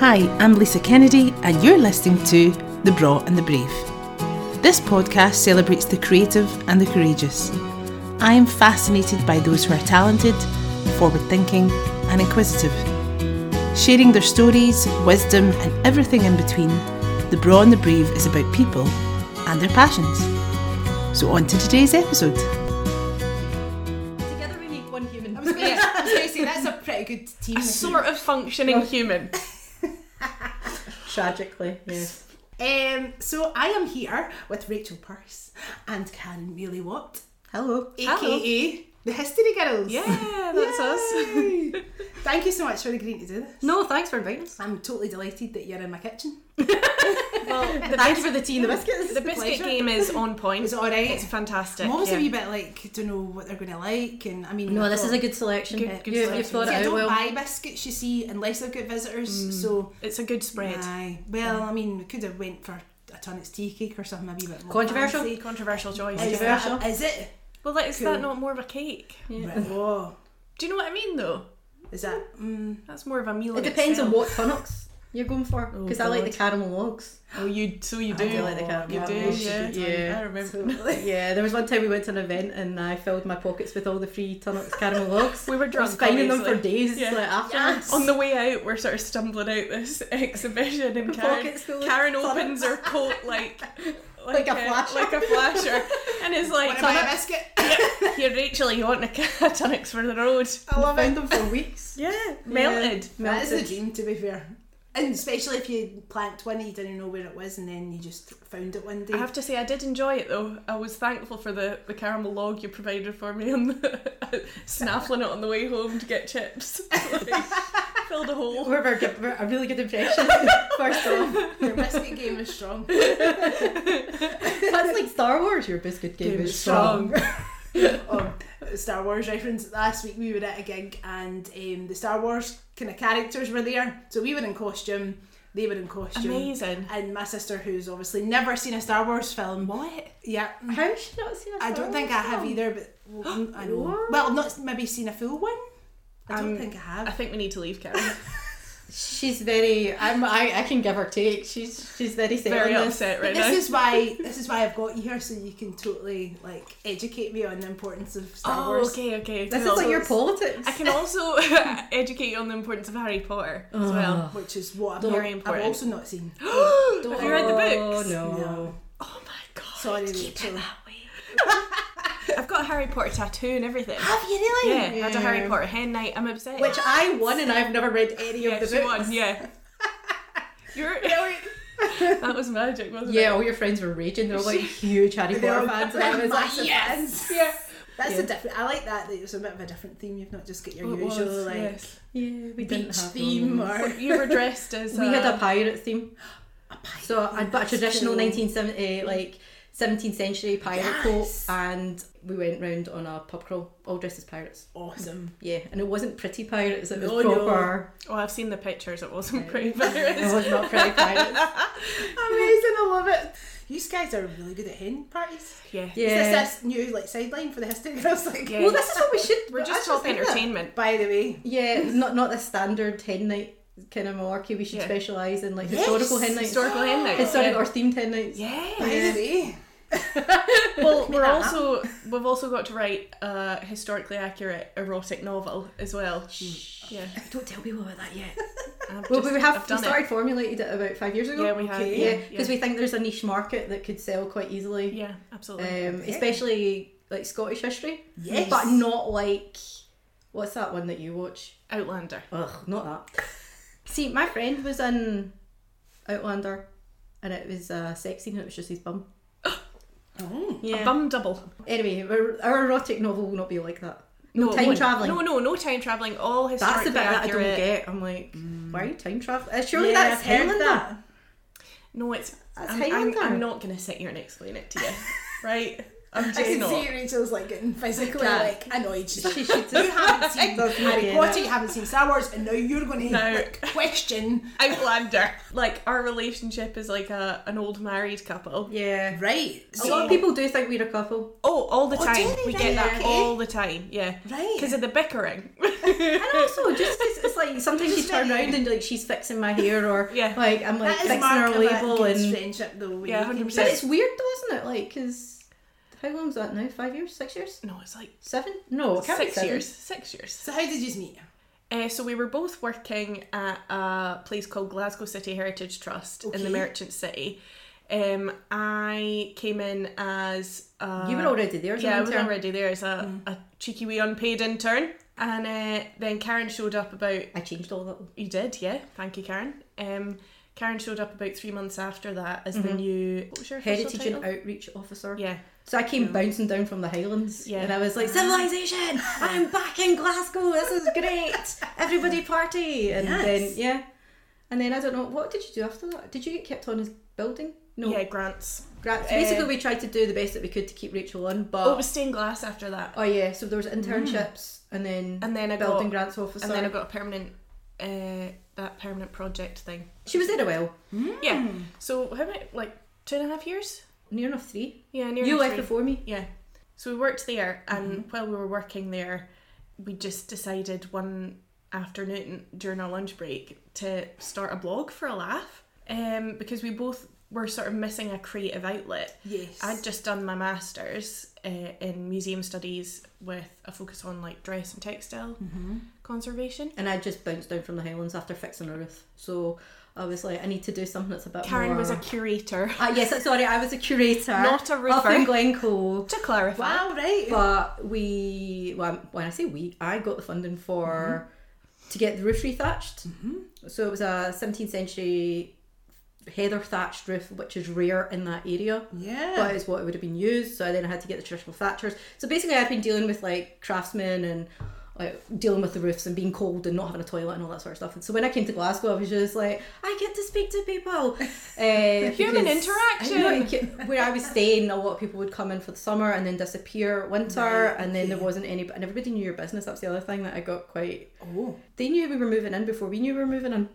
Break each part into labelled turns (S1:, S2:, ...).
S1: Hi, I'm Lisa Kennedy, and you're listening to The Bra and the Brave. This podcast celebrates the creative and the courageous. I am fascinated by those who are talented, forward thinking, and inquisitive. Sharing their stories, wisdom, and everything in between, The Bra and the Brave is about people and their passions. So, on to today's episode.
S2: Together we make one human.
S3: I was going to say that's a pretty good team.
S2: a sort of functioning human.
S1: Tragically, yes.
S3: Um, so I am here with Rachel Purse and Karen Mealy Watt,
S1: Hello.
S3: aka the History Girls.
S2: Yeah, that's us.
S3: Yay. Thank you so much for agreeing to do this.
S4: No, thanks for inviting us.
S3: I'm totally delighted that you're in my kitchen.
S2: Well, the,
S4: Thank you for the tea and the biscuits.
S2: the biscuit game is on point.
S3: It's all right.
S2: It's fantastic.
S3: I'm always
S2: yeah.
S3: a wee bit like don't know what they're going to like, and I mean
S4: No,
S3: I've
S4: this is
S3: got-
S4: a good selection.
S2: Good- good
S4: you,
S2: selection.
S4: You've thought Mm,
S3: See, I
S4: it out
S3: don't
S4: well.
S3: buy biscuits, you see, unless I've got visitors. So
S2: It's a good spread.
S3: aye. Well, I mean, we could have went for a tonics tea cake or something, maybe a bit more
S4: Controversial?
S3: fancy.
S2: Controversial choice.
S3: Is
S2: yeah.
S3: that- is it?
S2: Well, like, is
S3: Cool.
S2: that not more of a cake?
S3: Right, Whoa.
S2: Do you know what I mean, though?
S3: Is that? Mm,
S2: That's more of a meal.
S4: It
S2: in
S4: depends on
S2: itself.
S4: what tonics you're going for.
S2: Oh,
S4: Because I like the
S2: God.
S4: caramel logs.
S2: Oh, you so you do.
S4: do like the caramel.
S2: You do,
S4: Yeah, she
S2: yeah.
S4: did, yeah.
S2: I remember.
S4: yeah, there was one time we went to an event and I filled my pockets with all the free tonics caramel logs.
S2: We were
S4: I was
S2: drunk.
S4: finding them for
S2: obviously.
S4: days
S2: Yeah.
S4: like, after.
S2: On the way out, we're sort of stumbling out this exhibition, and Karen,
S4: Pockets full of
S2: Karen
S4: tonics.
S2: opens her coat like,
S4: Like a flasher.
S2: like a flasher, and is like,
S3: what about a
S2: "Tonic-
S3: biscuit?
S2: here, Rachel, you want a ca- tonics for the road?
S3: I love it.
S4: found them for weeks.
S2: Yeah, melted.
S3: That is the
S4: Melted.
S3: dream, to be fair. And especially if you plant one and you didn't know where it was, and then you just found it one day.
S2: I have to say, I did enjoy it though. I was thankful for the, the caramel log you provided for me and the, snaffling it on the way home to get chips. Like, filled a hole.
S4: We're, we're, we're a really good impression. First off,
S3: Your biscuit game is strong.
S4: that's like Star Wars. Your biscuit game,
S2: Game
S4: is
S2: is
S4: strong.
S3: um, Star Wars reference. Last week we were at a gig, and um, the Star Wars kind of characters were there. So we were in costume. They were in costume.
S2: Amazing.
S3: And my sister, who's obviously never seen a Star Wars film,
S2: What?
S3: yeah,
S4: How has she not seen a
S3: I
S4: Star
S3: don't think I
S4: Wars
S3: have
S4: film?
S3: either. But well, I know.
S4: What?
S3: Well, I've not maybe seen a full one. I don't
S2: Um,
S3: think I
S2: I
S3: have.
S2: think we need to leave, Karen.
S4: She's very. I'm. I, I can give her take. She's. She's very set
S2: Very
S4: on this.
S2: upset
S3: But
S2: right
S3: this
S2: now.
S3: is why this is why I've got you here, so you can totally like educate me on the importance of Star
S2: oh,
S3: Wars.
S2: okay, okay.
S4: This
S2: cool.
S4: is like your politics.
S2: I can also educate you on the importance of Harry Potter as well.
S3: Which is what I've,
S2: Very
S3: not, I've
S2: important.
S3: also not seen.
S2: Have you read the
S4: Oh,
S2: books?
S4: no.
S3: No.
S2: Oh my god.
S3: Sorry,
S2: Keep it
S3: Rachel.
S2: that way. I've got a Harry Potter tattoo and everything.
S3: Have you really?
S2: Yeah, I had a Harry Potter hen night. I'm obsessed.
S4: Which I won, and I've never read any
S2: yeah,
S4: of the
S2: she
S4: books.
S2: won, yeah. You're, that was magic, wasn't
S4: Yeah,
S2: it?
S4: all your friends were raging. They were like huge Harry
S3: They
S4: Potter
S3: are
S4: fans, and I was like,
S3: massive fans.
S2: Yeah. Oh,
S3: That's
S4: Yeah.
S3: a different. I like that. That it was a bit of a different theme. You've not just got your
S2: It was,
S3: usual like
S2: yes.
S4: yeah, we didn't
S3: beach
S4: have
S3: theme
S4: those.
S3: or
S2: You were dressed as uh,
S4: We had a pirate theme. So I'd got a traditional
S3: cool.
S4: 1970, like 17th century pirate
S3: Yes.
S4: coat, and we went round on a pub crawl, all dressed as pirates.
S3: awesome.
S4: Yeah, and it wasn't pretty pirates. It was
S3: No, no.
S4: proper.
S2: Oh, I've seen the pictures. It wasn't pretty virus.
S4: It was not pretty pirates.
S3: Amazing, I love it. You guys are really good at hen parties.
S2: Yeah.
S3: Is
S4: Yeah.
S3: this this new like sideline for the history girls? Like,
S2: Yeah.
S4: Well, this is what we should.
S2: We're
S4: I
S2: just top
S4: think that-
S2: entertainment.
S3: by the way,
S4: Yeah, not not the standard hen night kind of malarkey. We should
S2: Yeah.
S4: specialise in like
S3: Yes.
S4: historical hen nights,
S2: Historical hen night.
S4: historic or themed hen nights.
S2: yeah.
S3: by
S2: yeah.
S3: the way,
S2: Well, we're
S3: that
S2: also we've also got to write a historically accurate erotic novel as well. Yeah,
S4: Don't tell people about that yet.
S2: I've
S4: Well,
S2: just-
S4: we have
S2: I've
S4: we
S2: done
S4: started formulated it about five years
S2: It.
S4: ago.
S2: Yeah, we have.
S3: Okay.
S4: Yeah,
S2: Yeah,
S4: because we think there's a niche market that could sell quite easily.
S2: yeah, absolutely.
S4: Um, especially like Scottish history,
S3: yes,
S4: but not like what's that one that you watch?
S2: Outlander.
S4: Ugh, not that. See, my friend was in Outlander, and it was a sex scene, and it was just his bum.
S3: Oh.
S2: A bum double.
S4: Anyway, our- our erotic novel will not be like that.
S2: No, it
S4: time
S2: won't.
S4: travelling.
S2: No, no, no time traveling. All
S4: That's the
S2: historically
S4: bit that I
S2: accurate.
S4: don't get. I'm like, why are you time traveling? Uh, surely
S3: Yeah,
S4: that's
S3: I've heard
S4: Highlander.
S3: that.
S2: No, it's.
S4: That's
S2: I'm, I'm,
S4: Highlander.
S2: I'm not gonna sit here and explain it to you, right? I'm just
S3: I can
S2: not.
S3: see Rachel's like getting physically
S4: Can't.
S3: like annoyed. She's like,
S4: She should
S3: you
S4: just
S3: haven't seen Harry
S4: Yeah.
S3: Potter, you haven't seen Star Wars, and now you're going to
S2: No.
S3: like, question.
S2: Outlander. Like our relationship is like a an old married couple.
S4: yeah.
S3: Right.
S4: A
S3: So,
S4: lot of people do think we're a couple.
S2: Oh, all the
S3: Oh,
S2: time.
S3: do they?
S2: we
S3: Right,
S2: get that
S3: okay.
S2: all the time. Yeah.
S3: Right.
S2: Because of the bickering.
S4: and also just 'cause it's like sometimes
S3: Just
S4: you turn
S3: very-
S4: around and like she's fixing my hair or
S2: Yeah.
S4: like I'm like
S3: that is
S4: fixing
S3: mark
S4: her
S3: of a
S4: label
S3: good
S4: and
S3: friendship though. when you
S2: Yeah,
S3: can
S2: 100%.
S4: but
S3: just-
S4: it's weird though, isn't it? Like, cause how long's that now? Five years? Six years?
S2: No, it's like
S4: Seven? No, it can't be
S2: six
S4: seven.
S2: years. Six years.
S3: So how did you meet?
S2: Uh, so we were both working at a place called Glasgow City Heritage Trust in
S3: Okay.
S2: the Merchant City. Um, I came in as a,
S4: You were already there. as an
S2: yeah, I was
S4: intern. Mm.
S2: already there as a, a cheeky wee unpaid intern, and uh, then Karen showed up about
S4: I changed all that.
S2: you did yeah thank you Karen. Um, Karen showed up about three months after that as the new what was your official
S4: Mm-hmm. Heritage and
S2: title?
S4: outreach officer.
S2: yeah
S4: So I came bouncing down from the Highlands,
S2: Yeah. Ah.
S4: and I was like, "Civilization! I'm back in Glasgow. This is great. Everybody party!" And then
S3: Yes.
S4: yeah, and then I don't know what did you do after that? Did you get kept on as building? No,
S2: yeah grants.
S4: Gra- so basically
S2: uh,
S4: we tried to do the best that we could to keep Rachel on, but
S2: Oh, it was stained glass after that,
S4: oh yeah, so there was internships and then
S2: and then I got
S4: building grants officer.
S2: and then I got a permanent uh, that permanent project thing.
S4: she was there a while,
S2: Yeah. So how many like two and a half years?
S4: near enough three.
S2: Yeah, nearly
S4: you left
S2: three.
S4: before me.
S2: Yeah. So we worked there, and while we were working there, we just decided one afternoon during our lunch break to start a blog for a laugh, um, because we both were sort of missing a creative outlet.
S3: Yes.
S2: I'd just done my masters uh, in museum studies with a focus on like dress and textile conservation.
S4: And I just bounced down from the Highlands after fixing a roof. So I was like, I need to do something that's a bit
S2: Karen
S4: more.
S2: was a curator.
S4: Ah, yes, sorry, I was a curator.
S2: Not a
S4: Up in
S2: roofer.
S4: Glencoe.
S2: To clarify,
S3: wow, right.
S4: But we, well, when I say we, I got the funding for
S2: Mm-hmm.
S4: to get the roof rethatched. Mm-hmm. So it was a 17th century heather thatched roof, which is rare in that area.
S3: yeah.
S4: But it's what it would have been used. So then I had to get the traditional thatchers. So basically, I've been dealing with like craftsmen and like dealing with the roofs and being cold and not having a toilet and all that sort of stuff. And so when I came to Glasgow, I was just like, I get to speak to people. Uh,
S2: Human
S4: because-
S2: interaction.
S4: I know, you get- where I was staying, a lot of people would come in for the summer and then disappear winter, and then there wasn't any. And everybody knew your business. That's the other thing that I got quite.
S3: oh,
S4: They knew we were moving in before we knew we were moving in.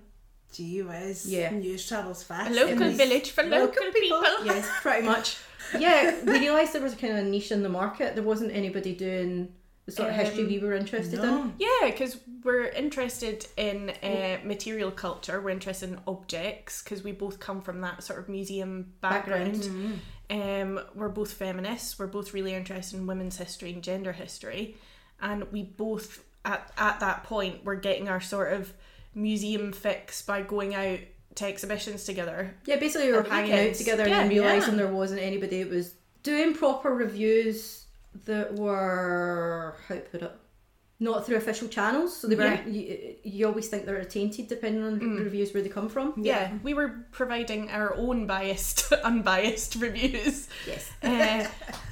S3: gee whiz.
S4: Yeah.
S3: News travels fast.
S2: a local
S3: It was-
S2: village for local, people.
S4: Yes, pretty much. Yeah, we realised there was a kind of niche in the market. There wasn't anybody doing the sort of history we were interested in.
S3: No.
S2: Yeah, because we're interested in uh, material culture. We're interested in objects because we both come from that sort of museum background. Um, we're both feminists. We're both really interested in women's history and gender history, and we both at at that point were getting our sort of museum fix by going out to exhibitions together.
S4: Yeah, basically we were
S2: the
S4: hanging out
S2: weekends.
S4: together
S2: Yeah,
S4: and then realising
S3: yeah.
S4: there wasn't anybody that was doing proper reviews that were how to put it. Not through official channels, so they weren't. You, you always think they're tainted depending on the reviews where they come from.
S2: Yeah, we were providing our own biased, unbiased reviews.
S4: Yes.
S2: uh,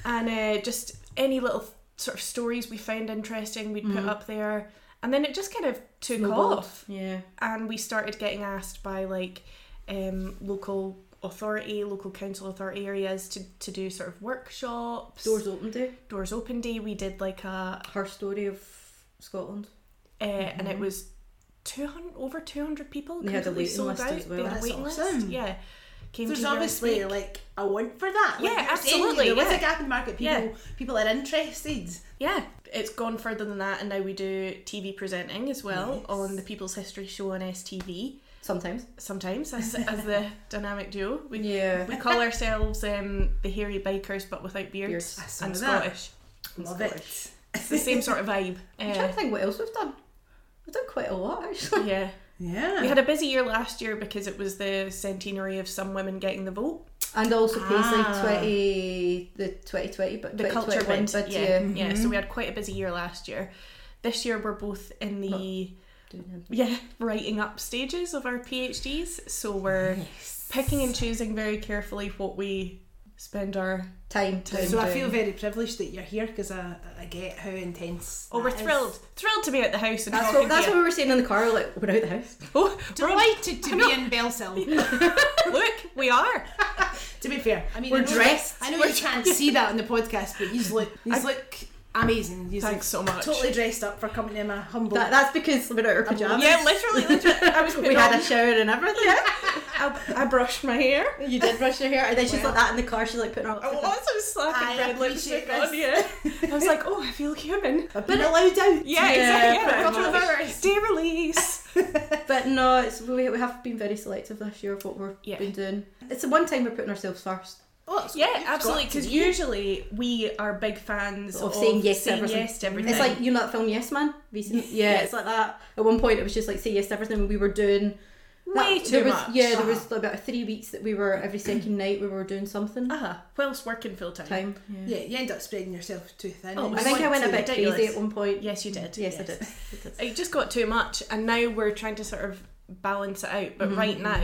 S2: and uh, just any little sort of stories we found interesting, we'd
S4: Mm-hmm.
S2: put up there. And then it just kind of took off,
S4: Yeah.
S2: and we started getting asked by like um, local authority, local council authority areas to, to do sort of workshops,
S4: Doors open day.
S2: doors open day. We did like a,
S4: Her story of Scotland.
S2: uh, and it was. 200 over 200 people
S4: They had a
S2: completely
S4: Mm-hmm.
S2: sold
S4: waiting list
S2: out.
S4: as well.
S2: They had a
S3: That's
S2: waiting list.
S3: awesome.
S2: Yeah. Came to
S3: There's
S2: hear us
S3: obviously
S2: speak.
S3: like a want for that. Like,
S2: Yeah,
S3: there's
S2: absolutely,
S3: There was
S2: yeah.
S3: a gap in market. People,
S2: Yeah.
S3: people are interested.
S2: yeah, it's gone further than that, and now we do TV presenting as well on the People's History Show on STV.
S4: Sometimes.
S2: Sometimes, as, as the dynamic duo, we
S4: Yeah.
S2: we call ourselves um, the hairy bikers, but without beards,
S4: Beards. I
S3: saw
S2: and
S3: that.
S2: Scottish.
S3: Love
S4: Scottish.
S3: it.
S2: It's the same sort of vibe.
S4: I'm trying to
S2: Uh,
S4: think what else we've done. We've done quite a lot actually.
S2: yeah,
S3: Yeah.
S2: we had a busy year last year because it was the centenary of some women getting the vote.
S4: And also Paisley
S3: Ah.
S4: twenty the twenty twenty but mm-hmm.
S2: the culture
S4: 2021
S2: bit.
S4: bid,
S2: yeah, yeah. So we had quite a busy year last year. This year we're both in the yeah writing up stages of our PhDs, so we're picking and choosing very carefully what we spend our.
S4: Time to
S3: so I feel very privileged that you're here because I, I get how intense.
S2: Oh,
S3: that
S2: we're
S3: is.
S2: thrilled, thrilled to be at the house and
S4: That's
S2: talking
S4: what that's
S2: to
S4: what we were saying in the car, like we're out the house.
S2: you. Oh, we're on-
S3: Delighted to be in Belsill.
S2: Look, we are.
S3: to be fair, I mean,
S4: We're
S3: I know
S4: dressed.
S3: You, I know you can't see that on the podcast, but you look, you look amazing. You
S2: Thanks so much.
S3: Totally dressed up for coming in my humble.
S4: That, that's because we're out our pajamas.
S2: Yeah, literally, literally. I was
S4: We
S2: putting
S4: had
S2: on-
S4: a shower and everything.
S2: I, I brushed my hair.
S4: You did brush your hair, and then she's
S3: Well.
S4: like that in the car. She's like putting her
S2: I
S4: up.
S2: was, I was slapping
S3: I
S2: red lipstick on you.
S3: appreciate
S2: I was like, oh, I feel human.
S3: I've been allowed out.
S2: Yeah,
S3: pretty
S2: exactly.
S3: much.
S2: Yeah, Day release.
S4: But no, it's we, we have been very selective this year of what we've
S2: Yeah.
S4: been doing. It's the one time we're putting ourselves first.
S3: Well, oh, it's-
S2: yeah,
S3: it's got
S2: absolutely.
S3: to
S2: Because
S3: be.
S2: usually we are big fans
S4: Of saying yes to everything.
S2: yes to everything.
S4: It's like you know that film Yes Man. Have you seen it? Yeah, it's like that. At one point, it was just like say yes to everything. We were doing that-
S2: way too
S4: there was,
S2: much.
S4: Yeah, there was about three weeks that we were every second night we were doing something.
S2: Uh-huh. Whilst working full time.
S4: Time.
S3: Yeah, you end up spreading yourself too thin.
S2: Oh,
S3: and
S4: I
S3: you
S4: think I
S3: want
S4: went a
S3: to-
S4: bit
S2: ridiculous.
S4: crazy at one point.
S2: Yes, you did.
S4: Yes, I did. I did.
S2: It just got too much, and now we're trying to sort of balance it out.
S4: Mm-hmm.
S2: But right now,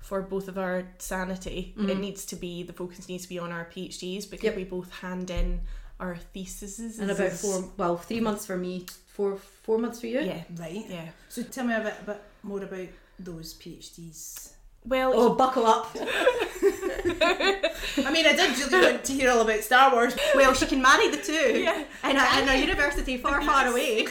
S2: for both of our sanity, it needs to be the focus needs to be on our PhDs because
S4: Mm-hmm. Yep.
S2: we both hand in our theses
S4: And about four, well, three months for me, four four months for you.
S2: Yeah,
S3: Right.
S2: yeah.
S3: So tell me a bit, a bit more about those PhDs.
S2: Well,
S4: Oh, buckle up!
S3: I mean, I did really want to hear all about Star Wars.
S4: well, she can marry the two.
S2: Yeah.
S4: And in a university far, far away.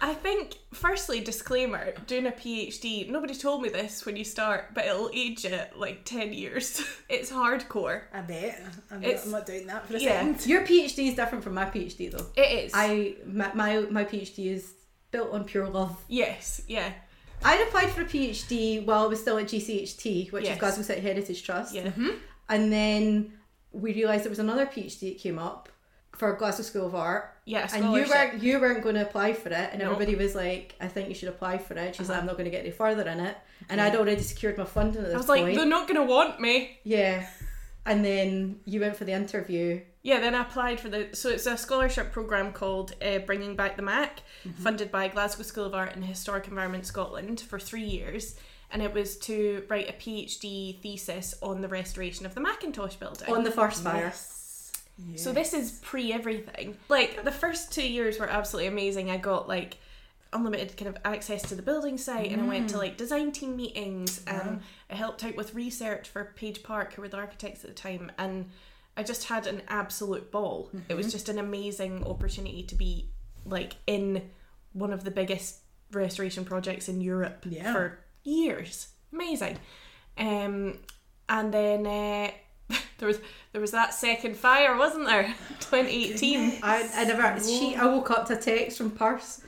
S2: I think, firstly, disclaimer doing a PhD, nobody told me this when you start, but it'll age it like 10 years. It's hardcore.
S3: I bet. I'm, not,
S2: It's-
S3: I'm not doing that for a
S2: yeah.
S3: second.
S4: Your PhD is different from my PhD, though.
S2: It is.
S4: I my my, my PhD is built on pure love.
S2: yes, yeah.
S4: I applied for a PhD while I was still at GCHT, which
S2: Yes.
S4: is Glasgow City Heritage Trust.
S2: Yeah.
S4: And then we realised there was another PhD that came up for Glasgow School of Art.
S2: Yeah, a
S4: and you
S2: scholarship.
S4: weren't you weren't going to apply for it, and
S2: No. Uh-huh.
S4: everybody was like, "I think you should apply for it." She's like, "I'm not going to get any further in it," and I'd already secured my funding at this
S2: I was like,
S4: point.
S2: they're not going to want me.
S4: yeah, and then you went for the interview.
S2: Yeah, then I applied for the. So it's a scholarship program called uh, Bringing Back the Mac, funded by Glasgow School of Art and Historic Environment Scotland for three years. And it was to write a PhD thesis on the restoration of the Macintosh building.
S4: on the first fire.
S2: So this is pre everything. Like the first two years were absolutely amazing. I got like unlimited kind of access to the building site and I went to like design team meetings and I helped out with research for Page Park who were the architects at the time and I just had an absolute ball. It was just an amazing opportunity to be like in one of the biggest restoration projects in Europe
S3: Yeah.
S2: for years. Amazing. Um and then uh, there was there was that second fire, wasn't there? 2018.
S4: I, I never. She. I woke up to a text from Purse,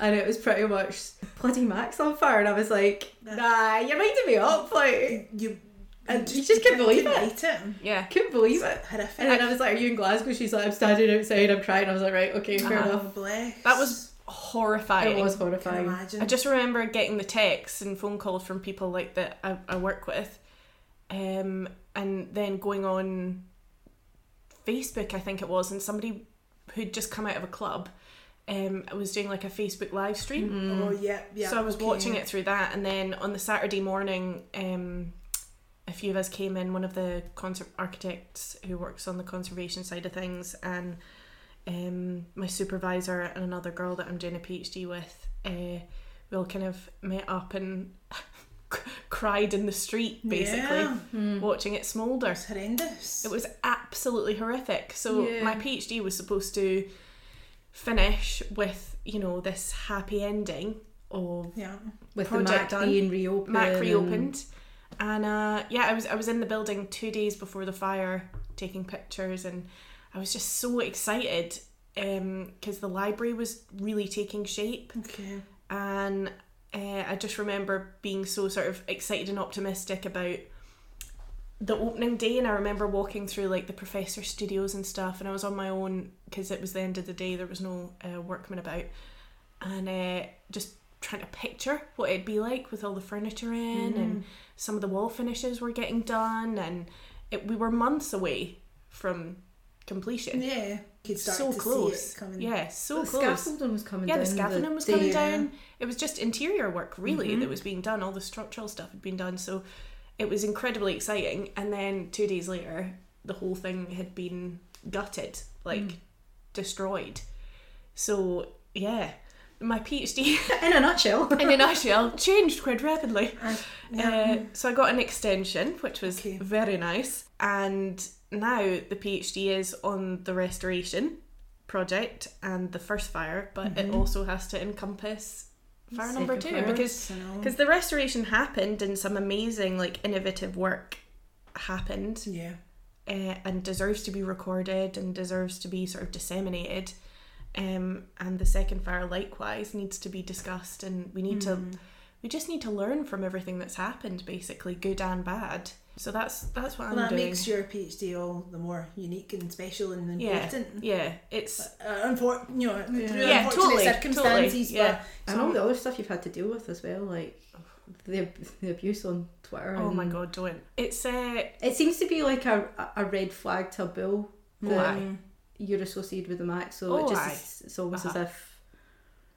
S4: and it was pretty much bloody Max on fire, and I was like, "Nah, you're minding me up." Like,
S3: You,
S4: And you just can't believe it.
S3: Write it.
S2: Yeah.
S4: couldn't believe it. And
S3: Horrific.
S4: then I was like, "Are you in Glasgow?" She's like, "I'm standing outside. I'm crying." I was like, "Right, okay, fair
S2: Uh-huh.
S4: enough."
S3: Oh, bless.
S2: That was horrifying.
S4: It was
S3: Can you
S4: horrifying.
S3: imagine.
S2: I just remember getting the texts and phone calls from people like that I, I work with, um, and then going on Facebook, I think it was, and somebody who'd just come out of a club, um, was doing like a Facebook live
S4: Mm.
S2: stream.
S3: oh yeah, yeah.
S2: mm. so I was
S3: okay.
S2: watching it through that, and then on the Saturday morning, um, a few of us came in. One of the concert architects who works on the conservation side of things, and um, my supervisor and another girl that I'm doing a PhD with, uh, we all kind of met up and cried in the street, basically,
S3: Yeah.
S4: Hmm.
S2: watching it smoulder.
S3: It's horrendous.
S2: It was absolutely horrific. So
S4: Yeah.
S2: my PhD was supposed to finish with you know this happy ending of
S3: yeah.
S4: With the
S2: project
S4: Mac
S2: done.
S4: being reopened.
S2: Mac
S4: and-
S2: reopened, and uh, yeah, I was I was in the building two days before the fire, taking pictures, and I was just so excited because the library was really taking shape,
S3: Okay.
S2: and uh, I just remember being so sort of excited and optimistic about the opening day and I remember walking through like the professor studios and stuff and I was on my own because it was the end of the day there was no uh, workmen about and uh, just trying to picture what it'd be like with all the furniture in
S3: Mm.
S2: and some of the wall finishes were getting done and it, we were months away from completion
S3: Yeah. You could start
S2: so
S3: to
S2: close
S3: See it coming.
S2: yeah so
S4: The
S2: close
S4: scaffolding was coming
S2: Oh, yeah,
S4: down.
S2: the scaffolding was
S4: day-
S2: coming down. It was just interior work, really,
S4: Mm-hmm.
S2: that was being done. All the structural stuff had been done. So it was incredibly exciting. And then two days later, the whole thing had been gutted, like
S4: Mm.
S2: destroyed. So, yeah, my PhD
S4: In a nutshell.
S2: in a nutshell changed quite rapidly. Uh, so I got an extension, which was
S3: Okay.
S2: very nice. And now the PhD is on the
S3: Mm-hmm.
S2: restoration project and the first fire, but it also has to encompass Fire number two
S3: Birds,
S2: because
S3: you know.
S2: because the restoration happened and some amazing like innovative work happened
S3: yeah,
S2: uh, and deserves to be recorded and deserves to be sort of disseminated. Um, and the second fire likewise needs to be discussed, and we need
S3: Mm.
S2: to, we just need to learn from everything that's happened, basically, good and bad. So that's that's what
S3: and
S2: I'm
S3: that
S2: doing.
S3: makes your PhD all the more unique and special and
S2: yeah,
S3: important.
S2: yeah, it's
S3: Uh, unfor- you know, through
S2: Yeah,
S3: unfortunate
S2: totally,
S3: circumstances,
S2: totally, yeah.
S4: and all the other stuff you've had to deal with as well, like the, the abuse on Twitter.
S2: oh my
S3: um,
S4: and-
S2: god, don't it's uh,
S4: It seems to be like a, a red flag to a bill
S2: Oh,
S4: that
S3: mm,
S2: aye.
S4: you're associated with the Mac, so
S2: Oh,
S4: it just
S2: aye.
S4: is, it's almost
S2: Uh-huh.
S4: as if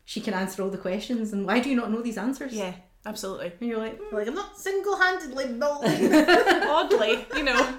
S4: she can answer all the questions, and why do you not know these answers?
S2: yeah, absolutely.
S4: And you're like,
S3: but like I'm not single-handedly building.
S2: Oddly, you know,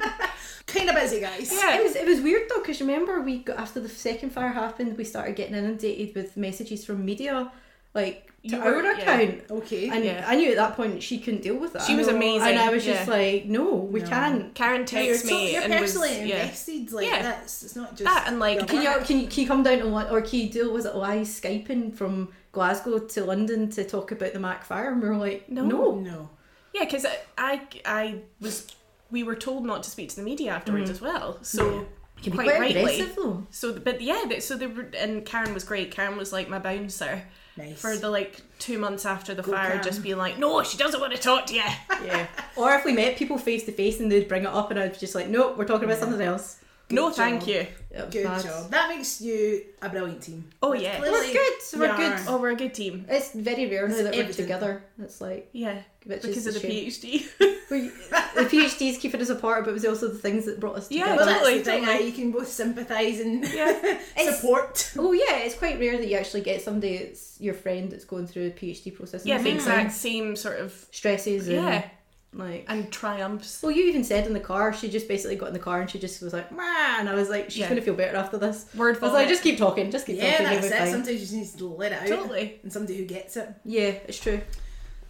S3: kind of busy, guys.
S4: It
S2: yeah,
S4: was it was weird though because remember we got after the second fire happened we started getting inundated with messages from media like to
S2: You
S4: our
S2: were- yeah.
S4: account
S3: Okay.
S4: and
S2: Yeah.
S4: I knew at that point she couldn't deal with that
S2: She was
S4: No.
S2: amazing,
S4: and I was just
S2: yeah.
S4: like no we can't
S2: Karen
S3: Yeah, you're,
S2: texts
S3: so,
S2: me
S3: you're
S2: and was
S3: personally
S2: yeah,
S3: invested like
S2: Yeah.
S3: this. It's not just
S2: that and like
S4: can you can you, can you come down to Lon- or can you deal with it oh I skyping from Glasgow to London to talk about the Mac fire and we were like no,
S3: no.
S2: Yeah, because I, I, I was. We were told not to speak to the media afterwards as well. So
S4: Can be
S2: quite,
S4: quite
S2: rightly.
S4: aggressive, though.
S2: So, the- but yeah, they- so they were, and Karen was great. Karen was like my bouncer
S3: Nice.
S2: for the like two months after the fire,
S3: Karen.
S2: just being like, "No, she doesn't want to talk to you."
S4: yeah or if we met people face to face and they'd bring it up and I'd be just like no we're talking about something else
S2: no,
S3: job.
S2: thank you.
S4: It was
S3: Good
S4: bad.
S3: job. That makes you a brilliant team.
S2: Oh yeah,
S3: Clearly-
S4: We're good.
S3: We
S4: We're
S3: are.
S4: good.
S2: oh we're a good team.
S4: It's very rare now
S3: It's
S4: that we're
S3: evident.
S4: together. It's like
S2: Yeah,
S4: Which
S2: because
S4: is
S2: of
S4: a
S2: the
S4: shame.
S2: PhD.
S4: we, the PhDs keeping us apart, but it was also the things that brought us
S2: Yeah,
S4: together.
S3: Well,
S2: totally,
S3: that's the thing.
S2: totally.
S3: eh, You can both sympathise and
S2: yeah,
S4: It's-
S3: support.
S4: Oh yeah, it's quite rare that you actually get somebody that's your friend that's going through a PhD process. and
S2: yeah,
S4: the
S2: the
S4: same
S2: exact
S4: thing.
S2: same sort of
S4: Stresses and
S2: yeah,
S4: like.
S2: and triumphs.
S4: Well, you even said in the car, she just basically got in the car and she just was like, "Mah," and I was like, she's
S2: Yeah.
S4: gonna feel better after this.
S2: Word
S4: I was like,
S2: vomit.
S4: just keep talking, just keep
S3: Yeah,
S4: talking.
S3: that's
S4: you'll be
S3: it.
S4: fine."
S3: Sometimes you just need to let it out.
S2: Totally.
S3: And somebody who gets it.
S4: Yeah, it's true.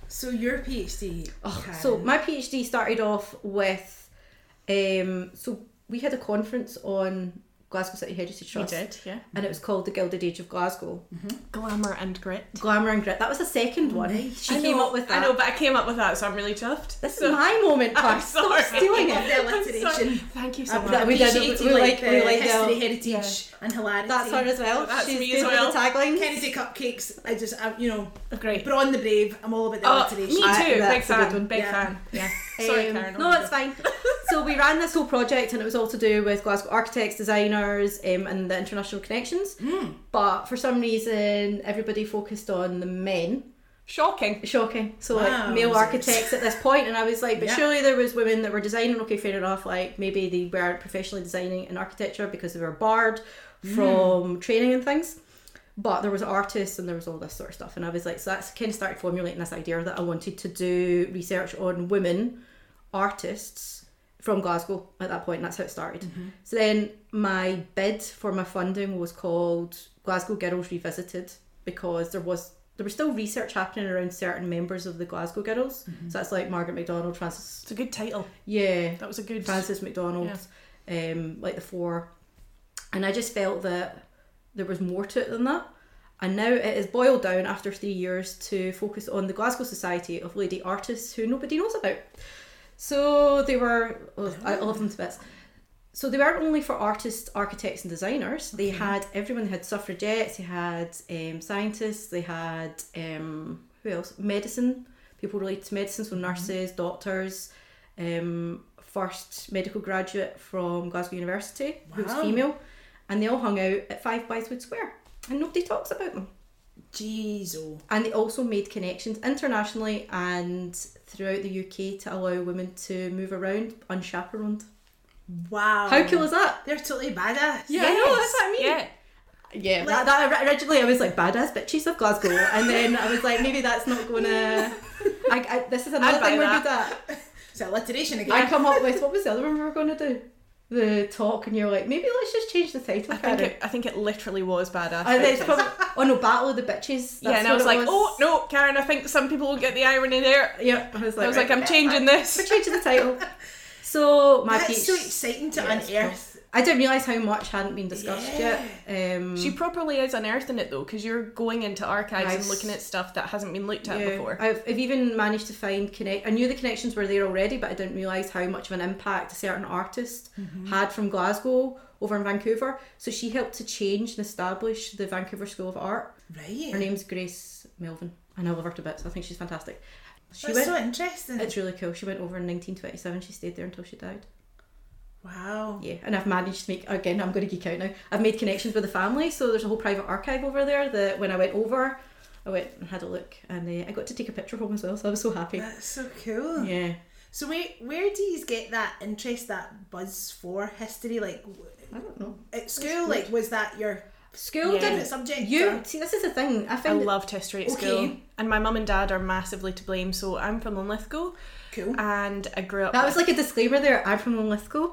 S3: So your PhD.
S4: Oh,
S3: Karen.
S4: so my PhD started off with, um, so we had a conference on Glasgow City Heritage
S2: We
S4: Trust,
S2: did, yeah.
S4: and it was called the Gilded Age of Glasgow,
S2: Glamour and grit.
S4: Glamour and Grit. That was the second one. She
S2: I
S4: came
S2: know,
S4: up with
S2: I
S4: that.
S2: know, but I came up with that, so I'm really chuffed.
S4: this
S2: So-
S4: is my moment,
S2: I'm
S4: Pat. Stop
S2: sorry.
S4: stealing
S3: Love
S4: it.
S3: the
S2: I'm sorry.
S3: alliteration.
S2: Thank you so
S3: I've
S2: much.
S4: No, we did-
S3: appreciated
S4: we
S3: like,
S4: like-
S3: the
S4: we like
S3: history,
S2: um,
S4: the-
S3: heritage, and hilarity.
S4: That's her as well.
S2: That's
S4: She's
S2: me
S4: good
S2: as well.
S4: with the taglines.
S3: Kennedy cupcakes. I just, I, you know,
S2: Great.
S3: Brawn the Brave. I'm all about the
S2: Oh, me
S3: alliteration.
S2: too.
S4: I- that's
S2: big
S4: a good one.
S2: fan. Big
S3: Yeah.
S2: fan. Yeah. Sorry,
S4: Um,
S2: Karen.
S4: No, it's fine. so we ran this whole project, and it was all to do with Glasgow architects, designers, um, and the international connections.
S2: Hmm.
S4: But for some reason, everybody focused on the men.
S2: shocking.
S4: Shocking. So
S3: Wow.
S4: like male architects at this point, and I was like, but
S3: Yeah.
S4: surely there was women that were designing. Okay, fair enough. Like maybe they weren't professionally designing in architecture because they were barred
S3: Hmm.
S4: from training and things. But there was artists and there was all this sort of stuff, and I was like, so that's kind of started formulating this idea that I wanted to do research on women artists from Glasgow at that point, and that's how it started. So then my bid for my funding was called Glasgow Girls Revisited because there was there was still research happening around certain members of the Glasgow Girls. So that's like Margaret MacDonald, Francis
S2: It's a good title.
S4: Yeah.
S2: That was a good.
S4: Francis McDonald, um, like the four. And I just felt that there was more to it than that. And now it is boiled down after three years to focus on the Glasgow Society of Lady Artists who nobody knows about. So they were, oh, I I love them to bits. So they weren't only for artists, architects, and designers. They had everyone. They had suffragettes. They had um, scientists. They had um, who else? Medicine. People related to medicine, so nurses, doctors. Um, first medical graduate from Glasgow University, who was
S3: Wow.
S4: female, and they all hung out at Five Blythwood Square, and nobody talks about them
S3: Jeez, oh.
S4: and they also made connections internationally and throughout the UK to allow women to move around unchaperoned.
S3: Wow.
S4: How cool is that?
S3: They're totally badass.
S4: Yeah, I know, that's what I mean.
S2: Yeah.
S4: Yeah, that, that originally I was like badass bitches of Glasgow, and then I was like maybe that's not gonna. I, I, this is another
S2: I'd buy
S4: thing we're
S2: that.
S4: good at.
S3: It's alliteration again.
S4: I come up with what was the other one we were gonna do? The talk, and you're like maybe let's just change the title.
S2: I think
S4: Karen.
S2: it, I think it literally was badass.
S4: And then it's probably oh no, battle of the bitches. That's
S2: yeah, and
S4: what
S2: I was
S4: it
S2: like, oh no, Karen. I think some people will get the irony there.
S4: yeah. I was like,
S2: I was like,
S4: right,
S2: I'm changing
S4: we're
S2: this.
S4: changing the title. So my
S3: That's
S4: peach-
S3: so exciting to
S4: Yeah, it's
S3: unearth
S4: I didn't realise how much hadn't been discussed yet. Um,
S2: She properly is unearthing it though, because you're going into archives and
S4: Nice.
S2: looking at stuff that hasn't been looked at
S4: yeah.
S2: before.
S4: I've, I've even managed to find connect. I knew the connections were there already, but I didn't realise how much of an impact a certain artist
S2: Mm-hmm.
S4: had from Glasgow over in Vancouver. So she helped to change and establish the Vancouver School of Art.
S3: Right.
S4: Her name's Grace Melvin. I know I love her to bits. I think she's fantastic. She
S3: That's
S4: went.
S3: so interesting.
S4: it's really cool. She went over in 1927. She stayed there until she died.
S3: wow.
S4: Yeah, and I've managed to make again. I'm going to geek out now. I've made connections with the family, so there's a whole private archive over there. That when I went over, I went and had a look, and uh, I got to take a picture home as well. So I was so happy.
S2: Uh,
S3: That's so cool.
S4: Yeah,
S3: So where where do you get that interest, that buzz for history? Like w-
S4: I don't know.
S3: at school, like was that your
S4: School
S2: Yeah.
S3: favorite
S4: didn't.
S3: subject?
S4: You
S3: or-
S4: see, this is the thing. I
S2: I
S4: find that
S2: loved history at
S4: Okay.
S2: school, and my mum and dad are massively to blame. So I'm from Linlithgow,
S3: cool.
S2: and I grew up.
S4: that was like a disclaimer there. I'm from Linlithgow.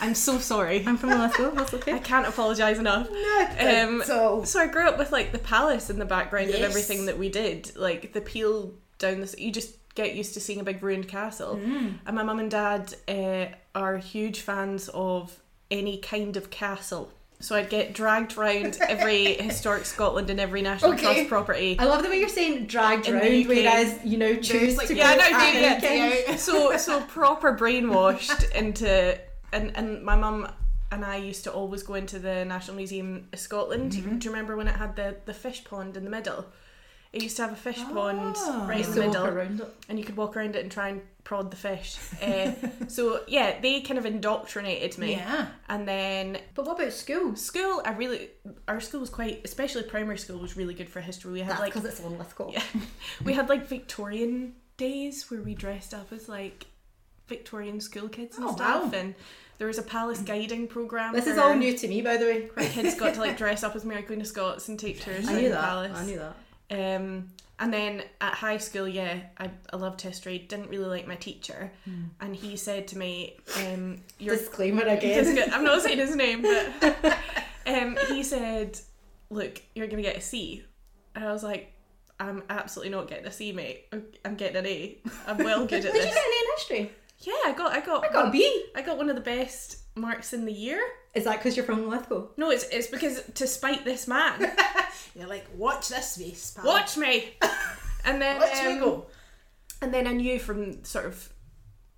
S2: I'm so sorry.
S4: I'm from Linlithgow. That's
S2: I
S4: okay.
S2: can't apologise enough.
S3: Um, so
S2: So I grew up with like the palace in the background of
S3: Yes.
S2: everything that we did, like the peel down this. You just get used to seeing a big ruined castle. And my mum and dad uh, are huge fans of any kind of castle. So I'd get dragged round every historic Scotland and every National
S4: Okay.
S2: Trust property.
S4: I love the way you're saying dragged
S2: In the
S4: round,
S2: UK,
S4: whereas you know choose
S3: like,
S4: to
S2: yeah,
S4: go
S2: no,
S4: at
S2: yeah,
S4: the weekend.
S3: yeah.
S2: so so proper brainwashed into and and my mum and I used to always go into the National Museum of Scotland.
S4: Mm-hmm.
S2: Do you remember when it had the the fish pond in the middle? It used to have a fish pond
S3: Ah.
S2: right
S4: Used
S2: in
S4: to
S2: the
S4: walk
S2: middle,
S4: around it.
S2: and you could walk around it and try and prod the fish. Uh, so yeah, they kind of indoctrinated me.
S3: yeah,
S2: And then
S4: But what about schools?
S2: school, I really our school was quite, especially primary school, was really good for history. We had
S4: That's
S2: like
S4: because it's Linlithgow.
S2: Yeah. we had like Victorian days where we dressed up as like Victorian school kids and
S3: Oh,
S2: stuff,
S3: wow.
S2: and there was a palace guiding program.
S4: This is
S2: where
S4: all new to me, by the way.
S2: Where kids got to like dress up as Mary Queen of Scots and take tours
S4: I
S2: around
S4: knew
S2: the
S4: that.
S2: palace.
S4: I knew that.
S2: Um, and then at high school, yeah, I, I loved history. Didn't really like my teacher,
S4: Hmm.
S2: and he said to me, um, "You're
S4: Disclaimer again.
S2: Just go- I'm not saying his name, but um, he said, "Look, you're gonna get a C," and I was like, "I'm absolutely not getting a C, mate. I'm- I'm getting an A. I'm well good at
S4: Did you get
S2: this."
S4: an A in history?
S2: Yeah, I got, I got,
S4: I got a B.
S2: I got one of the best marks in the year.
S4: Is that because you're from Lithgow?
S2: No, it's it's because to spite this man,
S3: you're like watch this space. Pal.
S2: watch me, and then
S3: Watch me
S2: um,
S3: go.
S2: and then I knew from sort of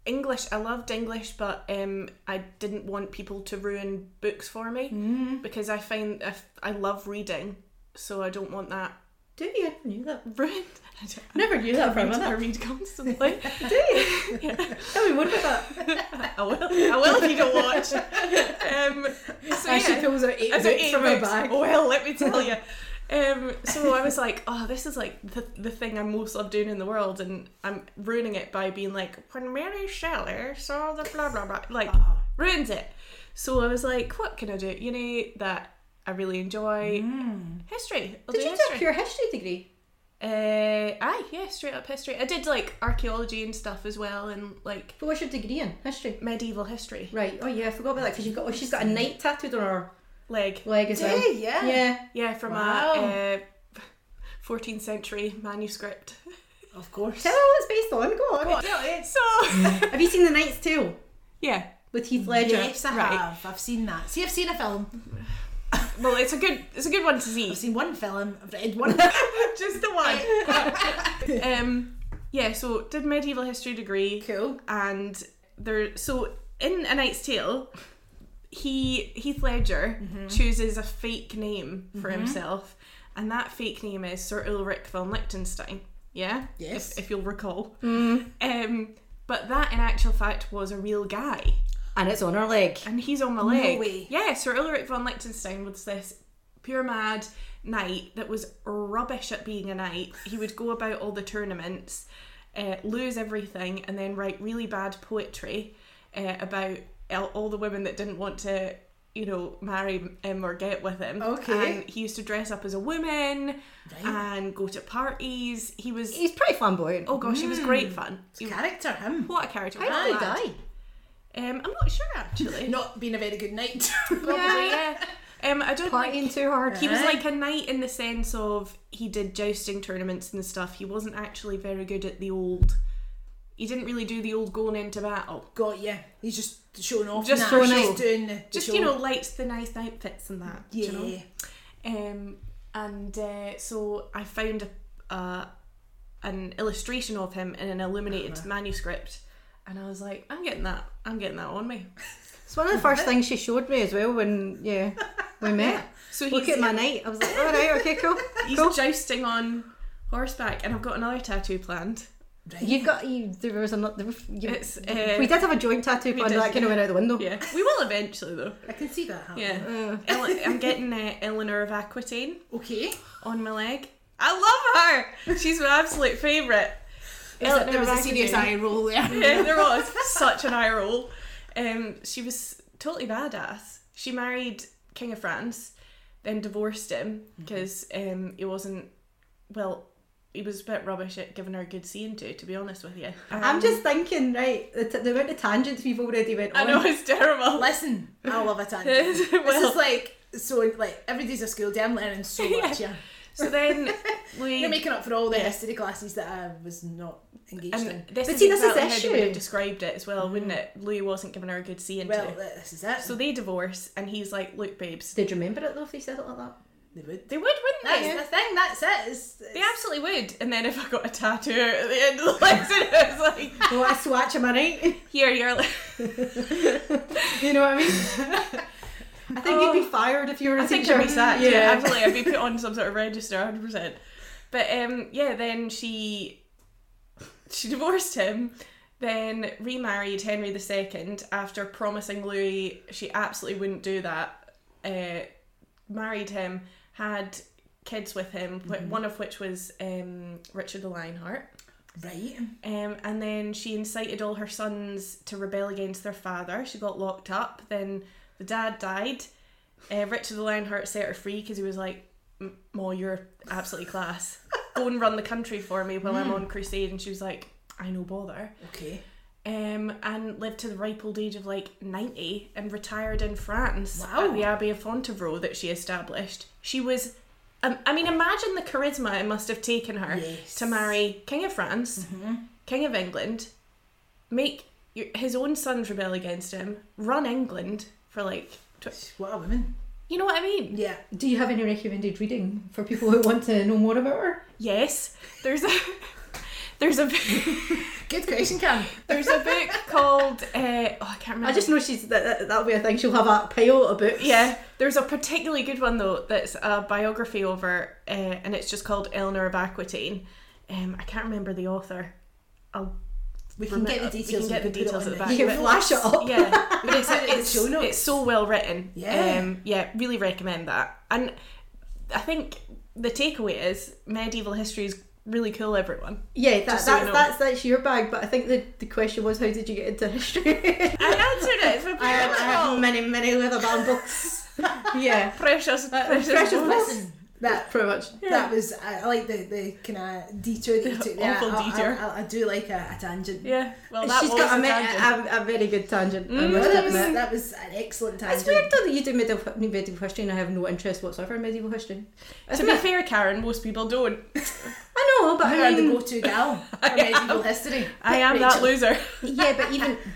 S2: English, I loved English, but um, I didn't want people to ruin books for me
S4: Mm.
S2: because I find I, f- I love reading, so I don't want that
S4: Do you? I knew that.
S2: ruined. I, don't,
S4: Never knew that for a
S2: I
S4: minute.
S2: read constantly.
S4: Do you? Tell me more about that.
S2: I will. I will if you don't watch. Um, so
S4: Actually,
S2: yeah.
S4: pulls out eight
S2: That's
S4: books
S2: eight
S4: from her
S2: books.
S4: bag.
S2: Well, let me tell you. Um, so I was like, oh, this is like the, the thing I most love doing in the world, and I'm ruining it by being like, when Mary Shelley saw the blah blah blah, like
S4: Uh-huh.
S2: ruins it. So I was like, what can I do? You know that I really enjoy history. I'll
S4: Mm.
S2: do
S4: Did you do a
S2: history.
S4: pure history degree?
S2: uh, aye, yeah, straight up history. I did like archaeology and stuff as well, and like
S4: But what's your degree in? History.
S2: medieval history.
S4: Right. Oh yeah, I forgot about that because you've got. Oh, she's got a knight tattooed on her
S2: Leg,
S4: leg as
S3: Do
S4: well.
S3: you? Yeah.
S4: Yeah.
S2: yeah, from
S3: Wow.
S2: a uh, 14th century manuscript.
S3: Of course.
S4: Tell her what it's based on. Go on.
S3: No, it's-
S2: So
S4: Have you seen The Knight's Tale
S2: yeah,
S4: with Heath Ledger?
S3: Yes, I
S2: Right.
S3: have. I've seen that. See, I've seen a film.
S2: Well, it's a good it's a good one to see.
S3: I've seen one film. I've read one.
S2: Just the one. um, yeah. So did medieval history degree,
S3: cool.
S2: and there. So in A Knight's Tale, he Heath Ledger chooses a fake name for himself, and that fake name is Sir Ulrich von Liechtenstein. Yeah.
S3: Yes.
S2: If, if you'll recall. Um, but that, in actual fact, was a real guy.
S4: And it's on her leg.
S2: and he's on my leg.
S3: way.
S2: Yeah, Sir Ulrich von Liechtenstein was this pure mad knight that was rubbish at being a knight. He would go about all the tournaments, uh, lose everything, and then write really bad poetry uh, about all all the women that didn't want to, you know, marry him or get with him.
S3: Okay.
S2: And he used to dress up as a woman and go to parties. He was.
S4: He's pretty flamboyant.
S2: Oh gosh, he was great fun.
S3: Mm.
S2: He-
S3: Character him.
S2: What a character! What a
S4: How did he
S2: lad.
S4: die?
S2: Um, I'm not sure actually.
S3: Not being a very good night.
S2: Probably, yeah. Um, I don't think
S4: Partying too hard.
S2: he was
S3: Aye.
S2: like a knight in the sense of he did jousting tournaments and stuff. He wasn't actually very good at the old He didn't really do the old going into battle.
S3: Got you. He's just showing off.
S2: Just
S3: Nah,
S2: showing
S3: he's
S2: off.
S3: doing the, the
S2: Just
S3: show.
S2: you know, likes the nice outfits and that.
S3: Yeah.
S2: You know? Um, and uh, so I found a, uh, an illustration of him in an illuminated manuscript, and I was like, I'm getting that. I'm getting that on me.
S4: It's one of the first things she showed me as well when yeah we met.
S2: So
S4: Look
S2: he's-
S4: at my knight. I was like, all right, okay, cool.
S2: He's
S4: cool.
S2: jousting on horseback, and I've got another tattoo planned.
S4: You've got you. There was another. there was- You,
S2: It's, uh,
S4: we did have a joint tattoo plan
S2: did,
S4: that kind of went out the window.
S2: Yeah, we will eventually though.
S3: I can see that happening.
S2: Yeah, Mm. Ele- I'm getting uh, Eleanor of Aquitaine
S3: Okay.
S2: on my leg. I love her. She's my absolute favourite. Eleanor
S3: there was
S2: of
S3: a serious
S2: Aquitaine.
S3: eye roll there.
S2: Yeah, there was such an eye roll. Um, she was totally badass. She married King of France, then divorced him because um, he wasn't well. He was a bit rubbish at giving her a good seeing to. To be honest with you,
S4: I'm
S2: Um,
S4: just thinking, right? The, t- the amount of tangents we've already went
S2: I
S4: on.
S2: know it's terrible.
S3: Listen, I love a tangent. this
S2: Well.
S3: is like so like every day's a school day. I'm learning so much. Yeah.
S2: So then we
S3: You're making up for all the history classes that I was not engaged in.
S2: and this
S4: But
S2: is
S4: see, this is
S2: exactly
S4: the Mm.
S2: how they would
S4: issue.
S2: have described it as well, wouldn't it? Louis wasn't giving her a good seeing
S3: Well,
S2: to.
S3: this is it.
S2: So
S3: So
S2: they divorce, and he's like, "Look, babes,
S4: Did you remember it though? If they said it like that,
S3: they would.
S2: they would, wouldn't
S3: That's
S2: they?
S3: the thing. That's it. It's,
S2: They
S3: it's,
S2: absolutely would. And then if I got a tattoo at the end of the lesson, it's like,
S4: oh, I swatch am I right?
S2: here, you're like,
S4: you know what I mean? I think you'd be fired if you were a
S2: Oh. I think
S4: teacher.
S2: you'd be sacked. Yeah,
S4: Yeah.
S2: absolutely. I'd be put on some sort of register, 100%. But um, yeah, then she she divorced him, then remarried Henry II after promising Louis she absolutely wouldn't do that. Uh, married him, had kids with him, wh- one of which was um, Richard the Lionheart.
S3: Right.
S2: Um, and then she incited all her sons to rebel against their father. She got locked up. Then the dad died. Uh, Richard the Lionheart set her free because he was like, "M- "Mo, you're absolutely class. Go and run the country for me while
S3: Hmm.
S2: I'm on crusade." And she was like, "I no bother."
S3: Okay.
S2: Um, and lived to the ripe old age of like ninety and retired in France
S3: Wow.
S2: at the Abbey of Fontevraud that she established. She was. Um, I mean, imagine the charisma it must have taken her
S3: Yes. Mm-hmm.
S2: to marry King of France, King of England, make your, his own sons rebel against him, run England for like, tw-
S3: What a woman.
S2: you know what I mean?
S3: Yeah.
S4: Do you have any recommended reading for people who want to know more about her?
S2: Yes, there's a there's a
S3: Good question, Cam.
S2: there's a book called uh, oh I can't remember.
S4: I just know she's that, that that'll be a thing. She'll have a pile of books.
S2: Yeah, there's a particularly good one though that's a biography over, uh, and it's just called Eleanor of Aquitaine. Um, I can't remember the author. I'll
S3: We can get the
S2: We can
S3: details.
S2: get the
S3: put it
S2: details
S3: on
S2: at the
S4: You can
S2: back.
S4: flash it up.
S2: yeah, but it's
S3: Put it in the
S2: it's,
S3: show notes.
S2: it's so well written.
S3: Yeah.
S2: um, yeah, really recommend that. And I think the takeaway is medieval history is really cool. Everyone,
S4: yeah. That,
S2: Just
S4: that's
S2: so you know.
S4: that's that's your bag. But I think the, the question was, how did you get into history?
S2: I answered it. It's my
S4: I have, I have
S2: beautiful.
S4: many many leather bound books. yeah.
S2: Precious, precious,
S4: Precious
S2: book.
S4: books.
S3: That
S4: Pretty much.
S3: that was I, I like the the kind of detour that you took there.
S2: awful
S3: I- I,
S2: detour.
S3: I, I, do like a, a tangent.
S2: Yeah, well, that
S4: She's
S2: was
S4: got a,
S2: a
S4: me-
S2: tangent. Mm.
S4: a, a very good tangent. I
S3: No,
S4: must
S3: that was
S4: admit.
S3: that was an excellent tangent.
S4: It's weird though that you do medieval, medieval history and I have no interest whatsoever in medieval history.
S2: to be fair, Karen, most people don't.
S4: I know, but
S3: You
S4: I
S3: are the
S4: mean,
S3: go-to gal for medieval history.
S2: I am that
S3: Rachel.
S2: loser.
S4: yeah, but even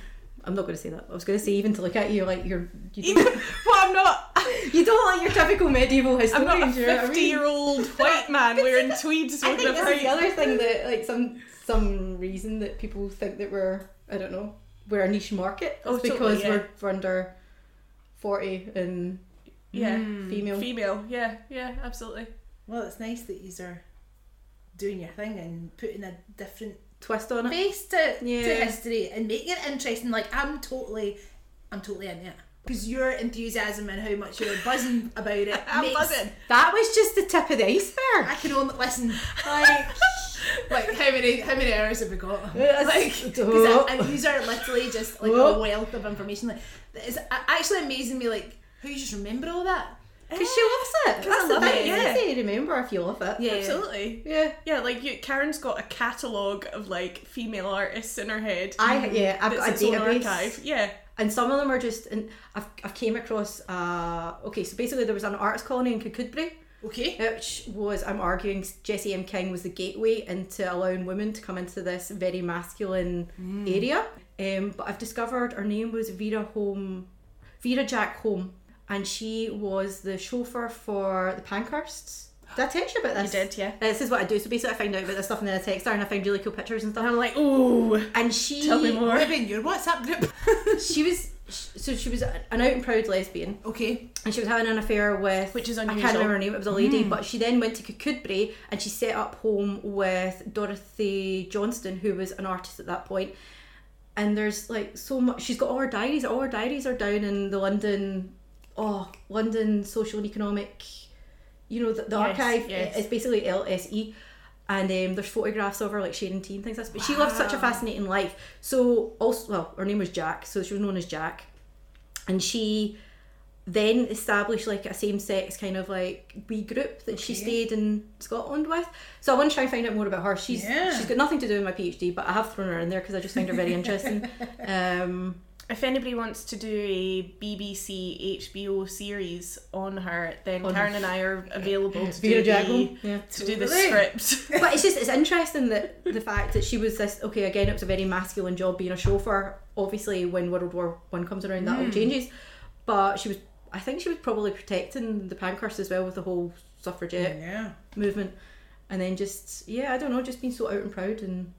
S4: I'm not going to say that. I was going to say even to look at you like you're you
S2: well,
S4: don't,
S2: I'm not.
S4: you don't like your typical medieval
S2: I'm
S4: historian.
S2: not a
S4: do you know what I mean?
S2: fifty-year-old white man wearing tweeds
S4: I
S2: with
S4: think
S2: a
S4: that's the
S2: fright.
S4: other thing that like some some reason that people think that we're I don't know we're a niche market.
S2: Oh,
S4: It's
S2: totally,
S4: because
S2: yeah.
S4: we're, we're under forty and
S2: Yeah,
S4: female.
S2: female. Yeah, yeah, absolutely.
S3: Well, it's nice that you are doing your thing and putting a different
S4: twist on it.
S3: face to, to
S4: Yeah.
S3: history and making it interesting. Like I'm totally, I'm totally into it because your enthusiasm and how much you're buzzing about it.
S2: I'm
S3: makes-
S2: buzzing.
S4: That was just the tip of the iceberg.
S2: Ah,
S3: I can only listen. Like, like how many how many hours have we got?
S4: like,
S3: Because these are literally just like
S4: Whoa.
S3: a wealth of information. Like it's a- actually amazing me. Like how you just remember all that.
S4: Because she loves it.
S3: I
S4: That's the
S3: love
S4: thing.
S3: it,
S4: It's
S2: yeah.
S4: easy to remember if you love it.
S3: Yeah.
S2: Absolutely.
S4: Yeah.
S2: Yeah, like you, Karen's got a catalogue of like female artists in her head.
S4: I yeah, I've
S2: that's
S4: got a
S2: Hmm. its own
S4: database.
S2: archive. Yeah.
S4: And some of them are just and I've I've came across uh okay, so basically there was an arts colony in Cookwoodbury
S3: Okay.
S4: which was I'm arguing Jesse M. King was the gateway into allowing women to come into this very masculine
S2: Mm.
S4: area. Um, but I've discovered her name was Vera Home, Vera Jack Home, and she was the chauffeur for the Pankhursts. Did I text you about this?
S2: did, yeah.
S4: This is what I do. So basically, I find out about this stuff and then I text her and I find really cool pictures and stuff.
S2: I'm like, ooh,
S4: and she
S2: tell me more.
S3: Maybe in your WhatsApp group.
S4: She was so she was an out and proud lesbian.
S3: okay.
S4: and she was having an affair with
S2: Which is
S4: I can't
S2: unusual. Mm.
S4: remember her name. It was a lady, but she then went to Kukudbury and she set up home with Dorothy Johnston, who was an artist at that point. And there's like so much. She's got all her diaries. All her diaries are down in the London, oh London social and economic, you know the, the
S2: Yes,
S4: archive.
S2: yes.
S4: It's basically LSE. And um, there's photographs of her like sharing tea and things like that. But she lived such a fascinating life. So also, well, her name was Jack, so she was known as Jack, and she then established like a same sex kind of like wee group that she stayed in Scotland with. So I want to try and find out more about her. She's
S3: Yeah.
S4: she's got nothing to do with my PhD, but I have thrown her in there because I just find her very interesting. Um,
S2: If anybody wants to do a BBC HBO series on her, then
S4: On-
S2: Karen and I are available to do,
S4: Vera Jack
S2: the,
S4: Home, yeah.
S2: to do the
S3: Totally.
S2: script.
S4: but it's just it's interesting that the fact that she was this okay again it was a very masculine job being a chauffeur. Obviously, when World War One comes around, that
S3: Hmm.
S4: all changes. But she was I think she was probably protecting the Pankhurst as well with the whole suffragette
S3: Yeah.
S4: movement. And then just yeah, I don't know, just being so out and proud and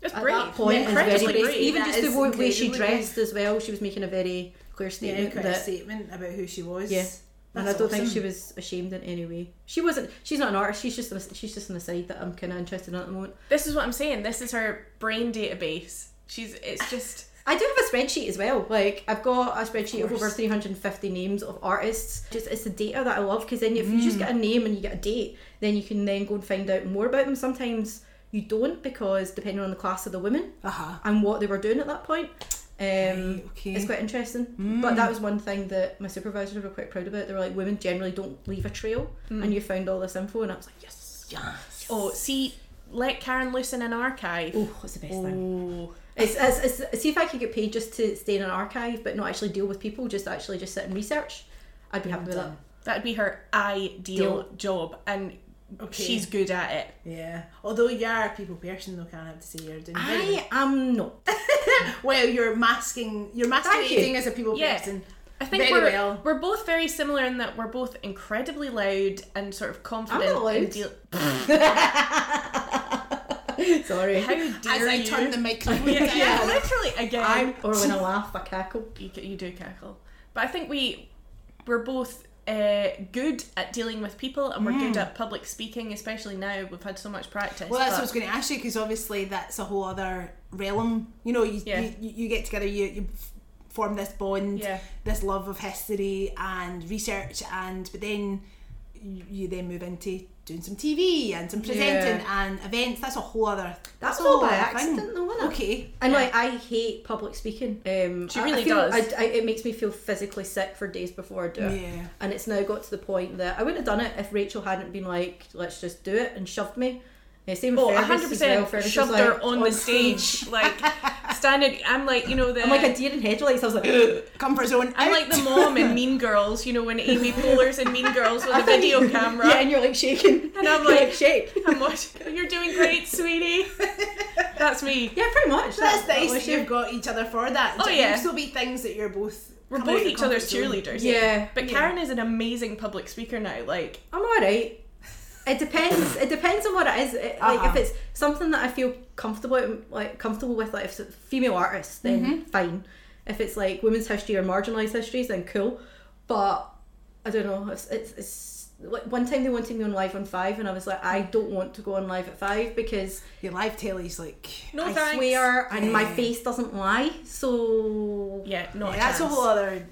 S2: That's
S4: at
S2: brave.
S4: that point is
S2: Incredibly
S4: very brave.
S2: brave.
S4: Even
S3: That
S4: just the
S3: is
S4: way, way she
S3: incredibly brave.
S4: dressed as well, she was making a very clear
S3: Yeah,
S4: statement
S3: quite a
S4: that,
S3: statement about who she was.
S4: Yeah.
S3: That's
S4: and I don't think
S3: awesome.
S4: she was ashamed in any way. She wasn't. She's not an artist. She's just an, she's just an aside that I'm kind of interested in at the moment.
S2: This is what I'm saying. This is her brain database. She's. It's just.
S4: I do have a spreadsheet as well. Like I've got a spreadsheet of, over 350 names of artists. Just it's the data that I love because then if you
S3: Mm.
S4: just get a name and you get a date, then you can then go and find out more about them. Sometimes you don't because depending on the class of the women
S3: Uh-huh.
S4: and what they were doing at that point. Um,
S3: Right, okay. Mm.
S4: It's quite interesting. But that was one thing that my supervisors were quite proud about. They were like, women generally don't leave a trail,
S3: Mm.
S4: and you found all this info, and I was like, yes.
S3: Yes.
S2: Oh, see, let Karen loose in an archive.
S4: Oh, what's the best thing?
S2: Oh.
S4: It's, it's, it's, see if I could get paid just to stay in an archive, but not actually deal with people, just actually just sit and research. I'd be happy with that.
S2: That'd be her ideal job, and
S3: Okay.
S2: she's good at it.
S3: Yeah. Although you are a people person, though, can't have to say you're doing very
S4: I am not.
S3: well. You're masking. You're
S4: Thank you.
S3: masquerading as a people
S2: Yeah.
S3: person.
S2: I think
S3: Very
S2: we're
S3: well.
S2: we're both very similar in that we're both incredibly loud and sort of confident.
S4: I'm not
S2: and
S4: loud.
S2: deal-
S4: Sorry.
S2: How dare
S3: As I
S2: you?
S3: turn the microphone
S2: yeah,
S3: down.
S2: yeah, literally again.
S4: I'm, or when I laugh, I cackle.
S2: you, ca- you do cackle, but I think we we're both uh, good at dealing with people, and we're good
S4: Mm.
S2: at public speaking, especially now we've had so much practice.
S3: Well, that's what I
S2: but-
S3: was going to ask you because obviously that's a whole other realm. You know, you
S2: Yeah.
S3: you, you get together, you, you f- form this bond,
S2: Yeah.
S3: this love of history and research, and but then you, you then move into doing some TV and some presenting and events. That's a whole other.
S4: That
S3: that's
S4: was
S3: a
S4: all
S3: whole
S4: by
S3: other thing.
S4: accident, though, wasn't it?
S3: Okay.
S4: And like I hate public speaking. Um,
S2: She
S4: I- I
S2: really
S4: feel-
S2: does.
S4: I, I, it makes me feel physically sick for days before I do it.
S3: Yeah.
S4: And it's now got to the point that I wouldn't have done it if Rachel hadn't been like, "Let's just do it," and shoved me. Yeah, same with
S2: Oh,
S4: Fergus
S2: 100
S4: as well.
S2: percent
S4: Fergus
S2: shoved
S4: was like,
S2: her on the
S4: stage.
S2: stage, like standing. I'm like, you know, the
S4: I'm like a deer in headlights. I was like, "Ugh."
S3: Comfort zone.
S2: I'm
S3: out.
S2: like the mom in Mean Girls, you know, when Amy Poehler's in Mean Girls with a
S4: thought
S2: video
S4: you-
S2: camera.
S4: yeah, and you're like shaking,
S2: And I'm
S4: You're
S2: like-
S4: shake.
S2: I'm watching. You're doing great, sweetie. That's me.
S4: Yeah, pretty much.
S3: That's
S4: that- that
S3: nice.
S4: was
S3: that
S4: you.
S3: You've got each other for that.
S2: Oh,
S3: There
S2: yeah.
S3: will be things that you're both.
S2: We're
S3: coming out
S2: both
S3: of
S2: each
S3: your
S2: other's
S3: comfort zone.
S2: cheerleaders.
S4: Yeah.
S2: But Karen is an amazing public speaker now. Like,
S4: I'm alright. It depends. it depends on what it is. It- Like
S3: Uh-huh.
S4: if it's something that I feel comfortable, like comfortable with, like if it's a female artist, then
S2: Mm-hmm.
S4: fine. If it's like women's history or marginalized histories, then cool. But I don't know. It's, it's, it's like one time they wanted me on live on five, and I was like, I don't want to go on live at five because
S3: Your live telly's like.
S2: no
S4: I
S2: Oh, thanks.
S4: swear and my
S3: Yeah.
S4: face doesn't lie. So
S2: Yeah, not a
S3: Yeah, that's a
S2: chance.
S3: whole other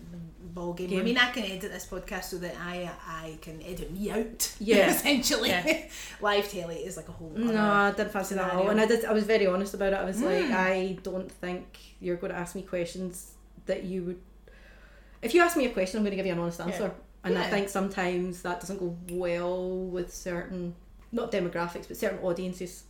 S3: ball game.
S4: Yeah.
S3: I mean, I can edit this podcast so that I I can edit me out.
S4: Yeah.
S3: essentially,
S2: Yeah.
S3: live telly is like a whole. Other.
S4: No, I didn't fancy that at all.
S3: scenario. Hmm.
S4: And I did. I was very honest about it. I was like, I don't think you're going to ask me questions that you would. If you ask me a question, I'm going to give you an honest answer. And I
S3: Yeah.
S4: think sometimes that doesn't go well with certain, not demographics, but certain audiences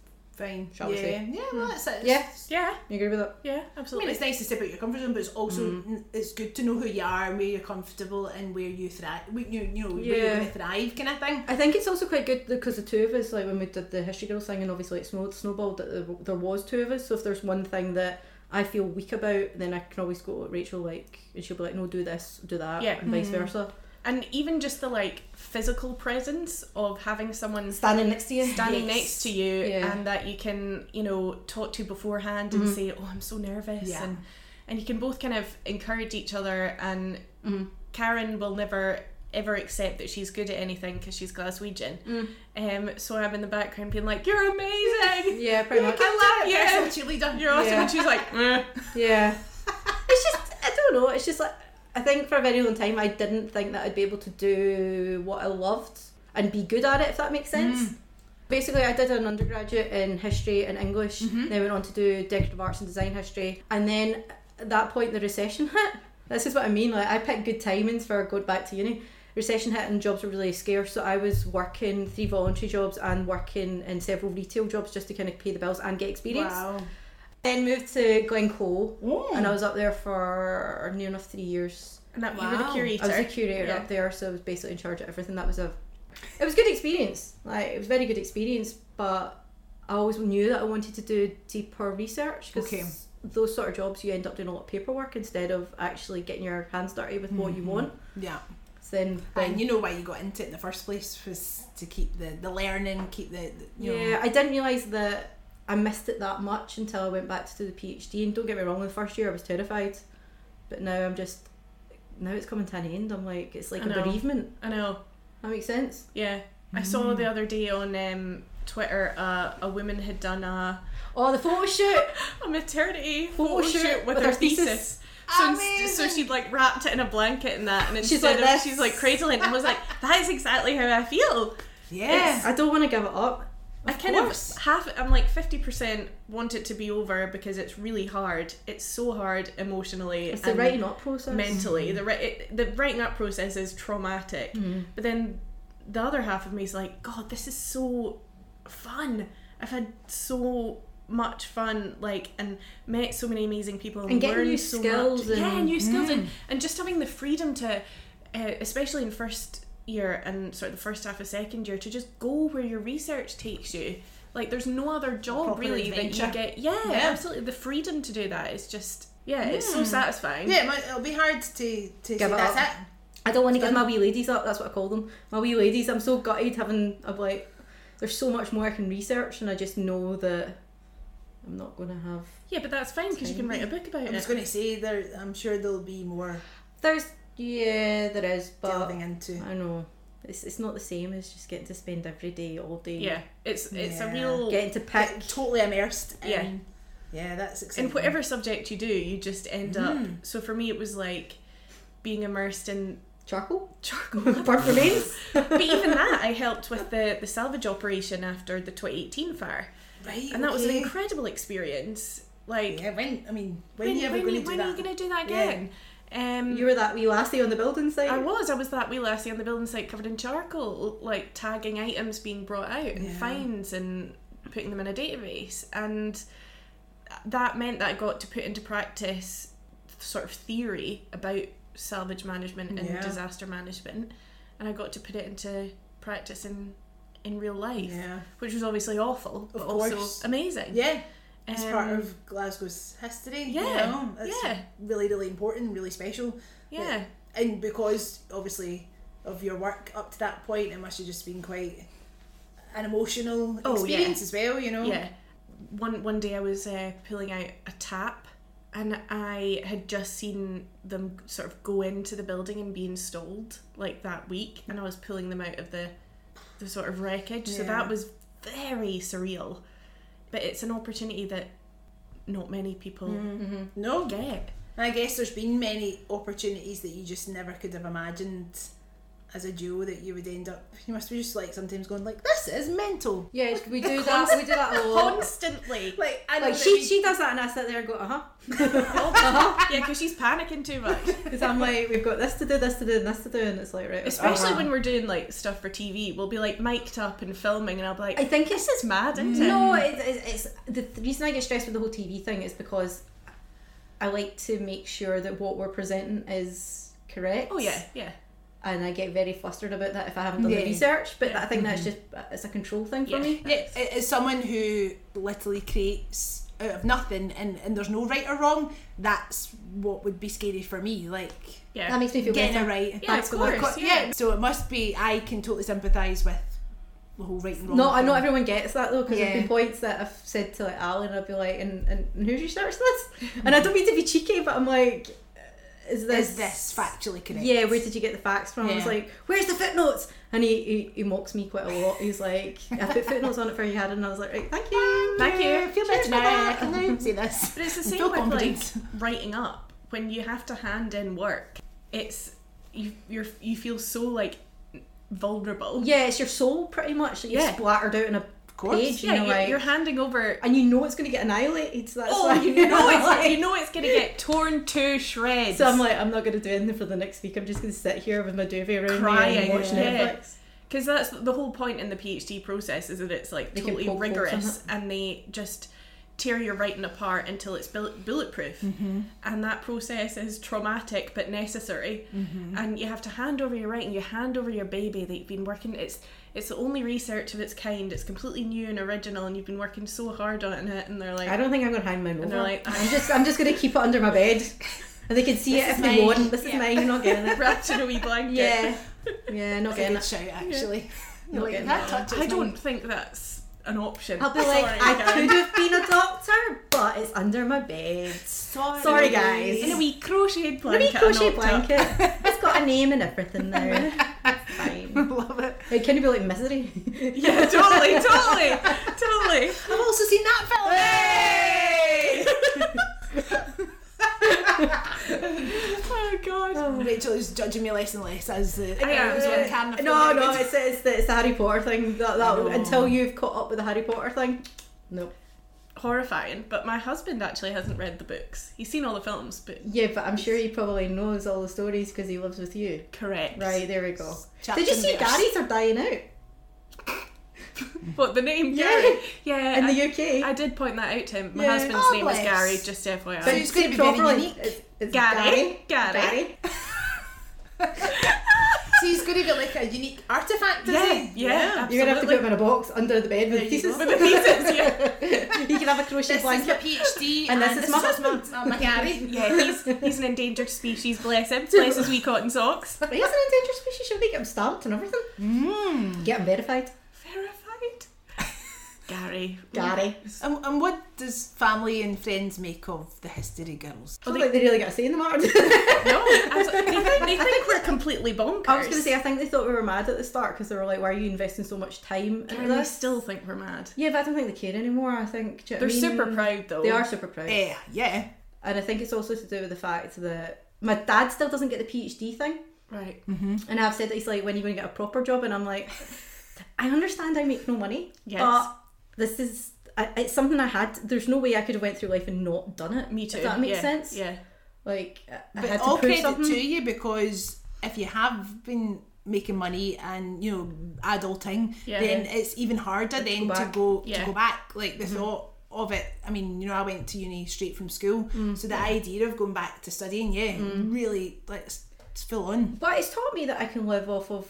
S3: Fine.
S4: Shall
S3: yeah.
S4: we say? Hmm.
S3: Yeah, well, that's it.
S4: Yeah.
S2: Yeah,
S4: You agree with that?
S2: yeah,
S3: I mean,
S2: absolutely.
S3: it's nice to step out your comfort zone, but it's also
S4: Hmm.
S3: n it's good to know who you are, and where you're comfortable, and where you thrive. You, you know, where you're
S4: Yeah.
S3: going to thrive, kind of thing.
S4: I think it's also quite good because the two of us, like when we did the History Girl thing, and obviously it snowed, snowballed that there, there was two of us. So if there's one thing that I feel weak about, then I can always go to Rachel, like, and she'll be like, no, do this, do that,
S2: Yeah.
S4: and vice
S3: Mm-hmm.
S4: versa.
S2: and even just the like physical presence of having someone
S4: Standing next to you.
S2: standing next to you
S4: Yeah.
S2: and that you can you know talk to beforehand and say oh i'm so nervous
S3: Yeah.
S2: and and you can both kind of encourage each other and
S4: Mm-hmm.
S2: karen will never ever accept that she's good at anything because she's glaswegian um so i'm in the background being like you're amazing
S4: Yeah, pretty much.
S2: i love
S3: Yeah.
S2: you
S3: cheerleader.
S2: you're awesome
S4: Yeah.
S2: and she's like "Eh."
S4: Yeah. it's just, I don't know, it's just like, I think for a very long time I didn't think that I'd be able to do what I loved and be good at it, if that makes sense. Basically, I did an undergraduate in history and English, then went on to do decorative arts and design history, and then at that point the recession hit. This is what I mean, like, I picked good timings for going back to uni. Recession hit and jobs were really scarce, so I was working three voluntary jobs and working in several retail jobs just to kind of pay the bills and get experience.
S3: Wow.
S4: Then moved to Glencoe,
S3: Oh.
S2: Hmm.
S4: and I was up there for near enough three years.
S2: and that you were the
S3: Wow.
S2: curator
S4: I was a curator
S2: Yeah.
S4: up there, so I was basically in charge of everything. That was a, it was a good experience. Like it was a very good experience, but I always knew that I wanted to do deeper research because
S3: Okay.
S4: those sort of jobs you end up doing a lot of paperwork instead of actually getting your hands dirty with what you
S2: Mm-hmm.
S4: want.
S3: Yeah.
S4: So then,
S3: And you know why you got into it in the first place was to keep the, the learning, keep the, the you
S4: yeah, I didn't realise that I missed it that much until I went back to do the PhD. And don't get me wrong, the first year I was terrified, but now I'm just now it's coming to an end. I'm like it's like
S2: I
S4: a
S2: know.
S4: bereavement.
S2: i know
S4: That makes sense.
S2: yeah i saw
S4: Mm.
S2: the other day on um twitter uh, a woman had done a
S4: Oh, the photo shoot.
S2: a maternity
S4: Photo
S2: photo
S4: shoot
S2: shoot with,
S4: Oh, with
S2: her
S4: her thesis.
S2: thesis. So, ins- so she'd like wrapped it in a blanket and that, and
S4: She's
S2: instead
S4: like
S2: of
S4: this.
S2: she's like cradling, and was like, "That is exactly how I feel."
S3: yeah.
S4: I don't want to give it up.
S2: I kind
S3: course.
S2: of half, I'm like fifty percent want it to be over because it's really hard. It's so hard emotionally
S4: It's the
S2: and
S4: writing up process.
S2: mentally. The ri- it, the writing up process is traumatic, but then the other half of me is like, "God, this is so fun. I've had so." much fun like and met so many amazing people and,
S4: And getting
S2: learned
S4: new
S2: so
S4: skills
S2: much. yeah
S4: and-
S2: new skills and, and just having the freedom to uh, especially in first year and sort of the first half of second year to just go where your research takes you like there's no other job
S3: proper
S2: really that you
S3: adventure.
S2: get yeah,
S3: Yeah.
S2: absolutely the freedom to do that is just yeah it's so satisfying
S3: Yeah, it might- it'll be hard to, to say
S4: it
S3: that's
S4: up.
S3: it.
S4: I don't want to give my wee ladies up. That's what I call them. My wee ladies. I'm so gutted having. I'm like, there's so much more I can research, and I just know that I'm not going to have.
S2: Yeah, but that's fine because you can write a book about
S3: I was
S2: it.
S3: going to say there. I'm sure there'll be more
S4: There's yeah, there is, but
S3: delving into.
S4: I know it's it's not the same as just getting to spend every day all day.
S2: Yeah, it's it's
S3: Yeah.
S2: a real
S4: Getting to pick.
S3: Like, totally immersed. In,
S2: Yeah.
S3: yeah, that's exciting.
S2: in whatever subject you do, you just end up.
S3: Mm-hmm.
S2: So for me, it was like being immersed in
S4: charcoal,
S2: charcoal.
S4: burnt remains.
S2: but even that, I helped with the the salvage operation after the 2018 fire,
S3: right,
S2: and that was an
S3: okay.
S2: incredible experience. Like
S3: Yeah, when I mean, when, are you ever
S2: when,
S3: going
S2: you-
S3: to do
S2: when
S3: that?
S2: are you going to do that
S3: Yeah.
S2: again? Um,
S4: You were that wee lassie on the building site.
S2: I was. I was that wee lassie on the building site covered in charcoal, like tagging items being brought out and
S3: Yeah.
S2: finds and putting them in a database. And that meant that I got to put into practice sort of theory about salvage management and
S3: Yeah.
S2: disaster management. And I got to put it into practice in, in real life,
S3: Yeah,
S2: which was obviously awful, but
S3: course.
S2: also amazing.
S3: yeah, it's part
S2: Um,
S3: of Glasgow's history. you
S2: yeah,
S3: know? It's
S2: yeah.
S3: really, really important, really special.
S2: yeah.
S3: and because obviously of your work up to that point, it must have just been quite an emotional
S2: Oh, yeah.
S3: experience as well. You know,
S2: Yeah. One one day I was uh, pulling out a tap, and I had just seen them sort of go into the building and be installed like that week, and I was pulling them out of the the sort of wreckage. So
S3: Yeah.
S2: that was very surreal, but it's an opportunity that not many people
S4: Mm.
S3: no,
S2: get.
S3: I guess there's been many opportunities that you just never could have imagined as a duo that you would end up. You must be just like sometimes going like, "This is mental."
S4: Yeah, we do that. We do that a lot.
S2: Constantly.
S3: Like, I know
S4: Like
S3: that
S4: she
S3: we-
S4: she does that, and I sit there and go, uh huh, uh-huh.
S2: Yeah, because she's panicking too much.
S4: because I'm like, we've got this to do, this to do, and this to do, and it's like right.
S2: Especially
S4: uh-huh.
S2: when we're doing like stuff for TV. We'll be like mic'd up and filming, and I'll be like,
S4: I think
S2: this is mad, isn't it?
S4: No, it's, it's, it's the th- reason I get stressed with the whole TV thing is because I like to make sure that what we're presenting is correct.
S2: Oh, yeah, yeah.
S4: and I get very flustered about that if I haven't done
S3: Yeah.
S4: the research. But I think that's just it's a control thing for
S2: Yeah.
S4: me.
S3: Yeah, a- as someone who literally creates out of nothing and, and there's no right or wrong, that's what would be scary for me. Like
S2: Yeah.
S4: That makes me feel
S3: getting
S4: better.
S3: it right.
S2: Yeah,
S4: That's
S2: of
S4: what I
S2: course.
S3: Co-
S2: yeah.
S3: yeah. So it must be. I can totally sympathise with the whole right and wrong.
S4: Not,
S3: thing.
S4: not everyone gets that though, because there've
S3: Yeah.
S4: been points that I've said to like Alan, I'd be like, and, and, and who's researched this? And I don't mean to be cheeky, but I'm like, is this
S3: Is this factually correct?
S4: Yeah, where did you get the facts from? I was
S3: Yeah.
S4: like, where's the footnotes? And he, he, he mocks me quite a lot. He's like, I put footnotes on it for you, had, and I was like, right, thank you.
S2: Thank you.
S3: I feel
S4: Cheers
S3: better
S4: for
S3: now. I
S4: that.
S3: can now say this.
S2: But it's the
S3: I
S2: same
S3: feel
S2: with
S3: confident.
S2: like writing up. When you have to hand in work, it's you you're, you feel so like vulnerable.
S4: Yeah, it's your soul pretty much that you
S2: Yeah.
S4: splattered out in a
S3: course.
S4: page.
S2: Yeah,
S4: you know,
S2: you're,
S4: like,
S2: you're handing over.
S4: and you know it's going to get annihilated. So that's
S2: Oh,
S4: why
S2: you know it's you know it's gonna get torn to shreds.
S4: So I'm like, I'm not going to do anything for the next week. I'm just going to sit here with my duvet around me
S2: Crying,
S4: and watch
S2: yeah.
S4: Netflix.
S2: because that's the whole point in the PhD process is that it's like
S4: They can uh-huh.
S2: totally
S4: poke holes in
S2: rigorous and they just tear your writing apart until it's bullet- bulletproof
S4: Mm-hmm.
S2: and that process is traumatic but necessary
S4: Mm-hmm.
S2: and you have to hand over your writing you hand over your baby that you've been working it's it's the only research of its kind it's completely new and original and you've been working so hard on it and they're like
S4: I don't think I'm going to hang mine over.
S2: they're like-
S4: I'm just, I'm just going to keep it under my bed, and they can see it if
S3: is
S4: they
S3: mine.
S4: want. This
S3: Yeah.
S4: is mine. You're not getting it.
S2: wrapped in a wee blanket
S4: Yeah, yeah, not
S3: That's a
S4: getting
S3: good
S4: it.
S3: shout, actually.
S4: Not
S3: Like,
S4: getting
S3: that
S4: that.
S3: touches
S2: I don't
S3: mine.
S2: think that's an option
S4: I'll be like,
S2: Sorry,
S4: I
S2: guys.
S4: could have been a doctor, but it's under my bed.
S3: Sorry,
S4: Sorry, guys.
S2: in a wee crocheted
S4: Let
S2: blanket
S4: me crochet
S2: and opt up.
S4: blanket. It's got a name and everything there. It's fine.
S3: Love it.
S4: It can be like misery.
S2: Yeah, totally, totally, totally.
S3: I've also seen that film.
S2: Oh god.
S3: Rachel is judging me less and less as the
S2: Yeah.
S3: I was on camera.
S4: no, no, it's, it's, the, it's the Harry Potter thing. That, that until you've caught up with the Harry Potter thing. No.
S2: Horrifying, but my husband actually hasn't read the books. He's seen all the films, but
S4: Yeah, but I'm sure he probably knows all the stories because he lives with you.
S2: correct.
S4: Right, there we go.
S3: Chapter
S4: Did you
S3: and
S4: see
S3: verse.
S4: Gary's are dying out
S2: What the name?
S4: Yeah.
S2: Gary? Yeah.
S4: in
S2: I,
S4: the UK?
S2: I did point that out to him. My
S4: Yeah.
S2: husband's
S3: Oh,
S2: name is
S3: bless.
S2: Gary, just FYI.
S3: So it's going to be very
S4: Properly,
S3: unique.
S4: It's, it's
S2: Gary. Gary.
S4: Gary.
S3: So he's going to get like a unique artifact, is
S2: Yeah,
S3: he?
S2: yeah.
S4: You're gonna have to put
S2: absolutely.
S4: him in a box under the bed with
S3: There you
S4: pieces.
S3: go.
S2: with the pieces, yeah.
S4: he can have a crochet
S3: This is my
S4: blanket.
S3: PhD,
S4: And
S3: and,
S4: this is my husband.
S3: my, my Gary.
S2: Yeah, he's he's an endangered species, bless him. Bless his wee cotton socks.
S4: But he is an endangered species. Should we get him stamped and everything?
S3: Mm.
S4: Get him verified.
S2: Verified. Gary.
S4: Gary.
S3: And, and what does family and friends make of the history girls?
S4: Well, like they really got a say in the matter.
S2: No, absolutely. They think, they think we're completely bonkers.
S4: I was going to say, I think they thought we were mad at the start because they were like, "Why are you investing so much time into
S2: And I
S4: this?"
S2: still think we're mad.
S4: Yeah, but I don't think they care anymore. I think do you know
S2: They're
S4: what I mean?
S2: super proud though.
S4: They are super proud,
S3: Yeah, yeah.
S4: and I think it's also to do with the fact that my dad still doesn't get the PhD thing,
S2: Right.
S4: and I've said that he's like, "When are you going to get a proper job?" And I'm like, "I understand I make no money,
S2: Yes.
S4: but this is." I- It's something I had. There's no way I could have went through life and not done it.
S2: Me too.
S4: If that makes
S2: yeah.
S4: sense.
S2: Yeah.
S4: Like, I- I
S3: But
S4: had to
S3: all
S4: prove
S3: credit
S4: something.
S3: to you because if you have been making money and you know adulting,
S2: Yeah.
S3: then it's even harder then to
S4: back.
S3: go
S2: Yeah.
S3: to go back. Like the thought of it. I mean, you know, I went to uni straight from school, so the idea of going back to studying, yeah, really like it's, it's full on.
S4: But it's taught me that I can live off of.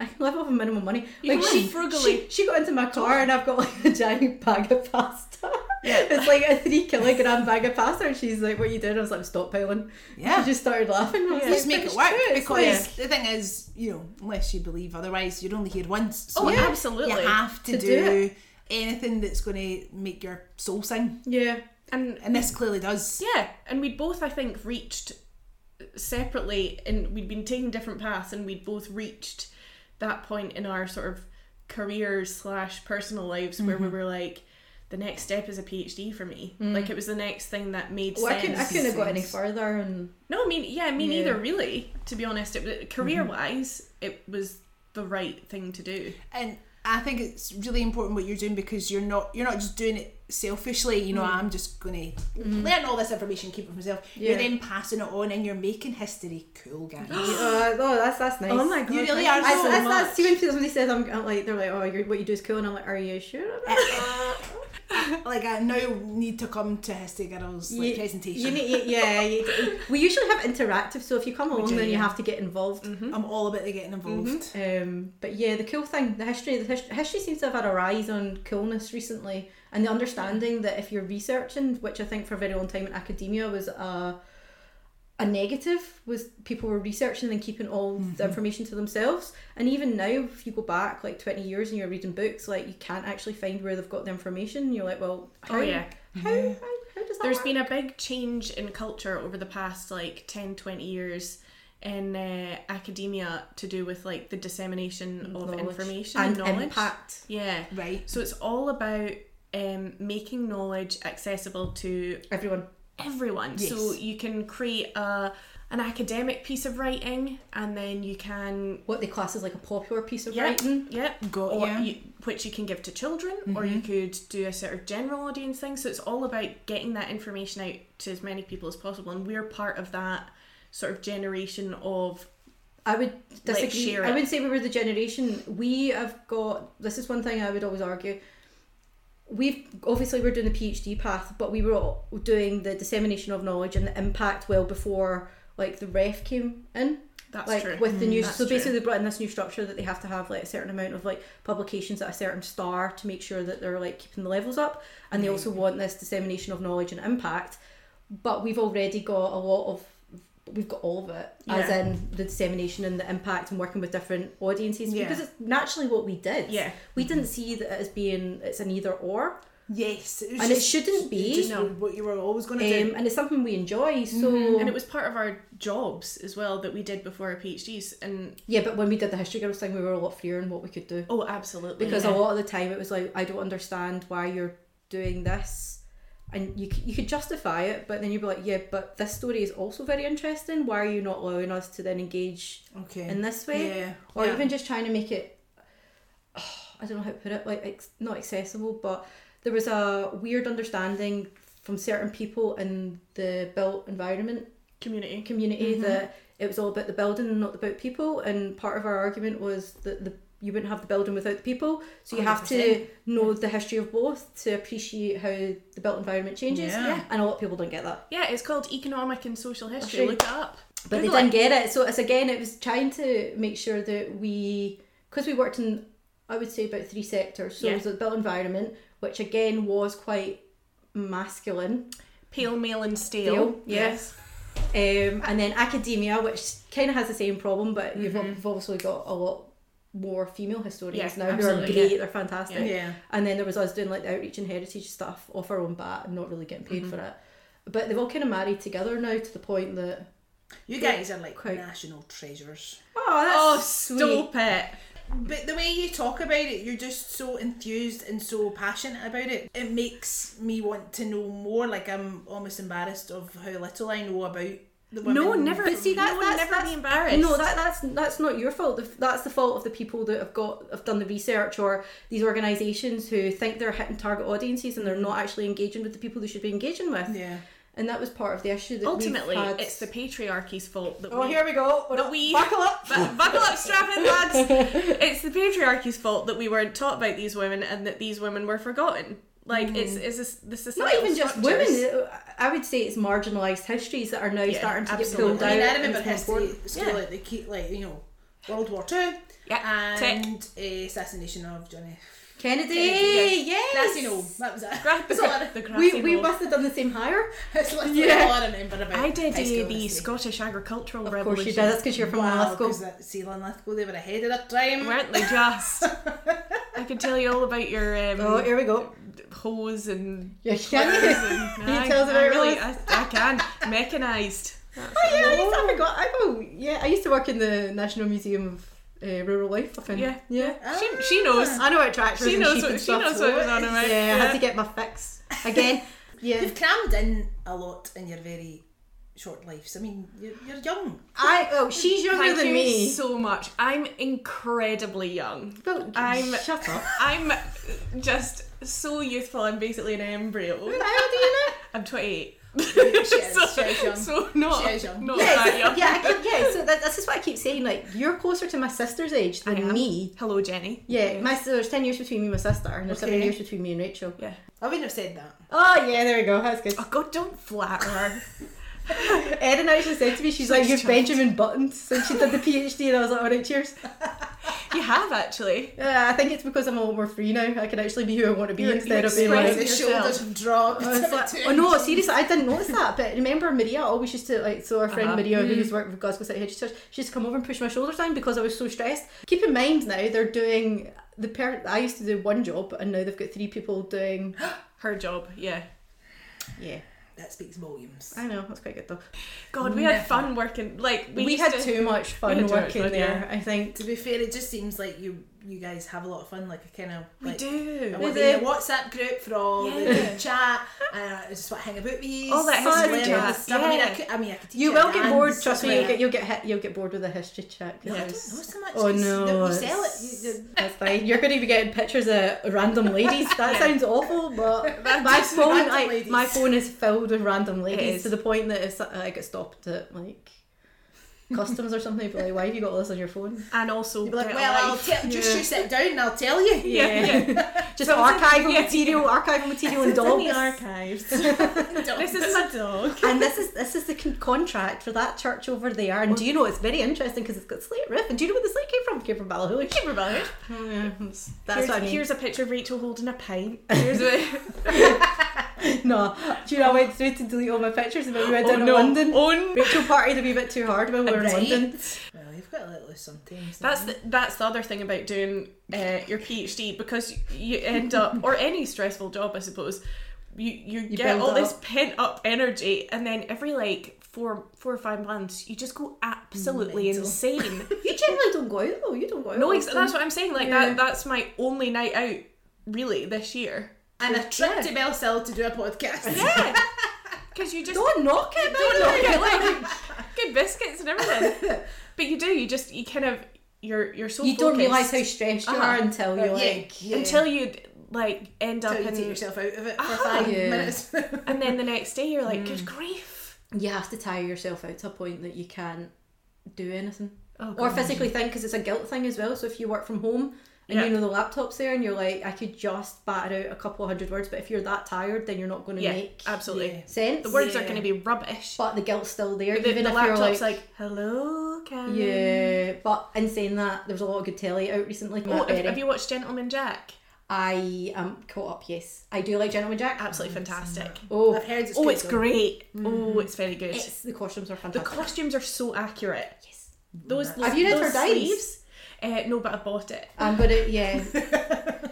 S4: I can live off of minimum money.
S2: You
S4: like
S2: can
S4: she,
S2: live frugally.
S4: she, she got into my car and I've got like a giant bag of pasta. it's like a three kilogram bag of pasta, and she's like, "What are you doing?" I was like, "I'm stockpiling."
S3: Yeah.
S4: She just started laughing. I was
S2: Yeah.
S4: like,
S3: Just make it
S4: "It's
S3: work
S4: true." It's like-
S3: because the thing is, you know, unless you believe otherwise, you're only here once. So
S2: Oh,
S3: you-
S2: absolutely.
S3: You have to,
S4: To do
S3: do, anything that's going to make your soul sing,
S4: yeah.
S2: And
S3: and this clearly does.
S2: yeah, and we'd both I think reached separately and we'd been taking different paths and we'd both reached
S4: Mm-hmm.
S2: that point in our sort of careers slash personal lives where we were like the next step is a PhD for me. Like it was the next thing that made
S4: Well, Mm. Oh, I
S2: sense.
S4: couldn't, I couldn't have got any
S3: sense.
S4: further, and
S2: No, I mean, yeah, me
S4: Yeah.
S2: neither, really. To be honest, it career wise, it was the right thing to do.
S3: and I think it's really important what you're doing because you're not you're not just doing it selfishly. You know,
S4: Mm.
S3: I'm just gonna learn all this information, keep it for myself.
S4: Mm-hmm. Yeah.
S3: You're then passing it on, and you're making history cool, guys.
S4: Uh, oh, that's that's nice.
S2: god,
S3: You really are
S4: I,
S3: so
S4: that's,
S3: much.
S4: that's see when people when they said I'm, I'm like they're like oh you're, what you do is cool and I'm like are you sure about that?
S3: like I now need to come to history girls like
S4: You-
S3: presentation.
S4: you need- you- yeah you- we usually have interactive so if you come along
S3: do,
S4: then you
S3: yeah.
S4: have to get involved
S3: I'm all about the getting involved.
S4: Um, but yeah, the cool thing, the history, the history, history seems to have had a rise on coolness recently, and the understanding that if you're researching, which I think for a very long time in academia was a a negative, was people were researching and keeping all
S2: Mm-hmm.
S4: the information to themselves. And even now, if you go back like twenty years and you're reading books, like you can't actually find where they've got the information. You're like, well,
S2: Oh,
S4: how-
S2: yeah.
S4: how, how, how does that
S2: There's
S4: work?
S2: been a big change in culture over the past like 10, 20 years in uh, academia to do with like the dissemination of
S4: Knowledge
S2: information
S4: and
S2: knowledge.
S4: impact?
S2: Yeah.
S3: Right.
S2: So it's all about um, making knowledge accessible to
S4: Everyone,
S2: everyone. So
S3: Yes.
S2: you can create a an academic piece of writing, and then you can
S4: what they class as like a popular piece of
S2: yeah,
S4: writing.
S2: yeah,
S3: Got
S2: or
S3: ya.
S2: you, which you can give to children, or you
S4: Mm-hmm.
S2: could do a sort of general audience thing. So it's all about getting that information out to as many people as possible, and we're part of that sort of generation of
S4: I would disagree.
S2: share
S4: I
S2: it.
S4: wouldn't say we were the generation. We have got this is one thing I would always argue. We've obviously we're doing the PhD path, but we were all doing the dissemination of knowledge and the impact well before like the ref came in.
S2: that's
S4: like
S2: true.
S4: with the new
S2: Mm, That's
S4: so basically
S2: true.
S4: they brought in this new structure that they have to have like a certain amount of like publications at a certain star to make sure that they're like keeping the levels up and they
S2: Mm.
S4: also want this dissemination of knowledge and impact but we've already got a lot of we've got all of it as
S2: Yeah.
S4: in the dissemination and the impact and working with different audiences
S3: Yeah.
S4: because it's naturally what we did
S2: Yeah.
S4: we didn't see that as being it's an either or
S3: Yes. was
S4: And it shouldn't be.
S3: Just what you were always going
S4: um,
S3: to do.
S4: and it's something we enjoy so
S2: and it was part of our jobs as well that we did before our PhDs, and
S4: yeah but when we did the history girls thing we were a lot freer in what we could do
S2: oh, absolutely,
S4: because
S2: yeah.
S4: a lot of the time it was like I don't understand why you're doing this and you, c- you could justify it but then you'd be like yeah but this story is also very interesting why are you not allowing us to then engage
S3: Okay.
S4: in this way
S3: Yeah.
S4: or
S3: Yeah.
S4: even just trying to make it I don't know how to put it like ex- not accessible but there was a weird understanding from certain people in the built environment
S2: community.
S4: community
S3: Mm-hmm.
S4: that it was all about the building and not about people. And part of our argument was that the you wouldn't have the building without the people, so you have to
S3: 100%.
S4: know the history of both to appreciate how the built environment changes.
S3: Yeah. Yeah.
S4: And a lot of people don't get that,
S2: Yeah, it's called economic and social history.
S4: History.
S2: Look it up.
S4: Oh, but
S2: Google
S4: they
S2: it.
S4: didn't get it. So it's again, it was trying to make sure that we, because we worked in, I would say about three sectors. So
S2: Yeah.
S4: it was the built environment, which again was quite masculine.
S2: Pale, male, and stale.
S4: Stale, yes. Um, and then academia, which kind of has the same problem, but you've, al- you've obviously got a lot more female historians
S2: Mm-hmm. Yeah,
S4: now who are
S2: absolutely,
S4: great,
S2: yeah.
S4: they're fantastic.
S3: Yeah.
S4: And then there was us doing like the outreach and heritage stuff off our own bat and not really getting paid
S2: Mm-hmm.
S4: for it. But they've all kind of married together now to the point that
S3: You guys are like
S4: Quite-
S3: national treasures.
S4: oh,
S2: Oh, stop it.
S3: But the way you talk about it, you're just so enthused and so passionate about it. It makes me want to know more. Like I'm almost embarrassed of how little I know about the women.
S2: No, never.
S4: But see, that,
S2: no,
S4: that's,
S2: never
S4: that's-
S2: be embarrassed.
S4: No, that, that's that's not your fault. The- That's the fault of the people that have got have done the research or these organisations who think they're hitting target audiences and they're not actually engaging with the people they should be engaging with.
S3: Yeah.
S4: And that was part of the issue that we've
S2: ultimately
S4: had.
S2: it's the patriarchy's fault that
S4: oh
S2: we
S4: here we go. We're
S2: that
S4: not-
S2: we-
S4: buckle up.
S2: Bu- buckle up, strap in, lads. It's the patriarchy's fault that we weren't taught about these women and that these women were forgotten. Like it's it's a s- the
S4: Mm. Not
S2: society.
S4: even just women. uh, I would say it's marginalised histories that are now
S2: Yeah,
S4: starting to
S2: absolutely.
S4: get pulled
S3: I
S4: out.
S3: mean, I
S4: and
S3: remember
S4: it's more
S3: history
S4: important.
S3: at school,
S2: Yeah.
S3: like they keep like you know, World War Two
S2: Yeah, tick.
S3: and uh, assassination of Johnny.
S4: Kennedy,
S3: Kennedy,
S4: yes.
S3: Grassy Knoll. That was it.
S2: Gra-
S3: That's all I,
S2: the grassy
S4: We, we
S2: knoll.
S4: must have done the same hire.
S3: that's literally
S4: Yeah.
S3: all I remember about.
S2: I did
S3: high school
S2: uh, the
S3: history.
S2: Scottish agricultural
S4: Of
S2: revolution.
S4: course you did. That's because you're from
S3: Wow,
S4: Glasgow.
S3: because that Ceylon Lithgow, they were ahead of their time.
S2: Weren't they just? I could tell you all about your um,
S4: Oh, here we go.
S2: hose and.
S4: Yeah, Kennedy.
S2: and
S4: Can you tell us about
S2: really, I,
S4: yours?
S2: I can mechanized.
S4: Oh yeah, I used to, I forgot. I oh, yeah, I used to work in the National Museum of uh, rural life. I think.
S2: Yeah,
S4: yeah.
S2: She,
S4: Ah.
S2: she knows.
S4: I know what tractors
S2: She
S4: and
S2: knows
S4: sheep
S2: what-
S4: and
S2: she
S4: stuff,
S2: knows
S4: so-
S2: what was on her mind,
S4: Yeah, I
S2: yeah.
S4: had to get my fix again. yeah,
S3: You've crammed in a lot in your very short lives. I mean, you're, you're young.
S4: I. Oh, she's younger
S2: Thank
S4: than
S2: you
S4: me.
S2: so much. I'm incredibly young.
S4: Well,
S2: I'm-
S4: shut up.
S2: I'm just so youthful. I'm basically an embryo.
S4: How old are you now?
S2: I'm 28.
S3: She is, she is young.
S2: so not,
S3: She is young.
S2: not
S4: yeah,
S2: that young.
S4: yeah, I keep, yeah. So that, that's just what I keep saying. Like you're closer to my sister's age than
S2: am.
S4: me.
S2: Hello, Jenny.
S4: Yeah, my so there's ten years between me and my sister, and there's seven
S3: Okay.
S4: years between me and Rachel.
S2: Yeah.
S3: I wouldn't have said that.
S4: Oh yeah, there we go. That's good.
S2: Oh God, don't flatter her.
S4: Erin actually said to me, she's like,
S2: Such
S4: "You're
S2: child."
S4: Benjamin Button," since she did the PhD, and I was like, "All right, cheers."
S2: you have actually.
S4: Yeah, I think it's because I'm a lot more free now. I can actually be who I want to be
S2: You're-
S4: instead
S2: you're
S4: of being
S2: expressing
S4: like.
S3: The
S2: yourself.
S3: shoulders have dropped.
S4: I was like, oh no, seriously, I didn't notice that. But remember, Maria always used to like. So our friend
S2: Uh-huh.
S4: Maria, who used to work with Glasgow City Heritage Church, she used to come over and push my shoulders down because I was so stressed. Keep in mind now they're doing the parent. I used to do one job, and now they've got three people doing.
S2: Her job, yeah.
S4: Yeah,
S3: That speaks volumes.
S4: I know that's quite good though.
S2: God, we had fun working. Like we,
S4: We,
S2: used
S4: had
S2: to,
S4: too much
S2: we
S4: fun
S2: had too much
S4: working
S2: fun,
S4: there. I think.
S3: To be fair, it just seems like you you guys have a lot of fun. Like I kind of
S2: We
S3: like,
S2: do.
S3: I want
S4: We
S3: to be in
S4: do.
S3: the WhatsApp group for all the
S2: Yeah.
S3: group chat, and I just want to hang about with you.
S2: All that
S4: history
S3: learn
S4: chat,
S3: stuff. I mean, I
S2: yeah.
S3: could, I mean, I could teach
S4: You
S3: her
S4: will get
S3: dance,
S4: bored.
S3: stuff
S4: Trust me,
S3: like
S4: you'll
S3: that.
S4: get you'll get hit. You'll get bored with the history chat.
S3: No, I don't know
S4: guys.
S3: so much.
S4: Oh
S3: 'cause
S4: no,
S3: You sell it.
S4: it's-
S3: You, you,
S4: That's fine. You're going to be getting pictures of random ladies. That sounds awful, but my
S3: just
S4: phone,
S3: random
S4: I,
S3: ladies.
S4: my phone is filled with random
S2: is.
S4: ladies to the point that if so- I get stopped at like customs or something, but like, why have you got all this on your phone?
S2: and also
S3: You'd be like,
S2: get
S3: well,
S2: a
S3: I'll
S2: life.
S3: tell. Just
S4: Yeah.
S3: you sit down and I'll tell you.
S2: yeah, yeah.
S4: Just archival
S2: yeah.
S4: material, archival material and
S3: It's in the
S4: dogs.
S3: archives.
S2: This is my dog.
S4: and this is this is the con- contract for that church over there. And do you know it's very interesting because it's got slate roof. And do you know where the slate came from? It came from Ballahooly. Came from Ballahooly. That's
S2: Here's,
S4: what I mean.
S2: here's a picture of Rachel holding a pint. Here's a,
S4: No, do you know I went through to delete all my pictures and we went
S2: oh
S4: down
S2: no,
S4: to London.
S2: Oh, no.
S4: Rachel partied a wee bit too hard when we were in
S3: Right.
S4: London.
S3: Well, you've got to let loose sometimes.
S2: That's
S3: haven't
S2: the, that's the other thing about doing uh, your PhD because you end up or any stressful job, I suppose. You you, get
S4: build
S2: all
S4: it
S2: this
S4: up.
S2: pent up energy, and then every like four four or five months, you just go absolutely
S3: Mental.
S2: insane.
S4: You generally don't go out though. You don't go out.
S2: no, ex-
S4: often.
S2: that's what I'm saying. Like
S4: Yeah.
S2: that that's my only night out really this year.
S3: you? and a trip
S2: Yeah.
S3: to Bell Sill to do a podcast.
S2: Yeah, because you just
S4: Don't knock it.
S2: don't
S4: by
S2: know,
S4: the way.
S2: get like good biscuits and everything. But you do, you just you kind of you're you're so
S4: You don't
S2: focused
S4: realise how stressed you are
S2: Uh-huh.
S4: until
S3: Yeah,
S4: you're like.
S3: yeah.
S2: until you like end up
S3: Until you
S2: in
S3: take yourself out of it for
S2: Ah.
S3: five
S4: yeah.
S3: minutes.
S2: and then the next day you're like, good grief.
S4: You have to tire yourself out to a point that you can't do anything
S2: Oh,
S4: or physically think because it's a guilt thing as well. So if you work from home. And
S2: Yeah.
S4: you know the laptop's there, and you're like, I could just batter out a couple of hundred words, but if you're that tired, then you're not going to
S2: yeah,
S4: make
S2: absolutely.
S3: Yeah.
S4: sense.
S2: The words are
S3: Yeah.
S2: going to be rubbish.
S4: but the guilt's still there.
S2: the,
S4: even
S2: the
S4: if
S2: laptop's
S4: you're
S2: like, hello, Karen.
S4: Yeah, but in saying that, there was a lot of good telly out recently.
S2: Oh,
S4: Matt
S2: have,
S4: Berry.
S2: have you watched Gentleman Jack?
S4: I am caught up. Yes, I do like Gentleman Jack. Mm.
S2: Absolutely fantastic.
S4: Oh,
S3: I've heard it's
S2: Oh,
S3: good,
S2: it's
S3: though.
S2: great. Oh, it's very good.
S4: it's the costumes are
S2: the
S4: fantastic.
S2: costumes are so accurate. Yes. Those, those
S4: Have you read
S2: those
S4: her diaries?
S2: sleeves? Uh, no, but I bought it.
S4: I'm gonna Um, uh, yeah.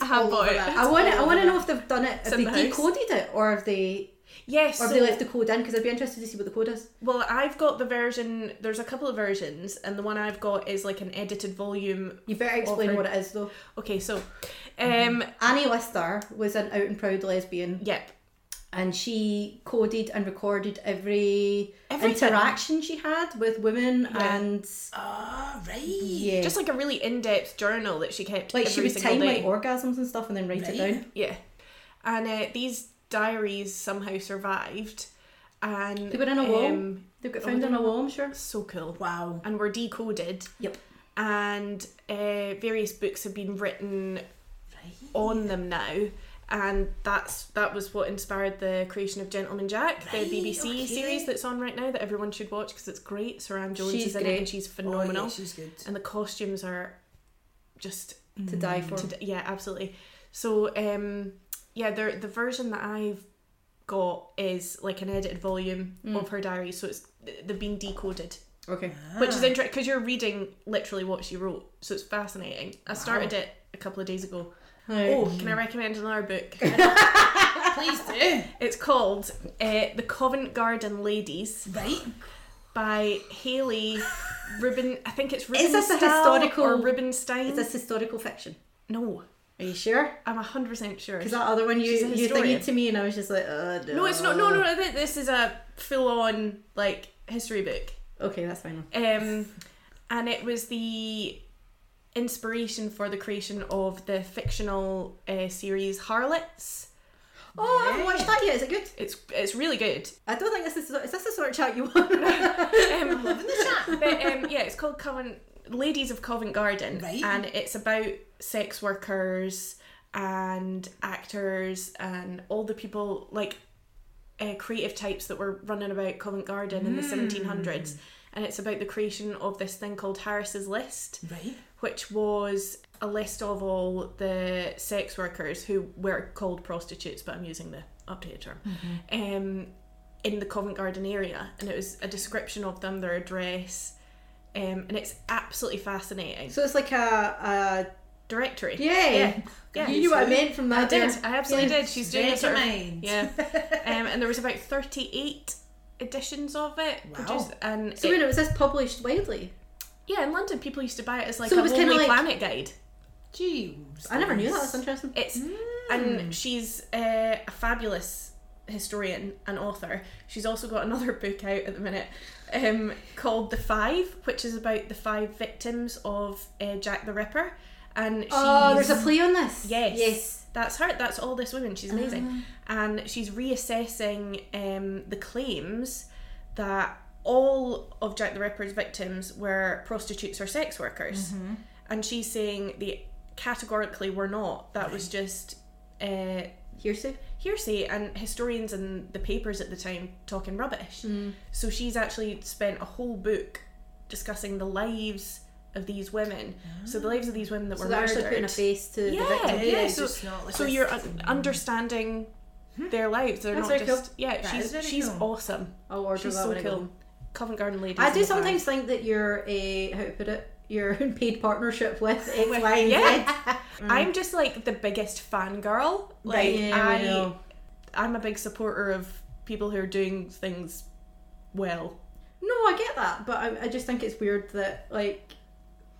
S2: I have
S3: all
S2: bought
S3: over
S2: it.
S3: that.
S4: I want to. I want to know if they've done it. If
S2: in
S4: they
S2: the house.
S4: decoded it, or if they
S2: Yes.
S4: or if
S2: so-
S4: they left the code in, because I'd be interested to see what the code is.
S2: Well, I've got the version. There's a couple of versions, and the one I've got is like an edited volume.
S4: You better explain
S2: Offered.
S4: what it is though.
S2: Okay, so,
S4: Mm-hmm.
S2: um,
S4: Annie Lister was an out and proud lesbian,
S2: yep,
S4: and she coded and recorded every
S2: Everything.
S4: interaction she had with women
S2: Yeah.
S4: and
S3: Ah, right.
S4: yeah,
S2: just like a really in-depth journal that she kept.
S4: like
S2: every
S4: she would
S2: single
S4: time
S2: day.
S4: like orgasms and stuff and then write it
S3: Right.
S4: down.
S2: Yeah, and uh, these diaries somehow survived, and
S4: They were in a wall.
S2: um,
S4: They've got
S2: Oh,
S4: found
S2: they're
S4: in a
S2: not-
S4: wall, I'm sure.
S2: so cool,
S3: Wow.
S2: and were decoded.
S4: Yep.
S2: And uh, various books have been written
S3: Right.
S2: on them now and that's that was what inspired the creation of Gentleman Jack,
S3: Right,
S2: the BBC
S3: okay.
S2: series that's on right now that everyone should watch because it's great. Saran Jones
S4: She's
S2: is in it
S4: great.
S2: and she's
S3: Oh,
S2: phenomenal,
S3: yeah, she's good.
S2: and the costumes are just
S4: To die for.
S2: Mm. to d- yeah, absolutely. So um, yeah, the the version that I've got is like an edited volume
S4: Mm.
S2: of her diary, so it's they've been decoded
S4: Okay.
S2: which
S4: Ah.
S2: is interesting because you're reading literally what she wrote, so it's fascinating. I started it a couple of days ago.
S4: Right.
S2: Oh, can I recommend another book?
S3: Please do.
S2: it's called uh, "The Covent Garden Ladies"
S3: Right.
S2: by Haley Ruben, I think it's
S4: Is
S2: Rubenstein
S4: this a historical-
S2: or Rubenstein.
S4: Is this historical fiction?
S2: no,
S4: Are you sure?
S2: I'm hundred percent sure.
S4: Because that other one you
S2: She's a
S4: you
S2: historian.
S4: thingied to me, and I was just like, uh no.
S2: no, it's not. No, no, no. th- This is a full-on like history book.
S4: Okay, that's fine.
S2: um, and it was the inspiration for the creation of the fictional uh, series Harlots.
S4: Oh, I haven't watched that yet. Is it good?
S2: It's it's really good.
S4: I don't think this is is this the sort of chat you want.
S2: Um, loving the chat. But um, yeah, it's called Covent Ladies of Covent Garden,
S3: Right.
S2: and it's about sex workers and actors and all the people like uh, creative types that were running about Covent Garden in the 1700s. And it's about the creation of this thing called Harris's List.
S3: Right.
S2: which was a list of all the sex workers who were called prostitutes, but I'm using the updated term, um, in the Covent Garden area. And it was a description of them, their address, um, and it's absolutely fascinating.
S4: so it's like a,
S2: Directory.
S4: a yay.
S2: Yeah.
S4: you knew what I meant from that.
S2: I did.
S4: there.
S2: I absolutely did. She's doing a sort of-
S3: Vegemite.
S2: yeah. Um, and there was about 38 editions of it.
S3: Wow.
S2: produced, and
S4: So
S2: it-
S4: when it was this published widely,
S2: yeah, in London, people used to buy it as like
S4: So it
S2: a
S4: was kinda
S2: Lonely
S4: like-
S2: Planet guide.
S3: Gee,
S4: I never knew that. That's interesting.
S2: It's
S4: Hmm.
S2: and she's uh, a fabulous historian and author. She's also got another book out at the minute um, called The Five, which is about the five victims of uh, Jack the Ripper. And she's,
S4: oh, there's a play on this.
S2: yes,
S4: Yes.
S2: that's her. That's all this woman. She's amazing,
S4: Ah.
S2: and she's reassessing um, the claims that all of Jack the Ripper's victims were prostitutes or sex workers
S4: Mm-hmm.
S2: and she's saying they categorically were not. That was just uh,
S4: Hearsay.
S2: hearsay, and historians and the papers at the time talking rubbish.
S4: Mm.
S2: So she's actually spent a whole book discussing the lives of these women. So the lives of these women that
S4: Ah. So
S2: were
S4: they're
S2: murdered.
S4: actually putting a face to the
S2: yeah,
S4: victim.
S2: yeah.
S3: Yeah,
S2: so
S3: just not like
S2: so
S3: a-
S2: you're un- understanding their lives. They're
S4: That's
S2: not
S4: very
S2: just
S4: cool.
S2: yeah.
S3: That is
S2: she's
S3: very
S2: she's
S3: cool.
S2: awesome.
S4: I'll order
S2: She's
S4: that
S2: so
S4: when I go
S2: cool.
S4: home.
S2: Covent Garden ladies.
S4: I
S2: in
S4: do
S2: the Bag.
S4: sometimes think that you're a how to put it. You're in paid partnership with X,
S2: With-
S4: Y, and
S2: yeah.
S4: Z.
S2: I'm just like the biggest fangirl. Like
S3: Right.
S4: Yeah, we
S2: I,
S4: know.
S2: I'm a big supporter of people who are doing things well.
S4: No, I get that, but I, I just think it's weird that like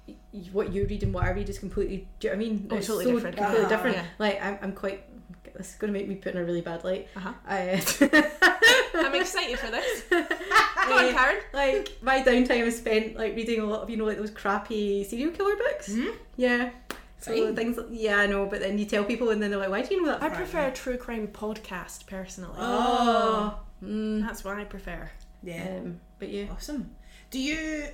S4: y- what you read and what I read is completely. Do you know what I mean?
S2: Oh,
S4: It's
S2: totally
S4: so
S2: different.
S4: Completely
S3: Ah,
S4: different.
S2: yeah.
S4: Like I'm, I'm quite. This is going to make me put in a really bad light.
S2: Uh-huh.
S4: I,
S2: I'm excited for this. Go on, Karen.
S4: like my downtime is spent like reading a lot of you know like those crappy serial killer books.
S2: Hmm?
S4: Yeah. So
S3: Fine.
S4: things yeah I know, but then you tell people and then they're like, why do you know that?
S2: I prefer a true crime podcast personally.
S3: Oh,
S2: That's what I prefer.
S3: yeah.
S4: Mm, Um, but yeah.
S3: Awesome. Do you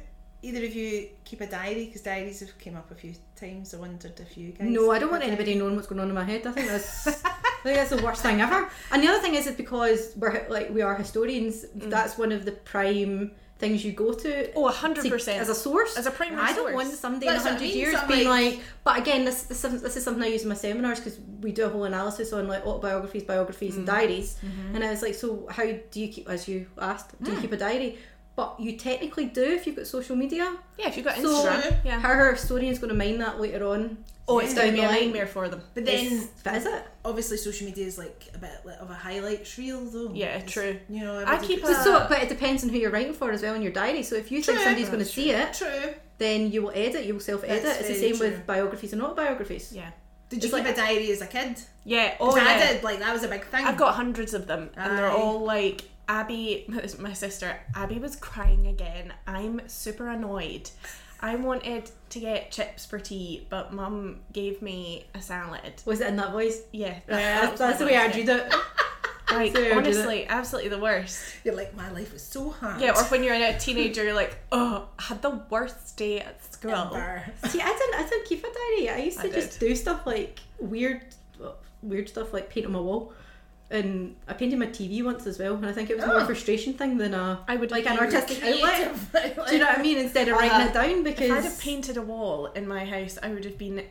S3: either of you keep a diary? Because diaries have came up a few times. I wondered if you guys.
S4: No, I don't want
S3: keep a
S4: anybody knowing what's going on in my head. I think that's, I think that's the worst thing ever. And the other thing is, is because we're hi- like we are historians. That's one of the prime things you go to.
S2: Mm. Oh, 100%.
S4: to- as a source,
S2: As a primary
S4: I don't
S2: source.
S4: want someday in
S3: That's what I
S4: hundred
S3: mean,
S4: years
S3: so I'm
S4: being
S3: like-
S4: like, But again, this this, is- this is something I use in my seminars because we do a whole analysis on like autobiographies, biographies,
S2: Mm.
S4: and diaries.
S2: Mm-hmm.
S4: And I was like, so how do you keep? As you asked, do you keep a diary? But you technically do if you've got social media.
S2: Yeah, if you've got
S4: So,
S2: Instagram. yeah.
S4: How her historian's going to mind that later on?
S2: oh, it's going to
S4: down
S2: be
S4: the
S2: a
S4: line.
S2: nightmare for them.
S3: But then,
S4: Is, is it?
S3: obviously, social media is like a bit of a highlight reel, though.
S2: Yeah,
S3: It's-
S2: true.
S3: You know,
S2: I keep
S3: everybody-
S2: a-
S4: So, so- but it depends on who you're writing for as well in your diary. So if you think
S3: True.
S4: somebody's going to see it,
S3: True.
S4: then you will edit. You will self-edit.
S3: That's
S4: it's the
S3: very
S4: same
S3: true.
S4: with biographies and autobiographies.
S2: Yeah.
S3: Did you
S4: It's
S3: keep
S4: like-
S3: a diary as a kid?
S2: Yeah. Oh,
S3: 'Cause
S2: yeah.
S3: I did. Like that was a big thing.
S2: I've got hundreds of them, and they're
S3: Aye.
S2: all like Abby, my sister. Abby was crying again. I'm super annoyed. I wanted to get chips for tea, but Mum gave me a salad.
S4: Was it in that voice?
S2: Yeah,
S4: Yeah,
S2: that
S4: that's, that's the way I
S2: do.
S4: drew it.
S2: Like
S4: Sarah did
S2: honestly, absolutely the worst.
S3: You're like, my life was so hard.
S2: Yeah, or when you're a teenager, you're like, oh, I had the worst day at school.
S3: Ever.
S4: See, I didn't. I didn't keep a diary. I used
S2: I
S4: to just
S2: did.
S4: do stuff like weird, weird stuff like paint on my wall. And I painted my TV once as well, and I think it was more a
S3: Oh.
S4: frustration thing than a
S2: I would
S4: like an
S2: be
S4: artistic outlet. Do you know what I mean? Instead of
S3: Uh-huh.
S4: writing it down,
S2: If I'd
S4: because
S2: have painted a wall in my house, I would have been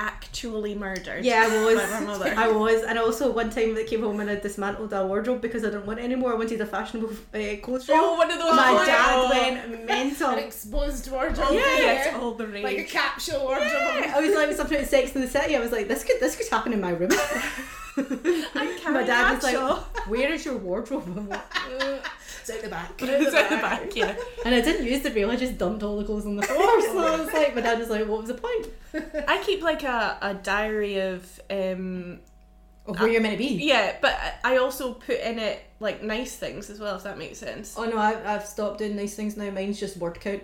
S2: actually murdered.
S4: Yeah, I
S2: By my
S4: was.
S2: mother.
S4: I was, and also one time that came home and I dismantled a wardrobe because I didn't want it anymore. I wanted a fashionable uh, clothes rail.
S2: Oh, one of those.
S4: My
S2: ones.
S4: dad
S2: Oh.
S4: went mental.
S3: An exposed wardrobe.
S2: Yeah,
S3: there.
S2: it's all the rage.
S3: like a capsule wardrobe.
S4: I was like something at Sex in the City. I was like, this could this could happen in my room.
S2: I'm
S4: my
S2: Carrie
S4: dad was
S2: Bradshaw.
S4: like, where is your wardrobe? I'm like, "Uh,
S3: It's out the back.
S2: It's at the back, yeah.
S4: And I didn't use the rail, I just dumped all the clothes on the floor. So I was like, my dad was like, what was the point?
S2: I keep like a, a diary of um
S4: Of where you're meant to be.
S2: yeah, but I- I also put in it like nice things as well, if that makes sense.
S4: Oh no, I, I've stopped doing nice things now. Mine's just word count.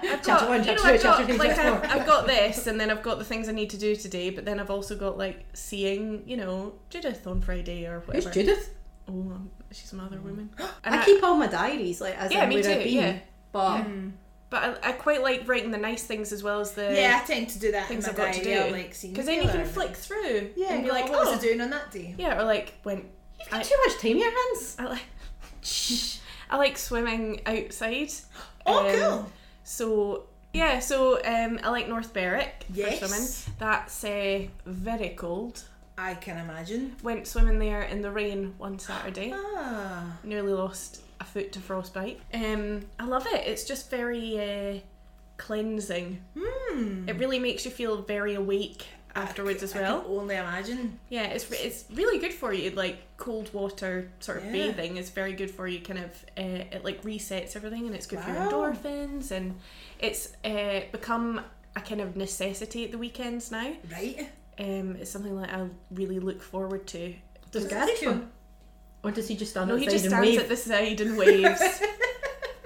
S2: I've
S4: Chapter
S2: got,
S4: one,
S2: you know,
S4: chapter two,
S2: I've
S4: chapter
S2: got,
S4: three,
S2: like,
S4: chapter
S2: I've,
S4: four.
S2: I've got this, and then I've got the things I need to do today, but then I've also got like seeing, you know, Judith on Friday or
S4: Who's
S2: whatever.
S4: Judith? Oh.
S2: Oh, um, she's another woman. And
S4: I, keep all my diaries, like, as
S2: Yeah,
S4: in
S2: me
S4: where I've
S2: too,
S4: been.
S2: yeah.
S4: But
S2: but I, I quite like writing the nice things as well as the
S3: Yeah, I tend to do that in
S2: things
S3: my
S2: I've got to
S3: diary.
S2: do.
S3: I'll, like see
S2: Because then you can flick through
S3: Yeah,
S2: and be like,
S3: what was
S2: oh,
S3: I doing on that day?
S2: yeah, or like when
S4: you've
S2: I-
S4: got too much time in your hands.
S2: I like I like swimming outside.
S3: Oh,
S2: Um,
S3: cool.
S2: So yeah, so um, I like North Berwick
S3: Yes.
S2: for swimming. That's uh, very cold.
S3: I can imagine.
S2: Went swimming there in the rain one Saturday.
S3: Ah,
S2: Nearly lost a foot to frostbite. Um, I love it. It's just very uh, cleansing. It really makes you feel very awake afterwards as
S3: hmm. Mm-hmm. I can
S2: well.
S3: only imagine.
S2: Yeah, it's re- it's really good for you. Like cold water sort of
S3: Yeah.
S2: bathing is very good for you. Kind of uh, it like resets everything, and it's good
S3: Wow.
S2: for your endorphins, and it's uh, become a kind of necessity at the weekends now.
S3: Right.
S2: Um, it's something that I really look forward to.
S4: Does
S3: That's
S4: Gareth
S3: cool.
S4: one? Or does he just stand
S2: No, he
S4: outside
S2: just
S4: and
S2: stands
S4: wave?
S2: at the side and waves.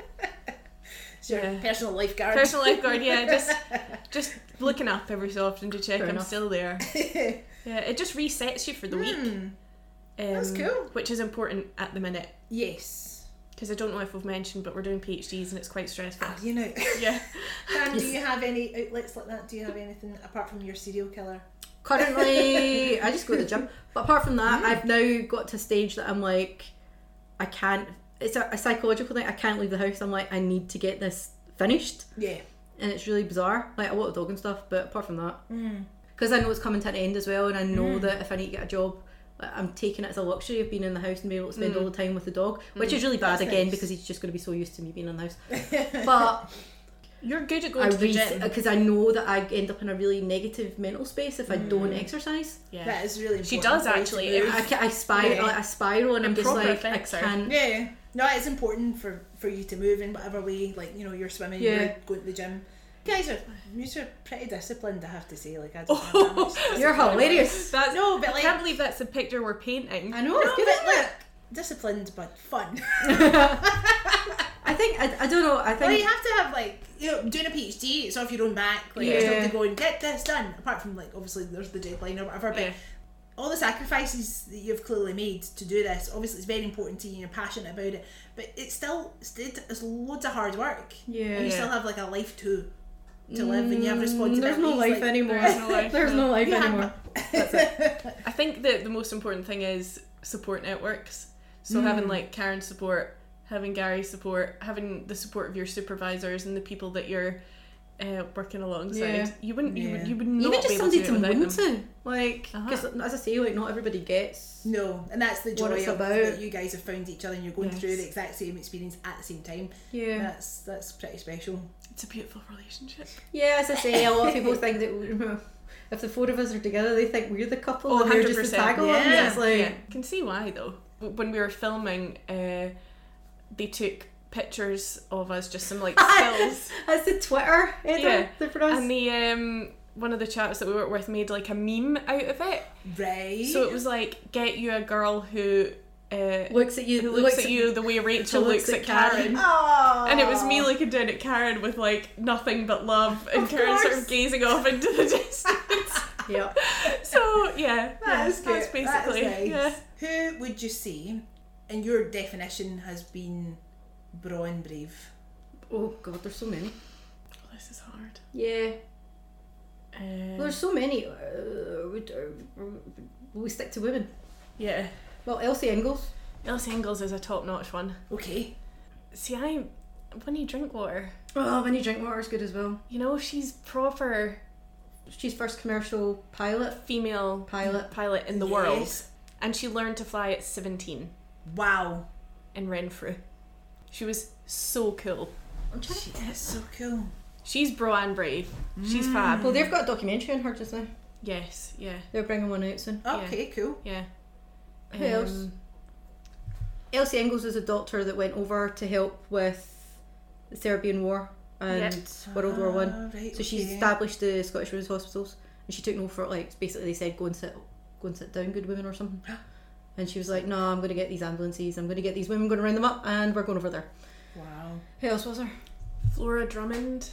S3: It's your
S2: Yeah.
S3: personal lifeguard.
S2: Personal lifeguard, yeah, just just looking up every so often to check
S4: Fair
S2: I'm
S4: enough.
S2: still there. Yeah, it just resets you for the week.
S3: Hmm,
S2: Um,
S3: that's cool.
S2: Which is important at the minute.
S3: Yes.
S2: Because I don't know if we've mentioned, but we're doing PhDs and it's quite stressful.
S3: Ah, you know.
S2: Yeah.
S3: Dan, do you have any outlets like that? Do you have anything apart from your serial killer?
S4: Currently, I just go to the gym. But apart from
S2: Mm.
S4: that, I've now got to a stage that I'm like, I can't. It's a, a psychological thing. I can't leave the house. I'm like, I need to get this finished,
S3: Yeah.
S4: and it's really bizarre. Like I walk the dog and stuff, but apart from that,
S3: Mm.
S4: because I know it's coming to an end as well, and I know that if I need to get a job. like, I'm taking it as a luxury of being in the house and being able to
S3: Mm.
S4: spend all the time with the dog, which is really bad
S3: That's
S4: again
S3: nice.
S4: because he's just going to be so used to me being in the house. But
S2: You're good at going
S4: I
S2: to the
S4: because
S2: gym.
S4: I know that I end up in a really negative mental space if I
S3: Mm.
S4: don't exercise.
S2: Yeah.
S3: That is really important.
S2: She does
S3: for you to
S2: actually.
S3: move.
S4: I, ca- I spiral,
S3: Yeah.
S4: like, I spiral, and I'm
S2: It
S4: just
S2: proper
S4: like, I
S2: affects her.
S4: can't.
S3: Yeah. No, it's important for for you to move in whatever way. Like you know, you're swimming,
S4: Yeah.
S3: you're going to the gym. You guys are you are pretty disciplined, I have to say. Like I don't
S2: Oh.
S3: have that much discipline.
S4: You're hilarious.
S2: That's,
S3: No, but
S2: I
S3: like
S2: can't believe that's the picture we're painting.
S4: I know.
S3: no,
S4: It's good,
S3: but
S4: isn't
S3: like
S4: it?
S3: disciplined but fun.
S4: I think I, I don't know. I
S3: well, you
S4: think
S3: have to have like you know doing a PhD. It's off your own back. Like you
S4: Yeah.
S3: have to go and get this done. Apart from like obviously there's the deadline or whatever, but.
S2: Yeah.
S3: All the sacrifices that you've clearly made to do this, obviously it's very important to you and you're passionate about it, but it's still, it's, it's loads of hard work. And you
S4: yeah. Mm,
S3: still have like a life too to live and you have responsibilities.
S4: There's no life
S3: like,
S4: anymore.
S2: There's no life,
S4: There's no life
S3: You have-
S4: anymore.
S2: I think that the most important thing is support networks. So having like Karen's support, having Gary's support, having the support of your supervisors and the people that you're uh, working alongside.
S4: Yeah.
S2: You wouldn't. You
S3: Yeah.
S2: would. You would not
S4: Even
S2: be
S4: just
S2: able to do
S4: somebody
S2: it
S4: to
S2: without
S4: moan
S2: them. Uh-huh.
S4: to, like, because as I say, like not everybody gets.
S3: No, and that's the
S4: What
S3: joy
S4: it's
S3: of
S4: about.
S3: that you guys have found each other and you're going through
S2: Yes.
S3: the exact same experience at the same time.
S4: Yeah,
S3: That's that's pretty special.
S2: It's a beautiful relationship.
S4: yeah. As I say, a lot of people think that we- if the four of us are together, they think we're the couple.
S2: Oh,
S4: and we're just the
S2: 100%.
S4: tag along.
S3: Yeah.
S4: It's like,
S2: yeah, can see why though. W- When we were filming, uh, they took pictures of us, just some like stills.
S4: That's the Twitter
S2: Yeah.
S4: edit yeah. for us.
S2: And the um one of the chaps that we worked with made like a meme out of it.
S3: Right.
S2: So it was like, get you a girl who uh,
S4: looks at you,
S2: who looks at you the way Rachel looks, at Karen.
S3: Aww.
S2: And it was me looking down at Karen with like nothing but love, and
S3: Of
S2: Karen sort
S3: course.
S2: of gazing off into the distance.
S4: Yeah.
S2: so yeah, yeah,
S3: That is good.
S2: that's basically
S3: that is
S2: yeah.
S3: nice. Who would you say, and your definition has been brawn brave?
S4: Oh god, there's so many.
S2: Oh, this is hard.
S4: Yeah.
S2: Um,
S4: Well, there's so many. Uh, we, uh, we stick to women.
S2: yeah,
S4: Well, Elsie Ingalls.
S2: Elsie Ingalls is a top-notch one.
S3: Okay.
S2: See, I when you drink water,
S4: Oh, when you drink water is good as well.
S2: you know she's proper
S4: She's first commercial pilot.
S2: female
S4: Pilot.
S2: pilot in the world,
S3: Yes.
S2: and she learned to fly at seventeen.
S3: Wow.
S2: in Renfrew. She was so cool.
S4: I'm trying to-
S3: She is so cool.
S2: She's bro and brave. She's fab.
S4: Well, they've got a documentary on her just now.
S2: Yes, yeah,
S4: They're bringing one out soon.
S2: Um,
S3: Okay, cool.
S2: yeah.
S4: Who else? Elsie Engels was a doctor that went over to help with the Serbian War and World War One.
S3: Ah, right,
S4: So she
S3: okay.
S4: established the Scottish Women's Hospitals, and she took no for like basically they said go and sit, go and sit down, good women or something. And she was like, no, I'm going to get these ambulances. I'm going to get these women. I'm going to round them up, and we're going over there.
S3: Wow.
S4: Who else was there?
S2: Flora Drummond,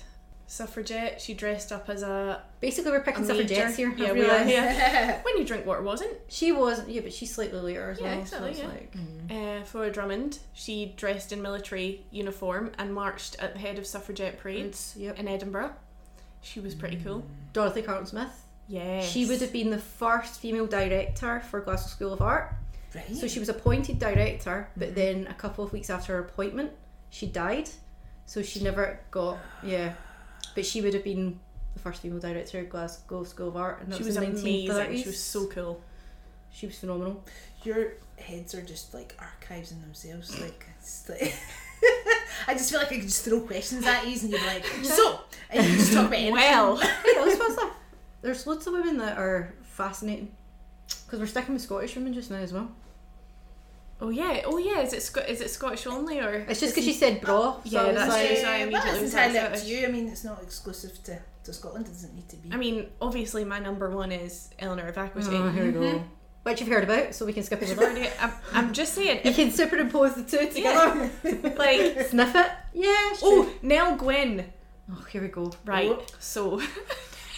S2: suffragette. She dressed up as a.
S4: Basically, we're picking
S2: A major.
S4: suffragettes here.
S2: Yeah,
S4: I've
S2: we are,
S4: realised.
S2: yeah. When you drink water, wasn't.
S4: She was, yeah, but she's slightly later as
S2: Yeah,
S4: well.
S2: exactly,
S4: so
S2: yeah.
S4: it's like,
S2: Uh, Flora Drummond, she dressed in military uniform and marched at the head of suffragette parades
S4: yep.
S2: in Edinburgh. She was pretty cool.
S4: Dorothy Carlton Smith.
S2: Yeah.
S4: She would have been the first female director for Glasgow School of Art.
S3: Right.
S4: So she was appointed director,
S2: Mm-hmm.
S4: but then a couple of weeks after her appointment, she died. So she never got, yeah. But she would have been the first female director of Glasgow School of Art, and that
S2: She was
S4: was, in
S2: amazing.
S4: 1930s.
S2: She was so cool.
S4: She was phenomenal.
S3: Your heads are just like archives in themselves. Like, it's like I just feel like I could just throw questions at you and you'd be like, so, and you just talk about anything.
S2: Well,
S4: Who else was there? There's loads of women that are fascinating. Because we're sticking with Scottish women just now as well.
S2: oh yeah, oh yeah. Is it Sco- is it Scottish only or?
S4: It's just because she said bra. So
S2: Yeah,
S4: I was
S2: that's
S4: like,
S2: true.
S3: Yeah,
S2: So I
S3: but
S2: immediately
S3: that's
S2: was
S3: entirely
S2: like,
S3: up to
S2: so-
S3: you. I mean, it's not exclusive to, to Scotland. It doesn't need to be.
S2: I mean, obviously, my number one is Eleanor of Aquitaine.
S4: Oh, here we
S2: Mm-hmm.
S4: go. Which you've heard about, so we can skip over
S2: I've
S4: that.
S2: already- I'm, I'm just saying,
S4: You
S2: if,
S4: can superimpose the two together.
S2: like,
S4: Sniff it. Yeah. Oh.
S2: oh, Nell Gwynn.
S4: oh, here we go.
S2: Right.
S3: Whoop.
S2: So,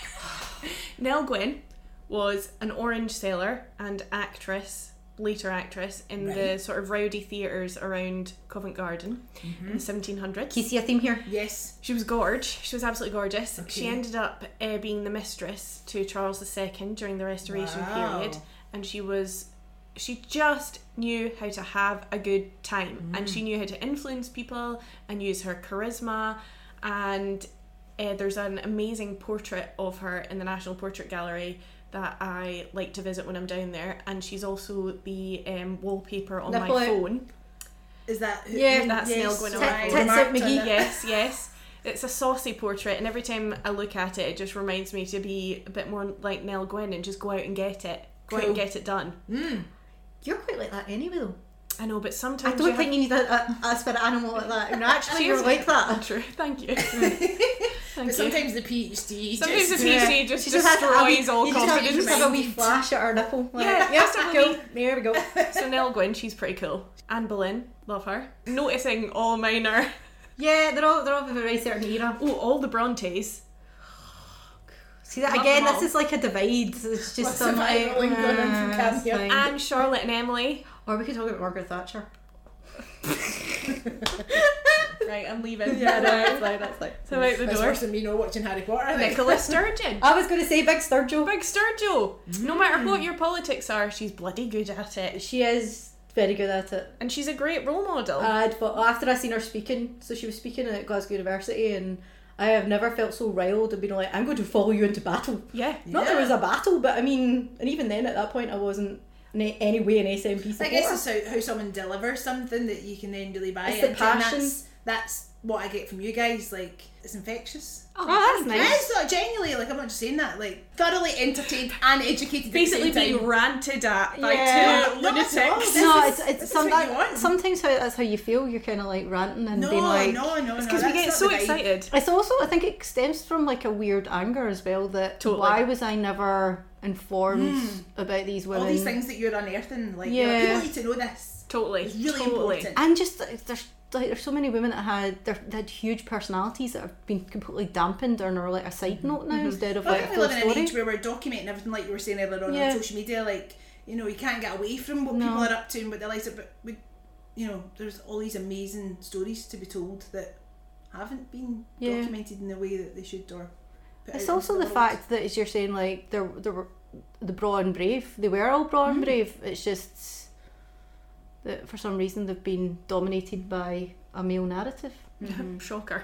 S2: Nell Gwynn was an orange sailor and actress, later actress, in the sort of rowdy theatres around Covent Garden in the 1700s.
S4: Can you see a theme here?
S3: yes.
S2: She was gorge. She was absolutely gorgeous. She
S3: Okay.
S2: ended up uh, being the mistress to Charles II during the Restoration
S3: Wow.
S2: period, and she was. She just knew how to have a good time, and
S3: Mm.
S2: she knew how to influence people and use her charisma. And uh, there's an amazing portrait of her in the National Portrait Gallery that I like to visit when I'm down there. And she's also the um, wallpaper on
S4: Nipple
S2: my
S4: out.
S2: phone.
S3: Is that who,
S4: Yeah,
S2: that's Neil Gwynn
S3: so
S2: Owen.
S3: I
S4: Tits out
S3: remarked on
S4: McGee.
S3: that.
S2: yes, yes. It's a saucy portrait, and every time I look at it, it just reminds me to be a bit more like Nell Gwynn and just go out and get it. Go out and
S3: Cool.
S2: get it done.
S4: You're quite like that anyway, though.
S2: I know, but sometimes
S4: I don't
S2: you
S4: think you need a, a, a spirit animal like that. And actually, you're
S2: Cheers.
S4: like
S2: have...
S4: that.
S2: true. Thank you.
S3: But
S2: Thank you.
S3: sometimes the PhD.
S2: Sometimes the
S3: just,
S2: PC just
S4: She just has a wee-
S2: destroys all
S4: you just have- you
S2: confidence.
S4: just have a wee flash at her nipple. Like,
S2: Yeah, just have a
S4: cool. There we go.
S2: So Nell Gwynn, she's pretty cool. Anne Boleyn, love her. Noticing all minor,
S4: Yeah, they're all they're all of a very certain era.
S2: oh, all the Brontes.
S4: See that
S2: Love
S4: again?
S2: them
S4: This
S2: all.
S4: is like a divide. It's just
S3: Lots
S4: some
S3: of
S4: like,
S3: irony going on from
S4: uh,
S3: Cam
S4: it's
S3: here.
S4: fine.
S2: Anne, Charlotte, and Emily.
S4: or we could talk about Margaret Thatcher.
S2: Right, I'm leaving.
S4: that's fine. That's fine.
S2: So out the
S3: That's
S2: door.
S3: worse than me not watching Harry Potter. I think.
S2: Nicola Sturgeon.
S4: I was going to say Big Sturgill.
S2: Big Sturgill. No matter
S4: Mm.
S2: what your politics are, she's bloody good at it.
S4: She is very good at it.
S2: And she's a great role model.
S4: I'd, but after I seen her speaking, so she was speaking at Glasgow University, and I have never felt so riled and been like, I'm going to follow you into battle.
S2: yeah.
S4: Not there
S3: Yeah.
S4: was a battle, but I mean, and even then at that point, I wasn't in a- any way an SNP
S3: I
S4: supporter.
S3: guess it's how, how someone delivers something that you can then really buy
S4: It's
S3: it
S4: the
S3: into, and
S4: passion.
S3: That's, that's what I get from you guys. Like it's infectious.
S4: oh, that's
S3: Yeah, it's not genuinely like I'm not just saying that. Like thoroughly entertained and educated. at the
S2: Basically
S3: same time.
S2: being ranted at by
S4: Yeah.
S2: two
S3: No, not at all.
S2: lunatics.
S3: This
S4: No,
S3: is-
S4: it's
S3: this
S4: it's
S3: is
S4: some,
S3: what you want.
S4: sometimes how, that's how you feel. You're kind of like ranting and
S3: no,
S4: being like,
S3: no, no, no.
S2: Because we
S3: that's
S2: get
S3: not
S2: so
S3: the vibe.
S2: excited.
S4: It's also, I think it stems from like a weird anger as well that
S2: Totally.
S4: why was I never informed about these women?
S3: Hmm. All these things that you're unearthing, like you're like,
S4: Yeah.
S3: people need to know this.
S2: Totally.
S3: It's really
S2: totally.
S3: important.
S4: And just like, there's like there's so many women that had they're- they had huge personalities that have been completely dampened and are like a side note now instead of
S3: Mm-hmm. Well, I
S4: like a
S3: think we
S4: full
S3: live in an
S4: story.
S3: age where we're documenting everything, like you were saying earlier on
S4: Yeah.
S3: on social media. Like, you know, you can't get away from what
S4: No.
S3: people are up to and what their lives are. But we, you know, there's all these amazing stories to be told that haven't been
S4: Yeah.
S3: documented in the way that they should. Or put
S4: It's
S3: out
S4: also
S3: into
S4: the
S3: world.
S4: fact that as you're saying, like there there were the bra and brave. They were all bra
S3: Mm-hmm.
S4: and brave. It's just that for some reason they've been dominated by a male narrative.
S3: Mm-hmm.
S4: Hmm.
S2: Shocker.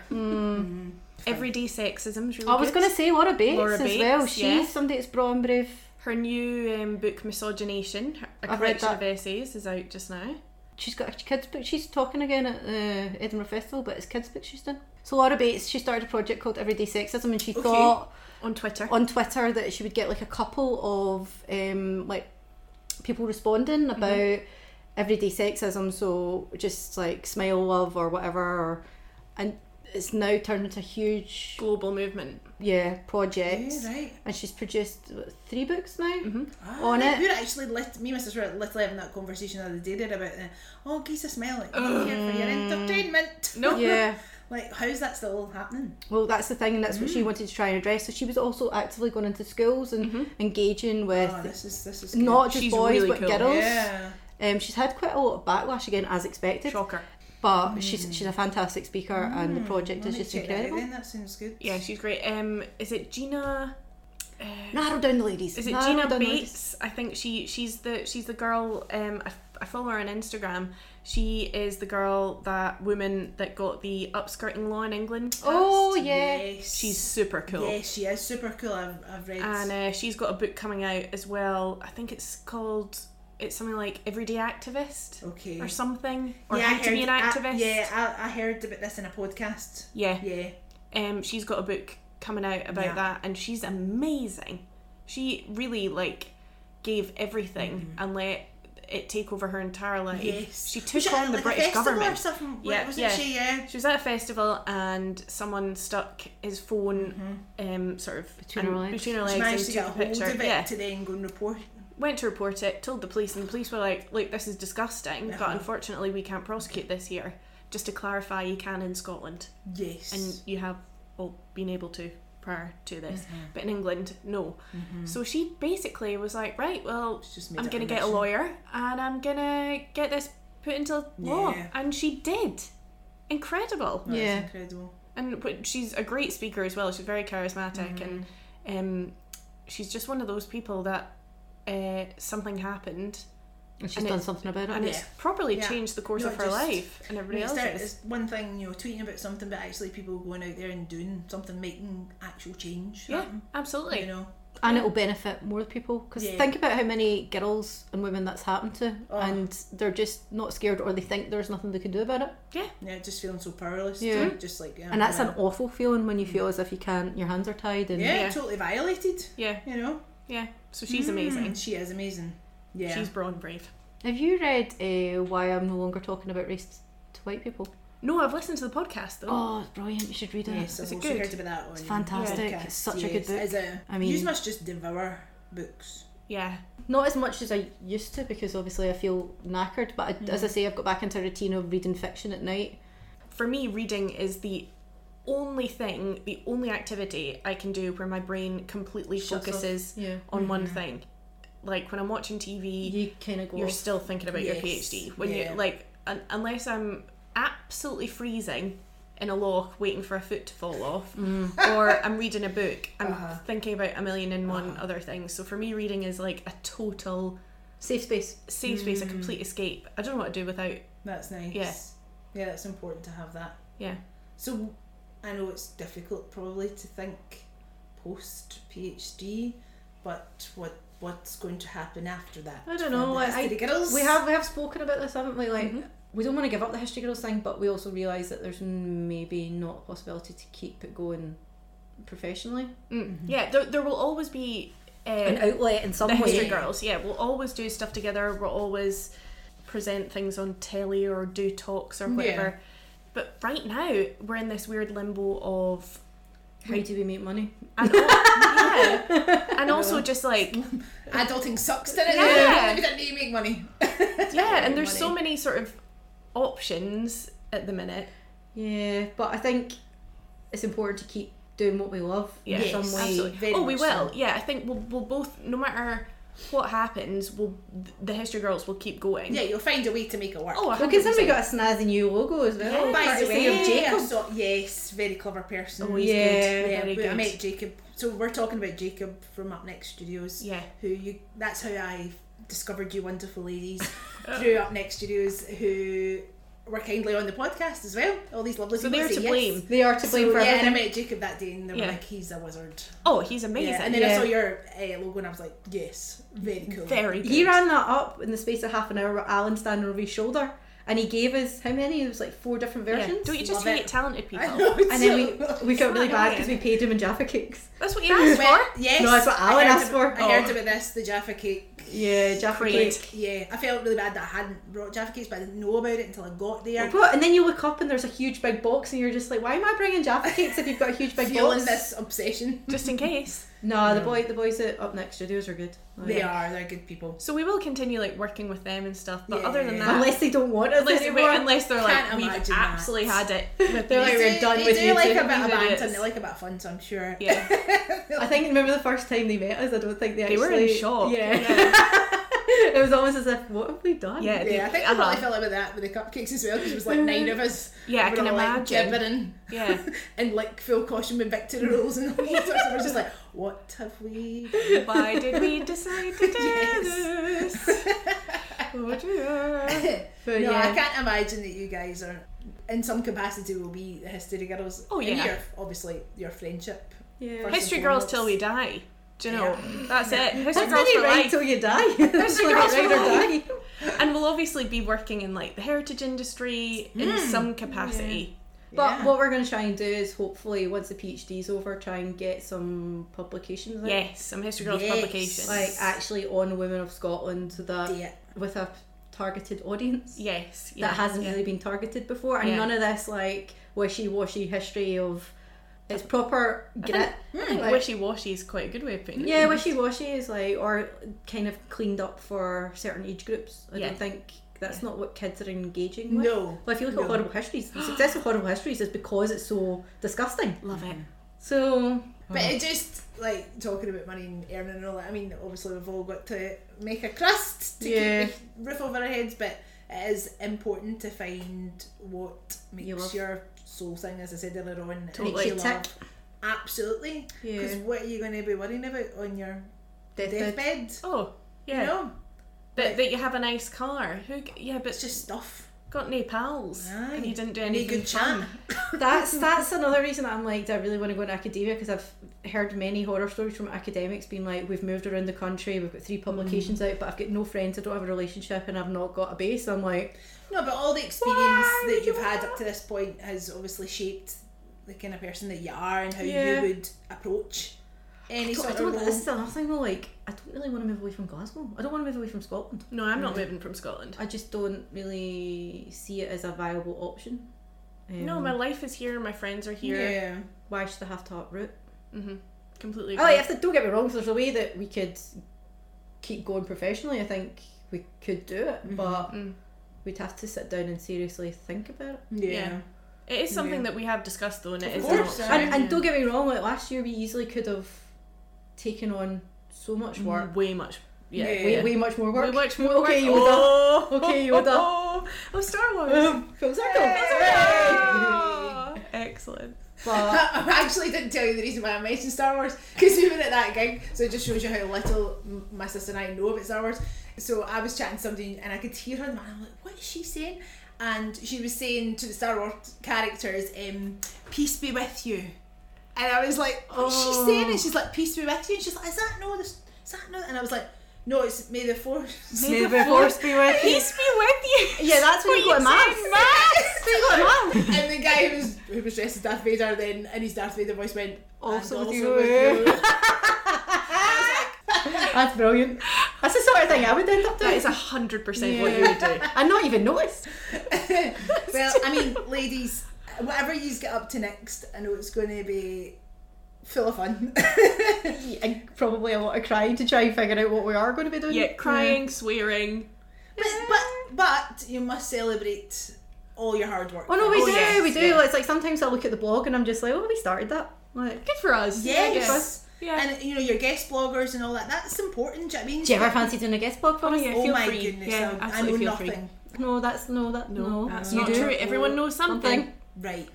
S2: Everyday sexism's really
S4: I was
S2: good.
S4: going to say Laura Bates
S2: Laura
S4: as
S2: Bates,
S4: well. She's
S2: yeah.
S4: somebody that's bra and brave.
S2: Her new um, book, Misogynation, her- a
S4: I've read
S2: collection of
S4: that.
S2: essays, is out just now.
S4: She's got a kids book. She's talking again at the Edinburgh Festival, but it's kids book she's done. So Laura Bates, she started a project called Everyday Sexism, and she
S3: Okay.
S4: thought
S2: On Twitter.
S4: on Twitter that
S3: Mm-hmm.
S4: she would get like a couple of um, like people responding about everyday sexism. So just like smile, love, or whatever. Or, and it's now turned into a huge
S2: Global movement.
S4: yeah project.
S3: Yeah, right.
S4: And she's produced what, three books now
S3: Ah,
S4: on it.
S3: We're actually lit, me and Mrs. were literally having that conversation the other day there about the, oh, Geesa Smell, it you're here for your entertainment.
S2: Mm. No.
S4: Yeah.
S3: Like, how's that still happening?
S4: Well, that's the thing, and that's what
S3: Mm.
S4: she wanted to try and address. So she was also actively going into schools and engaging with
S3: Oh, this is this is Mm-hmm. good.
S4: not just
S2: She's
S4: boys
S2: really
S4: but
S2: cool.
S4: girls.
S3: Yeah.
S4: Um, she's had quite a lot of backlash again, as expected.
S2: Shocker.
S4: But she's she's a fantastic speaker, and the project
S3: Mm. Let
S4: is
S3: me
S4: just
S3: check that out
S4: incredible.
S3: then. That sounds good.
S2: Yeah, she's great. Um, is it Gina?
S4: Narrow down the ladies.
S2: Is it
S4: Narrow
S2: Gina
S4: down the ladies.
S2: Bates? I think she she's the she's the girl. Um, I, I follow her on Instagram. She is the girl that woman that got the upskirting law in England.
S4: Oh yeah.
S3: Yes.
S2: she's super cool.
S3: Yes, she is super cool. I've, I've read.
S2: And uh, she's got a book coming out as well. I think it's called it's something like Everyday Activist
S3: okay.
S2: or something, or
S3: Oh, yeah,
S2: How
S3: I
S2: to Be an
S3: heard-
S2: Activist.
S3: I, yeah, I, I heard about this in a podcast.
S2: yeah.
S3: Yeah.
S2: um, she's got a book coming out about
S3: Yeah.
S2: that, and she's amazing. She really like gave everything and let it take over her entire life.
S3: Mm-hmm. Yes.
S2: She
S3: Was
S2: took
S3: it
S2: on
S3: at,
S2: the
S3: like, a
S2: British
S3: festival Or
S2: government.
S3: something?
S2: Yeah,
S3: Wasn't
S2: yeah.
S3: she? Yeah.
S2: She was at a festival and someone stuck his phone, um, sort of
S4: Between
S2: and-
S4: her legs.
S2: between her
S3: Mm-hmm. She
S2: legs and
S3: managed to
S2: took
S3: get
S2: a
S3: a hold
S2: picture.
S3: of it
S2: yeah,
S3: to then go and report.
S2: went to report it, told the police, and the police were like, "Look, this is disgusting, but
S3: Uh-huh.
S2: unfortunately, we can't prosecute this here." Just to clarify, you can in Scotland
S3: Yes.
S2: and you have all been able to prior to this
S3: Mm-hmm.
S2: but in england no so she basically was like right well
S3: It's just made
S2: i'm
S3: up
S2: gonna
S3: a
S2: get a
S3: mission.
S2: lawyer and i'm gonna get this put into law
S3: Yeah.
S2: and she did
S3: Oh,
S2: incredible
S3: that's
S4: Yeah.
S3: incredible.
S2: and but she's a great speaker as well she's very charismatic
S3: Mm-hmm.
S2: and um, she's just one of those people that uh, something happened
S4: And she's
S2: And
S4: done
S2: it-
S4: something about it.
S2: and it's
S3: Yeah.
S2: properly
S3: Yeah.
S2: changed the course
S3: No,
S2: of
S3: it
S2: her
S3: just-
S2: life and
S3: I mean,
S2: everybody
S3: it's, there-
S2: else's
S3: it's one thing, you know, tweeting about something, but actually people going out there and doing something, making actual change.
S2: yeah
S3: happen,
S2: absolutely
S3: You know.
S4: and it'll benefit more people because
S3: Yeah.
S4: think about how many girls and women that's happened to,
S3: Oh.
S4: and they're just not scared or they think there's nothing they can do about it.
S3: Yeah, just feeling so powerless.
S4: Yeah.
S3: Yeah. Just like. um,
S4: And that's an
S3: well,
S4: awful feeling when you feel as if you can't, your hands are tied, and
S3: Mm. Yeah,
S2: Yeah.
S3: totally violated.
S2: yeah
S3: You know.
S2: yeah so she's
S4: Hmm.
S2: amazing
S3: And she is amazing. Mm. Yeah.
S2: she's brawn brave
S4: Have you read uh, Why I'm No Longer Talking About Race to White People?
S2: No, I've listened to the podcast though.
S4: Oh, it's brilliant. You should read it.
S3: yes, I've
S2: Is it
S3: also
S2: good?
S3: heard about that one.
S4: It's fantastic.
S3: podcast,
S4: It's such a good
S3: yes. Is
S4: book.
S3: it?
S4: I mean-
S3: you must just devour books.
S2: Yeah.
S4: Not as much as I used to because obviously I feel knackered, but I, as I say, I've got back into a routine of reading fiction at night.
S2: For me, reading is the only thing, the only activity I can do where my brain completely
S4: Shuts off.
S2: focuses
S4: Yeah.
S2: on
S3: Mm-hmm.
S2: one thing. Like when I'm watching TV,
S4: You kind of go.
S2: you're
S4: off.
S2: still thinking about your
S3: Yes,
S2: PhD. When
S3: yeah.
S2: you're like, un- unless I'm absolutely freezing in a loch waiting for a foot to fall off,
S4: mm,
S2: or I'm reading a book, I'm
S4: Uh-huh.
S2: thinking about a million and one other things. So for me, reading is like a total
S4: Safe space.
S2: safe space, a
S4: Mm.
S2: complete escape. I don't know what to do without.
S3: That's nice.
S2: Yeah.
S3: Yeah, that's important to have that.
S2: Yeah.
S3: So I know it's difficult probably to think post PhD, but what what's going to happen after that?
S4: I don't
S3: for
S4: know,
S3: the
S4: like, I-
S3: History Girls?
S4: We have we have spoken about this, haven't we? Like we don't want to give up the history girls thing, but we also realise that there's maybe not a possibility to keep it going professionally.
S2: Mm. Yeah, there, there will always be
S4: Mm-hmm. An
S2: uh,
S4: outlet in some
S2: the
S4: way.
S2: History Girls. Yeah, we'll always do stuff together. We'll always present things on telly or do talks or whatever. But right now, we're in this weird limbo of.
S4: How do we make money?
S2: And, al- yeah, and also just like
S3: adulting sucks, didn't
S2: Yeah.
S3: it? We didn't need to make money.
S2: yeah, and there's so many sort of options at the minute.
S4: Yeah, but I think it's important to keep doing what we love
S2: Yeah,
S4: in some
S3: Yes,
S4: way.
S3: absolutely. Very
S2: oh, we
S3: much
S2: will.
S3: so.
S2: Yeah, I think we'll, we'll both, no matter what happens, we'll the History Girls will keep going.
S3: Yeah, you'll find a way to make it work.
S2: Oh, 100%.
S4: Well, considering we got a snazzy new logo as well.
S2: Yeah,
S3: by the
S4: courtesy
S3: way,
S4: of Jacob. Oh,
S3: I saw- yes, very clever person.
S2: he's
S4: Yeah.
S2: good.
S3: yeah,
S2: Very
S3: but I
S2: good.
S3: met Jacob. So we're talking about Jacob from Up Next Studios.
S2: Yeah.
S3: who you? That's how I discovered you, wonderful ladies, through Up Next Studios, who were kindly on the podcast as well. All these lovely
S2: So
S3: people
S2: they're
S3: say
S2: to
S3: yes.
S2: blame.
S4: They are to
S3: So,
S4: blame for
S3: yeah, and I
S4: everything.
S3: met Jacob that day, and they were
S2: Yeah.
S3: like, "He's a wizard."
S2: Oh, he's amazing.
S3: Yeah, and then I
S4: Yeah.
S3: saw your uh, logo, and I was like, "Yes, very cool."
S2: Very good.
S4: He ran that up in the space of half an hour with Alan standing over his shoulder. and he gave us how many? It was like four different
S2: Yeah.
S4: versions.
S2: Don't you just
S3: Love
S2: hate
S3: it.
S2: talented people?
S3: I know. it's
S4: and
S3: so-
S4: then we, we felt really bad because we
S2: annoying.
S4: paid him in Jaffa cakes.
S2: That's what you asked
S3: Well,
S2: for.
S3: yes.
S4: No, that's what
S3: I
S4: Alan
S3: heard
S4: asked
S3: about-
S4: for.
S3: I heard
S2: Oh.
S3: about this, the Jaffa cake.
S4: Yeah, Jaffa
S2: Great.
S4: cake.
S3: Yeah, I felt really bad that I hadn't brought Jaffa cakes, but I didn't know about it until I got there.
S4: But, and then you look up and there's a huge big box and you're just like, why am I bringing Jaffa cakes if you've got a huge big
S3: Feeling
S4: box?
S3: this obsession.
S2: Just in case.
S4: No, the boy, the boys at Up Next Studios are good. Like,
S3: They are, they're good people.
S2: So we will continue like working with them and stuff. But
S3: Yeah.
S2: other than that,
S4: Unless they don't want us
S2: unless,
S4: anymore.
S2: unless they're like
S3: Can't
S2: we've
S3: imagine
S2: absolutely
S3: that."
S2: had it. With
S4: They're
S2: these."
S4: like, we're
S3: do,
S4: done
S3: they
S4: with
S3: do
S4: you
S3: like
S4: two.
S3: a bit of
S2: We did
S3: banter,
S2: it.
S3: and they like a bit of fun, so I'm sure.
S2: yeah.
S4: I think remember the first time they met us. I don't think they,
S2: They were in
S4: actually-
S2: shock.
S4: Yeah, it was almost as if what have we done?
S2: Yeah.
S3: Yeah, I think I
S2: Uh-huh.
S3: probably felt about that with the cupcakes as well because it was like nine of us.
S2: Yeah, I
S3: We're
S2: can
S3: all, like,
S2: imagine.
S3: gibbering
S2: Yeah.
S3: and like full caution with Victoria rules and all sorts of. We're just like, what have we? done?"
S2: Why did we decide to do
S3: Yes.
S2: this? Oh dear.
S4: But
S3: no,
S4: yeah.
S3: I can't imagine that you guys are, in some capacity, will be the history girls.
S2: Oh,
S3: And
S2: yeah.
S3: your- obviously your friendship.
S4: Yeah.
S3: First
S2: History
S3: and
S2: girls
S3: foremost.
S2: till we die. Do you know? That's it. History
S4: That's
S2: girls
S4: only
S2: for
S4: right
S2: life.
S4: till you die. That's only
S2: girls
S4: right
S2: for
S4: or die.
S2: And we'll obviously be working in like the heritage industry in some capacity.
S4: But
S3: Yeah.
S4: what we're going to try and do is hopefully once the PhD's over, try and get some publications. out.
S2: Yes, some history girls
S3: Yes.
S2: publications.
S4: Like actually on Women of Scotland that
S3: Yeah.
S4: with a targeted audience
S2: yes, yeah,
S4: that hasn't
S2: yeah.
S4: really been targeted before, and
S2: Yeah.
S4: none of this like wishy-washy history of it's proper grit.
S2: I think
S4: Like-
S2: wishy washy is quite a good way of putting it.
S4: Yeah, wishy washy is like, or kind of cleaned up for certain age groups. I
S2: Yeah.
S4: don't think that's not what kids are engaging with.
S3: No.
S4: Well, if you look at
S3: No.
S4: horrible histories, the success of horrible histories is because it's so disgusting.
S2: Love it.
S4: So
S3: But
S4: Mm-hmm.
S3: it just like talking about money and earning and all that. I mean, obviously we've all got to make a crust to
S4: Yeah.
S3: keep the roof over our heads, but it is important to find what makes
S4: You love.
S3: your soul sing, as I said earlier on.
S4: Totally.
S3: Makes you
S4: Tick.
S3: love. Absolutely. Because
S4: Yeah.
S3: what are you going to be worrying about on your
S4: deathbed.
S3: deathbed?
S2: Oh, yeah.
S3: You know,
S2: that, that you have a nice car. Who? g- Yeah, but
S3: it's just stuff.
S2: got no pals,
S3: Aye.
S2: and you didn't do
S3: Any
S2: anything
S3: good
S2: fun.
S3: chat.
S4: that's that's another reason I'm like, do I really want to go into academia? Because I've heard many horror stories from academics being like, we've moved around the country, we've got three publications out, but I've got no friends, I don't have a relationship, and I've not got a base. I'm like,
S3: No, but all the experience that you've had up to this point has obviously shaped the kind of person that you are and how
S4: Yeah.
S3: you would approach any
S4: I
S3: sort
S4: don't,
S3: of
S4: I
S3: role.
S4: don't, this is another thing though. Like, I don't really want to move away from Glasgow. I don't want to move away from Scotland.
S2: No, I'm not moving from Scotland.
S4: I just don't really see it as a viable option. Um,
S2: No, my life is here. My friends are here. Mm-hmm.
S3: Yeah.
S4: why should I have to uproot?
S2: Completely.
S4: Oh, yeah, if don't get me wrong. If there's a way that we could keep going professionally, I think we could do it, but
S2: Mm.
S4: we'd have to sit down and seriously think about it.
S3: Yeah.
S2: Yeah. It is something
S3: Yeah.
S2: that we have discussed though, and
S3: Of
S2: it is an
S3: course,
S2: option.
S3: I-
S4: And, and don't get me wrong. Like last year, we easily could have taken on so much work,
S2: way much. Mm-hmm. Yeah.
S3: Yeah.
S4: way, way much more work.
S2: Way much more.
S4: Okay,
S2: work.
S4: Yoda.
S2: Oh,
S4: Okay, Yoda.
S2: Oh, oh, Star Wars.
S4: Full circle.
S2: Oh, Excellent.
S4: But
S3: I actually didn't tell you the reason why I mentioned Star Wars because we were at that gig, so it just shows you how little m- my sister and I know about Star Wars. So I was chatting to somebody and I could hear her, and I'm like, "What is she saying?" And she was saying to the Star Wars characters, um, "Peace be with you," and I was like, "What's
S2: Oh.
S3: she saying?" And she's like, "Peace be with you," and she's like, "Is that no? This, is that no?" And I was like, "No, it's May the Force."
S4: May the force be with you.
S2: Peace be with you.
S4: Yeah, that's when you go to maths.
S2: maths.
S4: So you got a man.
S3: and the guy who was who was dressed as Darth Vader then in his Darth Vader voice went
S4: Also
S3: "And
S4: with
S3: with
S4: Oh, you." That's brilliant. That's the sort of thing I would end up doing.
S2: That is hundred percent what you would do.
S4: and not even noticed.
S3: well, I mean, ladies, whatever you get up to next, I know it's going to be full of fun.
S4: And probably a lot of crying to try and figure out what we are going to be doing.
S2: Yeah, crying, swearing.
S3: but, but but you must celebrate all your hard work.
S4: Oh no, we
S2: Oh,
S4: do,
S2: yes,
S4: we do.
S2: yeah.
S4: Like, It's like sometimes I look at the blog and I'm just like, oh, we started that. Like,
S2: Good for us.
S3: Yes.
S2: I guess. Yeah.
S3: And you know your guest bloggers and all that—that's important. Do you know what I mean?
S4: do you ever fancy doing a guest blog for us?
S2: yeah.
S3: oh
S2: Feel
S3: my
S2: free.
S3: goodness! I-
S2: Yeah,
S3: I, know
S2: absolutely feel free.
S3: nothing.
S4: No, that's no, that no.
S2: that's
S4: You
S2: not
S4: do.
S2: true. Everyone knows something.
S4: Something.
S3: Right.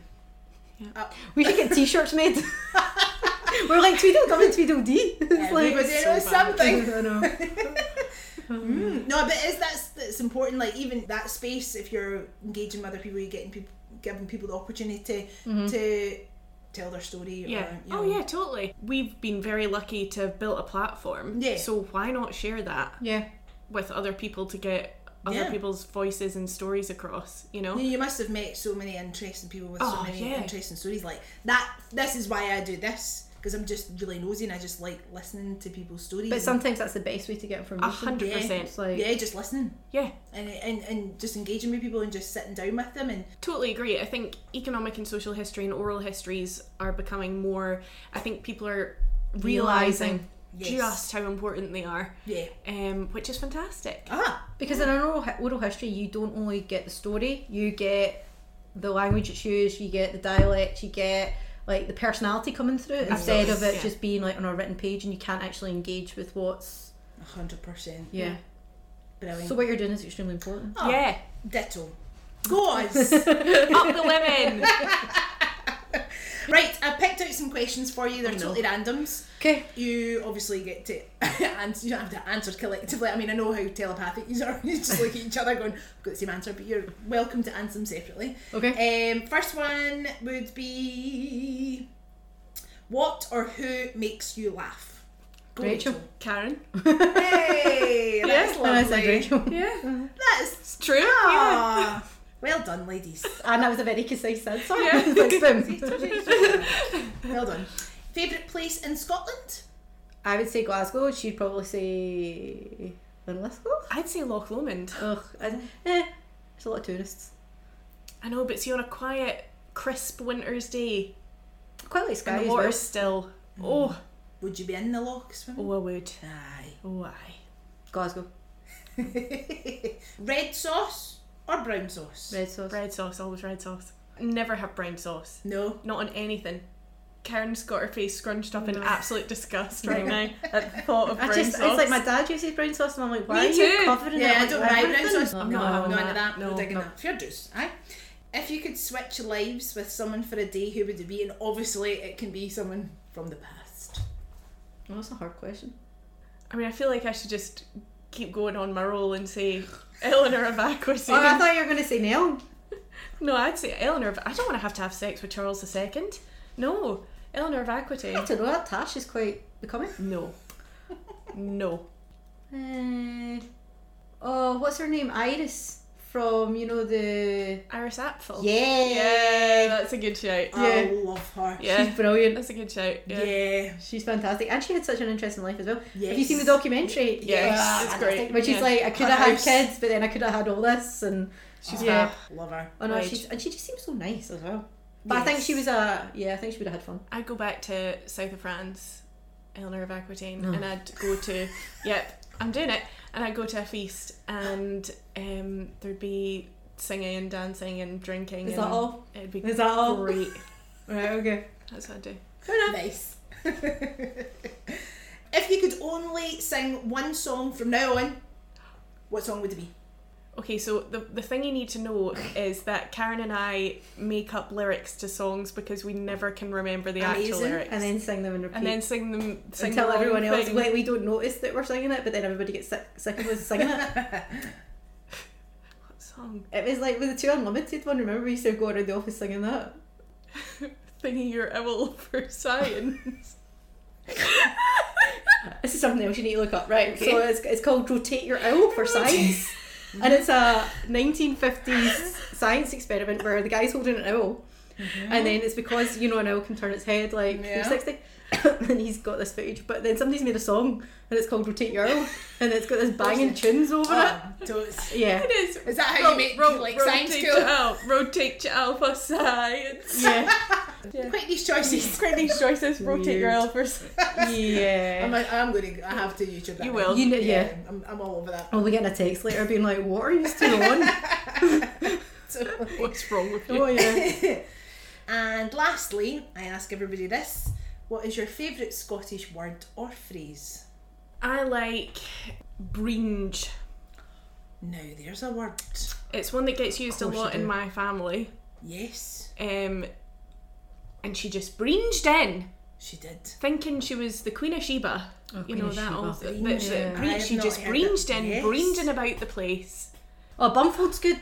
S3: Uh,
S4: We should get t-shirts made. We're like Tweedledum and Tweedledee. It's like,
S3: Everybody knows something.
S4: I know.
S3: Mm, No, but is that's that's important. Like even that space, if you're engaging with other people, you're getting people, giving people the opportunity
S4: Mm-hmm.
S3: to tell their story.
S2: Yeah.
S3: Or, you
S2: Oh
S3: know,
S2: yeah, totally. We've been very lucky to have built a platform.
S3: Yeah.
S2: So why not share that
S4: Yeah.
S2: with other people to get other
S3: Yeah.
S2: people's voices and stories across, you know?
S3: You- You must have met so many interesting people with so
S2: Oh,
S3: many
S2: yeah.
S3: interesting stories. Like that. This is why I do this because I'm just really nosy and I just like listening to people's stories.
S4: But
S3: and-
S4: sometimes that's the best way to get information.
S2: hundred
S3: yeah,
S2: percent.
S4: It's like
S3: yeah, just listening
S2: Yeah,
S3: and, and and just engaging with people and just sitting down with them and
S2: totally agree. I think economic and social history and oral histories are becoming more, I think people are realizing
S4: Realising.
S3: Yes.
S2: just how important they are,
S3: yeah.
S2: um, which is fantastic.
S3: Ah,
S4: because in an oral, oral history, you don't only get the story, you get the language it's used, you get the dialect, you get like the personality coming through instead of it
S2: yeah.
S4: just being like on a written page and you can't actually engage with what's
S3: a hundred percent.
S4: yeah.
S3: Brilliant.
S4: So what you're doing is extremely important.
S3: Ah,
S2: Yeah,
S3: Ditto. Go on.
S2: up the lemon.
S3: right, I picked out some questions for you. They're
S2: Oh, no.
S3: totally randoms.
S4: Okay.
S3: You obviously get to answer. You don't have to answer collectively. I mean, I know how telepathic you are. You just look at each other going, "I've got the same answer," but you're welcome to answer them separately.
S4: Okay.
S3: Um, first one would be, what or who makes you laugh? Go,
S4: Rachel.
S2: Karen.
S3: Hey, that's
S4: And I
S3: lovely.
S4: said Rachel.
S2: Yeah,
S3: That's
S2: it's true. Yeah.
S3: ah, well done, ladies.
S4: And that was a very concise answer.
S2: Yeah.
S4: Thanks,
S3: See,
S4: Tim.
S3: told you you should. well done. Favorite place in Scotland?
S4: I would say Glasgow. She'd probably say Glasgow.
S2: I'd say Loch Lomond.
S4: Ugh, I, eh, there's a lot of tourists.
S2: I know, but see, on a quiet, crisp winter's day,
S4: Quite like
S2: and
S4: Sky
S2: the
S4: as
S2: water's
S4: well.
S2: still.
S3: Mm.
S2: Oh,
S3: Would you be in the loch swimming?
S2: oh, I would.
S3: Aye.
S2: Oh, aye.
S4: Glasgow,
S3: Red sauce or brown sauce?
S4: red sauce.
S2: Red sauce, always red sauce. Never have brown sauce.
S3: No.
S2: Not on anything. Karen's got her face scrunched up in absolute disgust right now at the thought of brown
S4: I just,
S2: sauce.
S4: it's like my dad uses brown sauce, and I'm like, why
S2: Me
S4: are you
S2: too.
S4: covering
S3: Yeah,
S4: it?
S3: I
S4: with
S3: don't like brown
S4: everything?
S3: sauce.
S2: I'm
S3: no,
S2: not having
S3: none
S2: that.
S3: of that. No,
S2: No,
S3: digging
S2: no.
S3: that. Fair dues. Aye. If you could switch lives with someone for a day, who would it be? And obviously, it can be someone from the past.
S4: Oh, that's a hard question.
S2: I mean, I feel like I should just keep going on my roll and say Eleanor of Aquitaine.
S4: Oh, I thought you were going to say Neil.
S2: no, I'd say Eleanor of. I don't want to have to have sex with Charles II. No, Eleanor of
S4: I
S2: Aquitaine.
S4: don't know. That Tash is quite becoming.
S2: No, no.
S4: Uh, oh, what's her name? Iris from you know the
S2: Iris Apfel.
S4: yeah.
S2: Oh, Yeah, that's a good shout.
S3: I
S4: Yeah.
S3: love her.
S2: Yeah,
S4: She's brilliant.
S2: that's a good shout. Yeah.
S3: Yeah.
S4: She's fantastic, and she had such an interesting life as well. Have you
S3: Yes.
S4: seen the documentary?
S2: Yes,
S3: Yeah,
S2: it's great.
S4: Which
S2: yeah.
S4: is like I could
S3: Her
S4: have had
S3: house.
S4: kids, but then I could have had all this, and
S3: She's
S4: Yeah.
S3: fab. Love her.
S4: oh no,
S2: Right.
S4: she's, and she just seems so nice as well. But I think
S3: Yes.
S4: she was a yeah, I think she would have had fun.
S2: I'd go back to south of France, Eleanor of Aquitaine,
S4: No.
S2: and I'd go to, yep, I'm doing it, and I'd go to a feast, and um, there'd be singing and dancing and drinking.
S4: Is
S2: and
S4: that all?
S2: It'd be
S4: Is that all?
S2: great.
S4: Right, okay.
S2: That's what I'd do.
S3: Nice. if you could only sing one song from now on, what song would it be?
S2: Okay, so the, the thing you need to know is that Karen and I make up lyrics to songs because we never can remember the actual
S3: Amazing.
S2: lyrics.
S4: And then sing them and repeat.
S2: and then sing them sing
S4: until
S2: the wrong
S4: everyone else
S2: thing.
S4: like we don't notice that we're singing it, but then everybody gets sick, sick of us singing it.
S2: What song?
S4: It was like with the two unlimited one. Remember we used to go around the office singing that.
S2: Thinking you're owl for science.
S4: This is something else you need to look up, right?
S3: Okay.
S4: So it's, it's called "Rotate Your Owl" for science, and it's a 1950s science experiment where the guy's holding an owl, and then it's because you know an owl can turn its head like
S3: Yeah.
S4: 360, and he's got this footage. But then somebody's made a song, and it's called "Rotate Your Owl," and it's got this banging tunes over
S3: Oh, totes.
S4: it. Yeah,
S2: It is
S3: Is that how you make like science
S2: rotate
S3: school?
S2: To al- rotate to alpha science.
S4: yeah,
S3: Quite niche choices.
S2: Quite these choices. Rotate your
S4: Weird.
S2: alpha.
S3: I'm,
S4: yeah.
S3: I'm going to. I have to YouTube that. now.
S2: You will.
S4: You know,
S3: Yeah,
S4: yeah.
S3: I'm, I'm all over that.
S4: Oh, we get a text later being like, "What are you still on?"
S3: So-
S2: What's wrong with you?
S4: oh yeah.
S3: and lastly, I ask everybody this: What is your favourite Scottish word or phrase?
S2: I like bringe.
S3: Now there's a word.
S2: It's one that gets used a
S4: course you
S2: lot in
S4: do.
S2: my family.
S3: Yes,
S2: Um, and she just bringed in,
S3: she did.
S2: thinking she was the Queen of Sheba. you
S4: Oh, Queen
S2: know
S4: of
S2: that
S4: Sheba.
S2: all. That,
S3: Queen of
S2: that-
S4: Sheba.
S2: bring-
S3: I have
S2: she
S3: not
S2: just
S3: heard
S2: bringed
S3: that.
S2: in,
S3: Yes.
S2: bringed in about the place.
S4: Oh, Bumfold's good.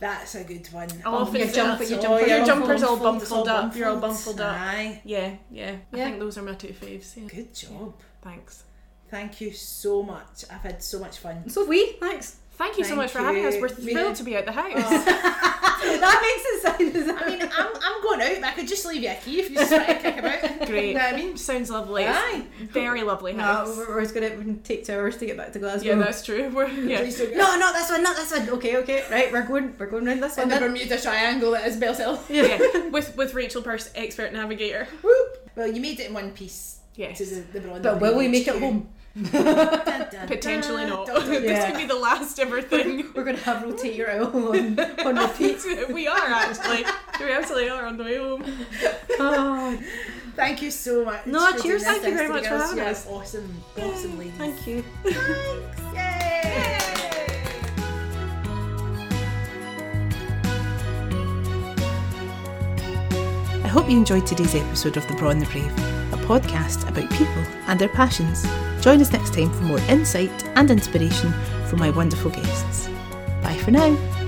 S3: That's a good one.
S2: I'll often
S4: your
S2: say
S4: jumper-
S2: that.
S4: your
S3: Oh,
S4: jumper-
S2: your
S4: all
S2: jumper's all
S3: bumfled, it's
S2: bumfled up. You're all bumfled up.
S3: Aye,
S2: Yeah, yeah. I
S4: Yeah.
S2: think those are my two faves. Yeah.
S3: good job.
S2: Thanks.
S3: Thank you so much. I've had so much fun.
S4: So have we. Thanks.
S2: Thank you so
S3: Thank
S2: much for having us.
S3: you.
S2: We're
S3: Oh,
S2: thrilled
S3: Me-
S2: to be out the house.
S4: that makes it sound as
S3: I mean,
S4: if
S3: I'm, I'm going out, but I could just leave you a key if you just want to kick about.
S2: Great.
S3: You know what I mean?
S2: Sounds lovely.
S3: Aye.
S2: Very lovely
S4: no,
S2: house.
S4: we're, we're just gonna it would take two hours to get back to Glasgow.
S2: yeah, that's true. We're, yeah.
S3: Please don't go.
S4: no, not this one, not this one. Okay, okay, right, we're going, we're going round this one.
S3: In the
S4: then.
S3: Bermuda Triangle that is Bell's Hill.
S2: yeah. With with Rachel Purse, expert navigator.
S3: Whoop. Well, you made it in one piece
S2: Yes.
S3: to the, the Broadway.
S4: But will we make it home?
S2: Potentially not. this
S4: Yeah.
S2: could be the last ever thing.
S4: We're gonna have rotate your owl on, on repeat.
S2: we are actually. We absolutely are on the way home.
S4: Oh,
S3: Thank you so much.
S4: No,
S3: for
S4: cheers.
S3: doing this.
S4: Thank
S3: Thanks
S4: you very
S3: to
S4: much
S3: the
S4: for
S3: girls.
S4: having
S3: Yeah,
S4: us.
S3: Awesome, awesome ladies.
S4: thank you.
S3: Yay!
S1: I hope you enjoyed today's episode of The Bra and the Brave, a podcast about people and their passions. Join us next time for more insight and inspiration from my wonderful guests. Bye for now.